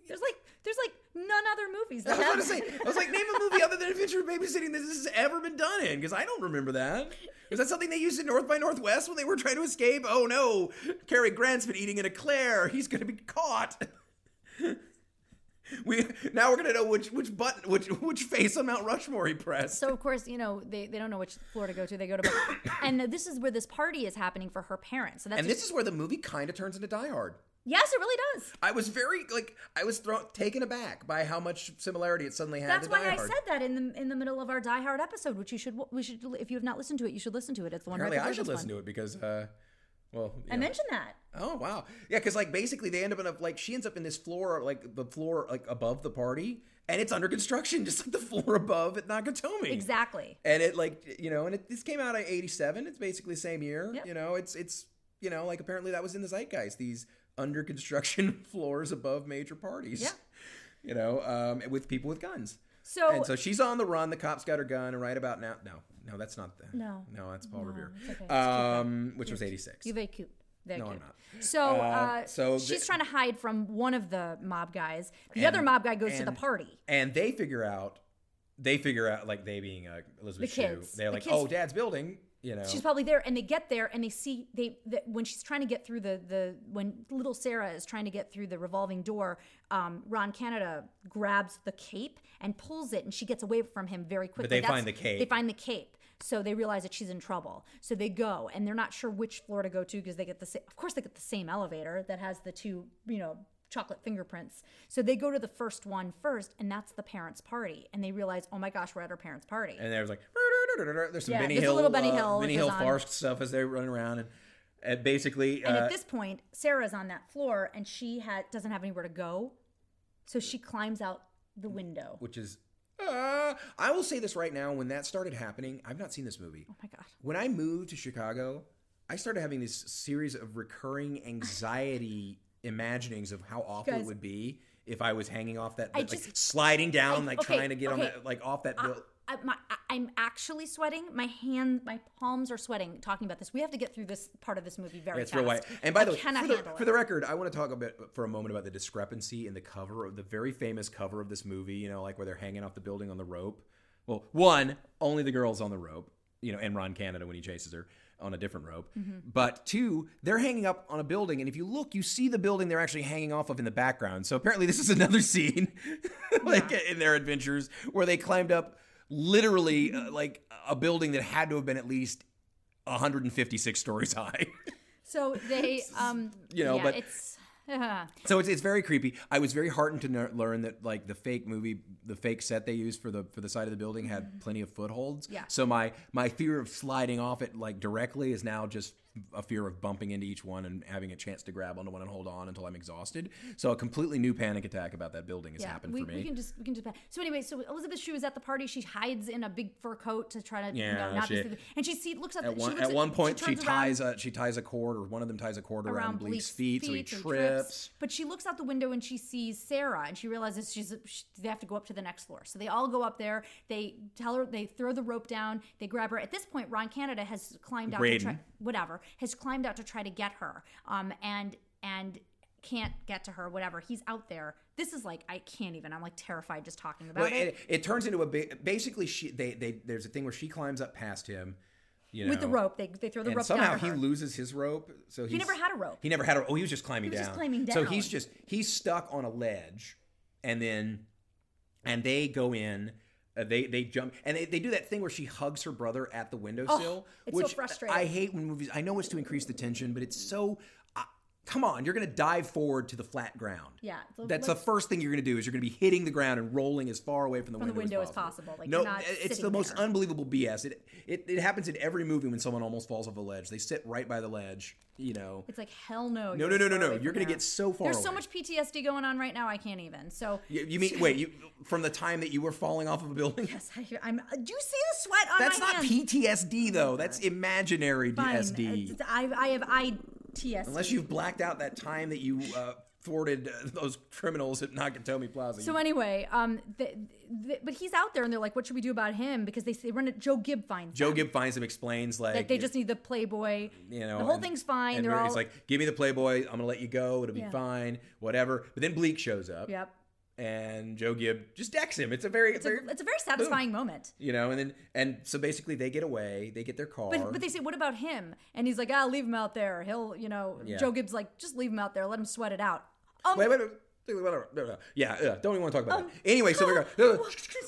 S1: There's like there's like none other movies that
S2: I was
S1: have
S2: going to say, I was like, name a movie other than Adventure of Babysitting that this has ever been done in, because I don't remember that. Is that something they used in North by Northwest when they were trying to escape? Oh no, Cary Grant's been eating an eclair. He's going to be caught. (laughs) we now we're going to know which which button, which which face on Mount Rushmore he pressed.
S1: So of course, you know they, they don't know which floor to go to. They go to,
S2: (coughs)
S1: and this is where this party is happening for her parents. So that's
S2: and this is where the movie kind of turns into Die Hard.
S1: Yes, it really does.
S2: I was very like I was thrown taken aback by how much similarity it suddenly had
S1: That's
S2: to
S1: why
S2: Die
S1: I
S2: Hard.
S1: said that in the in the middle of our Die Hard episode, which you should we should if you have not listened to it, you should listen to it. It's the one
S7: Apparently,
S1: right before
S7: I should
S1: this
S7: listen
S1: one.
S7: to it because, uh, well, you
S1: I
S7: know.
S1: mentioned that.
S2: Oh wow, yeah, because like basically they end up in a like she ends up in this floor like the floor like above the party, and it's under construction, (laughs) just like the floor above at Nakatomi.
S1: Exactly.
S2: And it like you know, and it, this came out at '87. It's basically the same year.
S1: Yep.
S2: You know, it's it's you know like apparently that was in the zeitgeist. These under construction (laughs) floors above major parties.
S1: Yeah.
S2: (laughs) You know, um, with people with guns.
S1: So,
S2: and so she's on the run. The cops got her gun, and right about now, no, no, that's not the
S1: No.
S2: no, that's Paul Revere,
S1: it's okay. It's too bad.
S2: um, which was '86.
S1: you're very cute. Very
S2: No, I'm
S1: cute.
S2: not.
S1: So, uh,
S2: so
S1: she's
S2: the-
S1: trying to hide from one of the mob guys. The other mob guy goes to the
S2: and-
S1: party.
S2: and they figure out they figure out like they being uh, Elizabeth
S1: The
S2: Shue,
S1: kids.
S2: they're
S1: The
S2: like,
S1: kids-
S2: oh, Dad's building, you know.
S1: She's probably there, and they get there, and they see they the, when she's trying to get through the the when little Sarah is trying to get through the revolving door. Um, Ron Canada grabs the cape and pulls it, and she gets away from him very quickly.
S2: they find the cape.
S1: They find the cape, so they realize that she's in trouble. So they go, and they're not sure which floor to go to because they get the sa- of course they get the same elevator that has the two you know chocolate fingerprints. So they go to the first one first, and that's the parents' party, and they realize oh my gosh we're at our parents' party.
S2: and there's like there's some
S1: Yeah,
S2: Benny
S1: there's a
S2: Hill,
S1: little Benny Hill
S2: uh, Benny
S1: that
S2: Hill
S1: goes on.
S2: Forest stuff as they run around and, and basically
S1: And
S2: uh,
S1: at this point, Sarah's on that floor and she ha- doesn't have anywhere to go. So she climbs out the window.
S2: which is uh, I will say this right now when that started happening, I've not seen this movie.
S1: Oh my God.
S2: When I moved to Chicago, I started having this series of recurring
S1: (laughs)
S2: anxiety imaginings of how awful
S1: Guys.
S2: it would be if I was hanging off that
S1: I
S2: like
S1: just-
S2: sliding down
S1: I-
S2: like
S1: okay,
S2: trying to get on
S1: okay.
S2: that like off that buil-
S1: I, my, I, I'm actually sweating. My hand, my palms are sweating talking about this. We have to get through this part of this movie very
S2: Yeah, it's
S1: fast.
S2: real white. And by the
S1: I
S2: way,
S1: cannot
S2: for the,
S1: handle
S2: for
S1: it.
S2: the record, I want to talk a bit for a moment about the discrepancy in the cover of the very famous cover of this movie. You know, like where they're hanging off the building on the rope. Well, one, only the girls on the rope. You know, and Ron Canada when he chases her on a different rope.
S1: Mm-hmm.
S2: But two, they're hanging up on a building, and if you look, you see the building they're actually hanging off of in the background. So apparently, this is another (laughs) scene, like in their adventures, where they climbed up literally uh, like a building that had to have been at least 156 stories (laughs) high.
S1: so
S2: (laughs)
S1: they, um,
S2: You know,
S1: yeah,
S2: but-
S1: it's. uh,
S2: So it's, it's very creepy. I was very heartened to ner- learn that like the fake movie, the fake set they used for the for the side of the building had plenty of footholds.
S1: Mm-hmm. Yeah.
S2: So my my fear of sliding off it like directly is now just a fear of bumping into each one and having a chance to grab onto one and hold on until I'm exhausted. So a completely new panic attack about that building has
S1: yeah,
S2: happened
S1: we,
S2: for me.
S1: we can just we can just so anyway. So Elizabeth Shue is at the party. She hides in a big fur coat to try to you
S2: Yeah,
S1: know, not be
S2: she-
S1: seen. and she see looks at the,
S2: at
S1: she
S2: one,
S1: looks
S2: at one point, she,
S1: turns around-
S2: ties a she ties a cord, or one of them ties a cord around,
S1: around Bleak's
S2: Bleak's feet, so he
S1: so
S2: trips.
S1: But she looks out the window and she sees Sarah, and she realizes she's she, they have to go up to the next floor. So they all go up there. They tell her they throw the rope down. They grab her. At this point, Ron Canada has climbed out. To
S2: Graydon.
S1: try, whatever has climbed out to try to get her. Um and and can't get to her. Whatever. He's out there. This is like I can't even. I'm like terrified just talking about
S2: Well,
S1: it.
S2: it, it turns into a ba- basically she they, they there's a thing where she climbs up past him. You know,
S1: With the rope, they, they throw the
S2: and
S1: rope
S2: somehow
S1: down. to
S2: he
S1: her.
S2: loses his rope. So he's,
S1: never had a rope.
S2: He never had a. Oh, he was just
S1: He
S2: climbing
S1: was
S2: down.
S1: just climbing
S2: So
S1: down.
S2: he's just he's stuck on a ledge, and then and they go in. Uh, they they jump and they, they do that thing where she hugs her brother at the
S1: Oh,
S2: windowsill,
S1: it's so
S2: which
S1: frustrating.
S2: I hate when movies. I know it's to increase the tension, but it's so. Uh, come on, you're gonna dive forward to the flat ground.
S1: Yeah, so
S2: that's the
S1: let's-
S2: first thing you're gonna do is you're gonna be hitting the ground and rolling as far away from the
S1: From the
S2: window,
S1: window
S2: as
S1: as
S2: possible.
S1: possible. Like,
S2: no,
S1: you're not
S2: it's the
S1: sitting
S2: most
S1: there.
S2: unbelievable BS. It, it it happens in every movie when someone almost falls off a ledge. They sit right by the ledge, you know.
S1: It's like hell no. you're
S2: No, no, no,
S1: as
S2: no,
S1: far
S2: no.
S1: away from
S2: You're gonna
S1: there.
S2: get so far
S1: There's so
S2: away.
S1: much PTSD going on right now. I can't even. So
S2: You, you mean wait, you from the time that you were falling off of a building?
S1: Yes, I hear. I'm. uh, Do you see the sweat on
S2: That's
S1: my
S2: not
S1: hands?
S2: PTSD though. That's imaginary
S1: Fine.
S2: DSD.
S1: It's- I, I have ITSD.
S2: Unless you've blacked out that time that you uh, thwarted uh, those criminals at Nakatomi Plaza.
S1: So anyway, um, th th but he's out there, and they're like, "What should we do about him?" Because they they run. it- Joe Gibb finds
S2: Joe
S1: him.
S2: Gibb finds him, explains like
S1: Like um, they just need the Playboy.
S2: you know
S1: the whole
S2: and-
S1: thing's fine.
S2: And
S1: They're
S2: Murray's
S1: all
S2: like, "Give me the Playboy. I'm gonna let you go. It'll be
S1: Yeah.
S2: fine. Whatever." But then Bleak shows up.
S1: yep.
S2: and Joe Gibb just decks him. It's a very,
S1: It's a, it's a very satisfying moment.
S2: you know, and then and so basically they get away, they get their car.
S1: But, but they say, what about him? And he's like, ah, leave him out there. He'll, you know,
S2: Yeah.
S1: Joe Gibb's like, just leave him out there. Let him sweat it out. Um,
S2: wait, wait, wait. whatever. blah, blah. Yeah, uh, don't even want to talk about it. Anyway, so we're gonna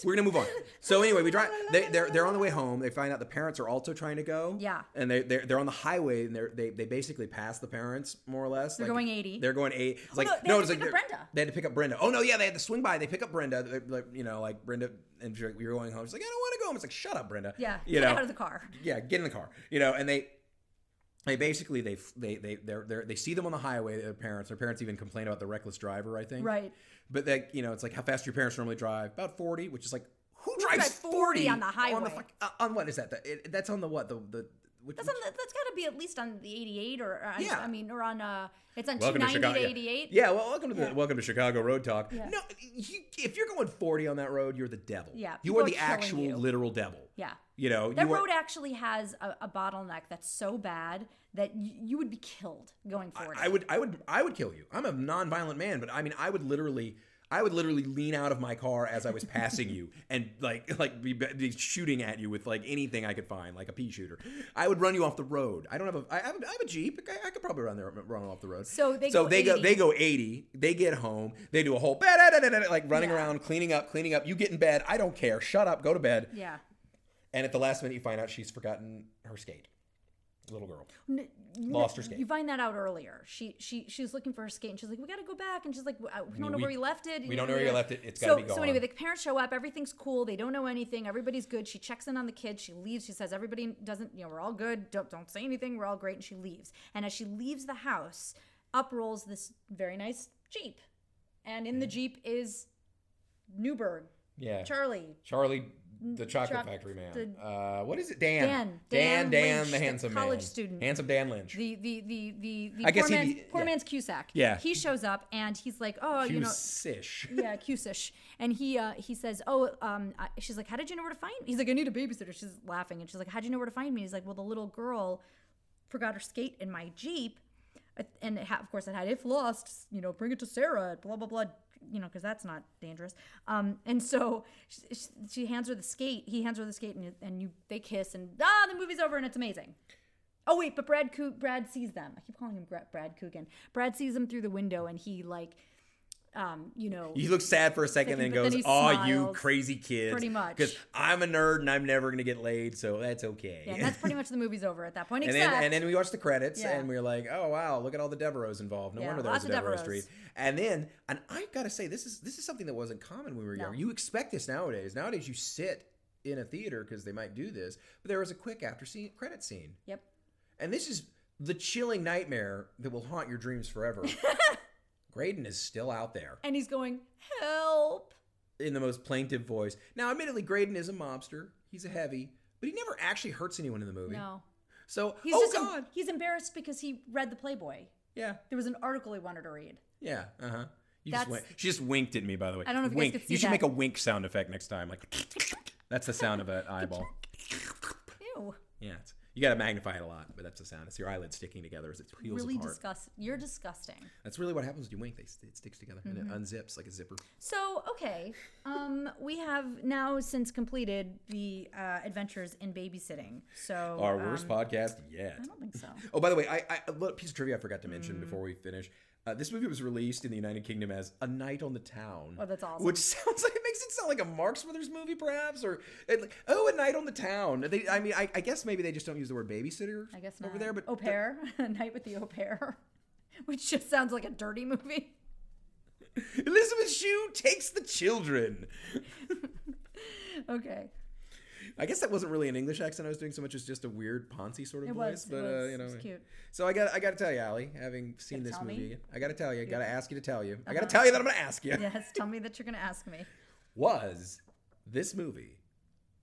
S2: we're gonna move on. So anyway, we drive. They, they're they're on the way home. They find out the parents are also trying to go.
S1: Yeah.
S2: and they they're, they're on the highway and they're, they they basically pass the parents more or less. They're
S1: going 80.
S2: They're going eight. It's like
S1: no, they had to
S2: it's
S1: pick
S2: like
S1: up
S2: they're-
S1: Brenda.
S2: They had to pick up Brenda. Oh no, yeah, they had to swing by. They pick up Brenda. They're Like you know, like Brenda and she's like, we were going home. She's like, I don't want to go home. It's like, shut up, Brenda.
S1: Yeah,
S2: you
S1: get
S2: know,
S1: out of the car.
S2: yeah, get in the car. You know, and they they basically they they they they're, they're, they see them on the highway. Their parents, their parents even complain about the reckless driver. I think.
S1: Right.
S2: But that you know, it's like how fast do your parents normally drive? About forty, which is like who drives
S1: drives 40 on the
S2: On,
S1: highway?
S2: fuck- uh, on what is that? The, it, that's on the what the the. Which,
S1: That's, on the, that's got to be at least on the 88 or, or on,
S2: Yeah.
S1: I mean, or on, uh, it's on
S2: Welcome to
S1: 290
S2: Chicago.
S1: to
S2: yeah.
S1: 88.
S2: Yeah, well, welcome to the, welcome to Chicago Road Talk.
S1: Yeah.
S2: No, you, if you're going 40 on that road, you're the devil.
S1: Yeah,
S2: you are
S1: people are
S2: the
S1: killing
S2: actual
S1: you.
S2: literal devil.
S1: Yeah.
S2: you know
S1: That
S2: you are-
S1: road actually has a, a bottleneck that's so bad that y- you would be killed going forward.
S2: I would, I would, I would kill you. I'm a nonviolent man, but I mean, I would literally, I would literally lean out of my car as I was
S1: (laughs)
S2: passing you and like, like be, be shooting at you with like anything I could find, like a pea shooter. I would run you off the road. I don't have a, I have, a- I have a jeep. I, I could probably run there, run off the road.
S1: So they
S2: so
S1: go
S2: they go,
S1: 80.
S2: they go 80. They get home. They do a whole bah, da, da, da, da, da, like running
S1: Yeah.
S2: around, cleaning up, cleaning up. You get in bed. I don't care. Shut up. Go to bed.
S1: Yeah.
S2: And at the last minute, you find out she's forgotten her skate. Little girl.
S1: N- you
S2: Lost
S1: kn-
S2: her skate.
S1: You find that out earlier. She she she was looking for her skate, and she's like, "We got to go back." And she's like, "We I- we don't know
S2: we-
S1: where we left it.
S2: we don't know where you left it. It's gotta
S1: so,
S2: be
S1: So anyway,
S2: gone.
S1: the parents show up. Everything's cool. They don't know anything. Everybody's good. She checks in on the kids. She leaves. She says, "Everybody doesn't. You know, we're all good. Don't don't say anything. We're all great." And she leaves. And as she leaves the house, up rolls this very nice jeep, and in the jeep is Newberg,
S2: Mm. Yeah.
S1: Charlie,
S2: Charlie, the chocolate
S1: Mm, Choc-
S2: factory man.
S1: the-
S2: uh, what is it? Dan.
S1: Dan. Dan
S2: Dan. Dan,
S1: Lynch,
S2: the
S1: the
S2: handsome
S1: college
S2: man.
S1: student.
S2: Handsome Dan Lynch.
S1: the the the the, the poor,
S2: I guess he'd
S1: man's,
S2: be-
S1: poor
S2: yeah.
S1: man's Cusack.
S2: Yeah.
S1: he shows up and he's like, "Oh, you know."
S2: Q-sish.
S1: yeah, Cusish. And he uh, he says, "Oh, um," I, she's like, "How did you know where to find?" me?" He's like, "I need a babysitter." She's laughing, and she's like, "How did you know where to find me?" He's like, "Well, the little girl forgot her skate in my jeep, Uh, and it ha- of course it had if lost, you know, bring it to Sarah." Blah blah blah. You know, because that's not dangerous. Um, and so she, she- she hands her the skate. He hands her the skate, and, and you they kiss, and ah, the movie's over, and it's amazing. Oh wait, but Brad Coo- Brad sees them. I keep calling him Gra- Brad Coogan. Brad sees them through the window, and he like, um, you know,
S2: He looks sad for a second, then
S1: But then
S2: goes,
S1: he
S2: "Aw, you
S1: smiles.
S2: crazy kids!"
S1: Pretty much.
S2: Because I'm a nerd and I'm never gonna get laid, so that's okay. (laughs)
S1: Yeah, and that's pretty much the movie's over at that point.
S2: And
S1: Except
S2: then, and then we watched the credits,
S1: Yeah.
S2: and we were like, "Oh wow, look at all the Devereaux's involved. No
S1: Yeah,
S2: wonder there
S1: lots
S2: was a
S1: of
S2: Devereaux,
S1: Devereaux's.
S2: Street." And then, and I gotta say, this is this is something that wasn't common when we were
S1: No.
S2: younger. You expect this nowadays. Nowadays, you sit in a theater because they might do this, but there was a quick after scene credit scene,
S1: yep,
S2: and this is the chilling nightmare that will haunt your dreams
S1: (laughs)
S2: forever. Graydon is still out there
S1: and he's going help.
S2: in the most plaintive voice. Now, admittedly, Graydon is a mobster. He's a heavy, but he never actually hurts anyone in the movie.
S1: No,
S2: So,
S1: he's
S2: oh
S1: just em-
S2: god,
S1: he's embarrassed because he read the Playboy.
S2: yeah.
S1: There was an article he wanted to read.
S2: Yeah. Uh huh. You just
S1: That's-
S2: wink. She just winked at me, by the way.
S1: I don't know if you guys
S2: wink.
S1: could see
S2: should
S1: that.
S2: make a wink sound effect next time. Like, (laughs) that's the sound of an eyeball.
S1: Ew,
S2: Yeah. It's, you got to magnify it a lot, but that's the sound. It's your eyelids sticking together as it peels
S1: really
S2: apart.
S1: disgust. You're disgusting.
S2: That's really what happens when you wink. They, it sticks together
S1: Mm-hmm.
S2: and it unzips like a zipper.
S1: So okay, um, we have now since completed the uh, adventures in babysitting. So
S2: Our
S1: um,
S2: worst podcast yet.
S1: I don't think so.
S2: Oh, by the way, I, I a little piece of trivia I forgot to mention
S1: Mm.
S2: before we finish. Uh, this movie was released in the United Kingdom as A Night on the Town.
S1: Oh, that's awesome.
S2: Which (laughs) sounds like it makes it sound like a Marx Brothers movie, perhaps, or it, like, oh, A Night on the Town. They, I mean, I, I guess maybe they just don't use the word babysitter.
S1: I guess not. Oh.
S2: over there, but
S1: au pair, (laughs) a night with the au pair, (laughs) which just sounds like a dirty movie. (laughs)
S2: Elizabeth Shue takes the children.
S1: Okay.
S2: I guess that wasn't really an English accent I was doing so much as just a weird Ponzi sort of
S1: It was,
S2: voice,
S1: it
S2: but uh,
S1: was.
S2: you
S1: It
S2: know,
S1: was cute.
S2: So I got I got to tell you, Allie, having seen
S1: Gotta
S2: this
S1: tell me? Uh-huh.
S2: movie, I got to tell you, got to ask you to tell you, I got to tell you that I'm going to ask you.
S1: Yes. Tell me that you're going to ask me.
S2: was this movie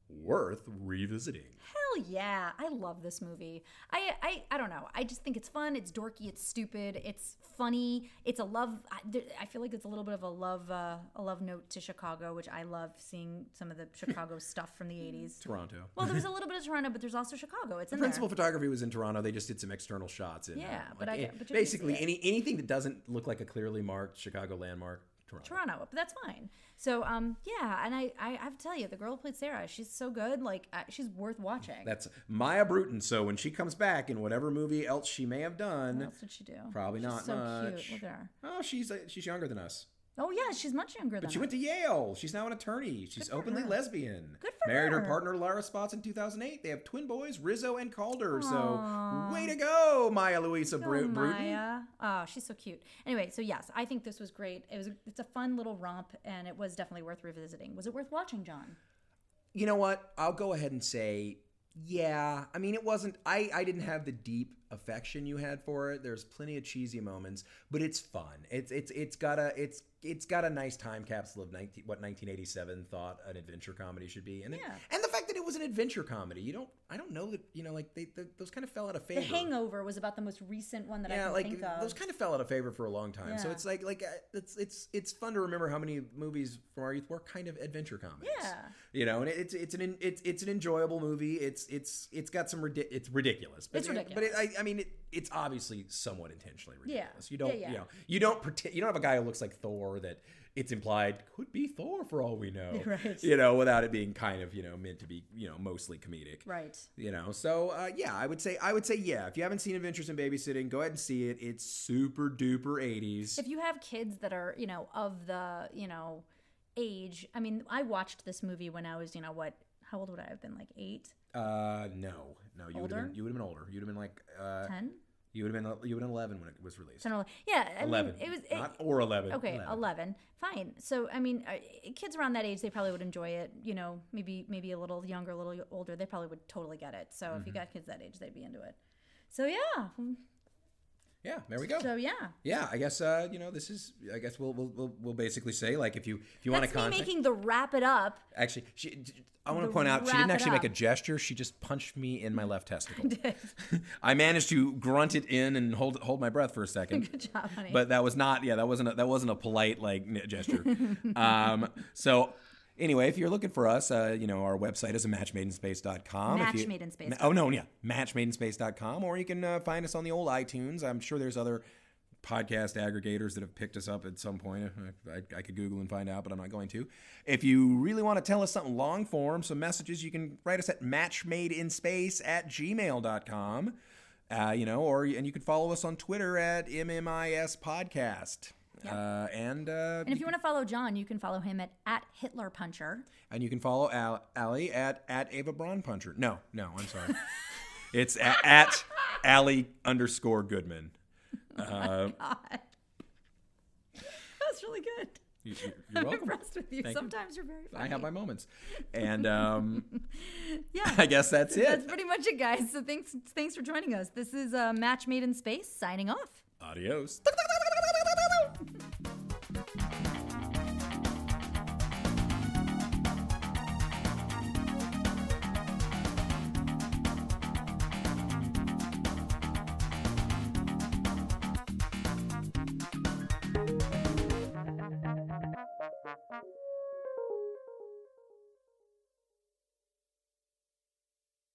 S2: worth revisiting?
S1: Hell yeah, I love this movie. I, I I don't know. I just think it's fun. It's dorky. It's stupid. It's funny. It's a love. I, there- I feel like it's a little bit of a love uh, a love note to Chicago, which I love seeing some of the
S2: (laughs)
S1: Chicago stuff from the '80s.
S2: Toronto.
S1: Well, there was a little bit of Toronto, but there's also Chicago. It's in
S2: Principal
S1: there.
S2: photography was in Toronto. They just did some external shots. In
S1: Yeah,
S2: um,
S1: but
S2: like,
S1: I-
S2: eh,
S1: but you can
S2: basically
S1: see it.
S2: any anything that doesn't look like a clearly marked Chicago landmark. Toronto.
S1: Toronto, but that's fine. So, um, yeah, and I, I, I have to tell you, the girl who played Sarah, she's so good. Like, uh, she's worth watching.
S2: That's Maya Bruton. So when she comes back in whatever movie else she may have
S1: what
S2: done,
S1: else did she do?
S2: probably
S1: she's
S2: not
S1: so
S2: much.
S1: Cute. Look at her.
S2: oh, she's uh, she's younger than us.
S1: Oh yeah, she's much younger than.
S2: She
S1: I-
S2: went to Yale. She's now an attorney. She's openly lesbian.
S1: Good for
S2: Married her.
S1: her.
S2: partner Lara Spots in 2008. They have twin boys, Rizzo and Calder. So, way to go, Maya Luisa
S1: Oh,
S2: Bru- Bruton.
S1: Maya. Oh, she's so cute. Anyway, so yes, I think this was great. It was it's a fun little romp, and it was definitely worth revisiting. Was it worth watching, John?
S2: You know what? I'll go ahead and say, yeah. I mean, it wasn't. I I didn't have the deep affection you had for it. There's plenty of cheesy moments, but it's fun. It's it's it's got a it's it's got a nice time capsule of 19, what 1987 thought an adventure comedy should be, and it-
S1: Yeah.
S2: and the fact that it was an adventure comedy. You don't. I don't know that. You know, like they, th those kind of fell out of favor.
S1: The Hangover was about the most recent one that I
S2: Yeah,
S1: can
S2: like
S1: think of.
S2: those kind of fell out of favor for a long time. So
S1: Yeah.
S2: it's like like uh, it's it's it's fun to remember how many movies from our youth were kind of adventure comedies.
S1: Yeah.
S2: you know, and it's it's an en- it's it's an enjoyable movie. It's it's it's got some ridi- it's ridiculous. But
S1: It's
S2: it-
S1: ridiculous.
S2: But it, I, I mean, it, it's obviously somewhat intentionally ridiculous. You don't
S1: Yeah, yeah.
S2: you know you don't pretend you don't have a guy who looks like Thor that it's implied could be Thor for all we know.
S1: (laughs) Right.
S2: You know, without it being kind of you know meant to be you know mostly comedic
S1: right.
S2: you know so uh, yeah i would say i would say yeah if you haven't seen adventures in babysitting go ahead and see it it's super duper 80s
S1: If you have kids that are, you know, of the, you know, age. I mean, I watched this movie when I was, you know, what? How old would I have been? Like eight,
S2: uh no no you would
S1: Older?
S2: have been you would have been older you'd have been like uh
S1: ten,
S2: you would have been you would have been 11 when it was released
S1: ten, or yeah. I
S2: 11
S1: Mean, it was it,
S2: not or 11
S1: okay 11. fine so i mean uh, kids around that age they probably would enjoy it you know maybe maybe a little younger a little older they probably would totally get it so
S2: Mm-hmm.
S1: if you got kids that age they'd be into it so yeah
S2: yeah there we go
S1: so yeah
S2: yeah i guess uh you know this is i guess we'll we'll we'll, we'll basically say like if you if you want to
S1: that's me
S2: contact
S1: making the wrap it up (laughs)
S2: actually she i want to
S1: The
S2: point out she
S1: wrap
S2: didn't
S1: it
S2: actually make a
S1: up.
S2: gesture she just punched me in my left testicle (laughs) i managed to grunt it in and hold hold my breath for a second
S1: (laughs) good job honey
S2: but that was not yeah that wasn't a, that wasn't a polite like n-
S1: (laughs)
S2: gesture um so anyway if you're looking for us uh you know our website is a matchmadeinspace.com If you-
S1: Matchmadeinspace.
S2: Ma- oh no yeah matchmadeinspace.com or you can uh, find us on the old itunes i'm sure there's other podcast aggregators that have picked us up at some point I, I, I could google and find out but i'm not going to if you really want to tell us something long form some messages you can write us at matchmadeinspace at gmail.com uh, you know, or and you can follow us on Twitter at MMIS Podcast. Uh, and uh,
S1: and if you want to follow john you can follow him at at hitler puncher (laughs)
S2: and you can follow Al- Allie at at Ava Braun Puncher. No, no,
S1: (laughs)
S2: I'm sorry. it's at, at Allie underscore Goodman.
S1: that's really good
S2: You, you- you're
S1: (laughs) i'm
S2: welcome.
S1: impressed with you
S2: Thank you.
S1: sometimes you're very funny
S2: I have my moments, and um,
S1: (laughs) yeah
S2: I guess that's it.
S1: that's (laughs) pretty much it guys so thanks thanks for joining us this is uh, match made in space signing off
S2: Adios.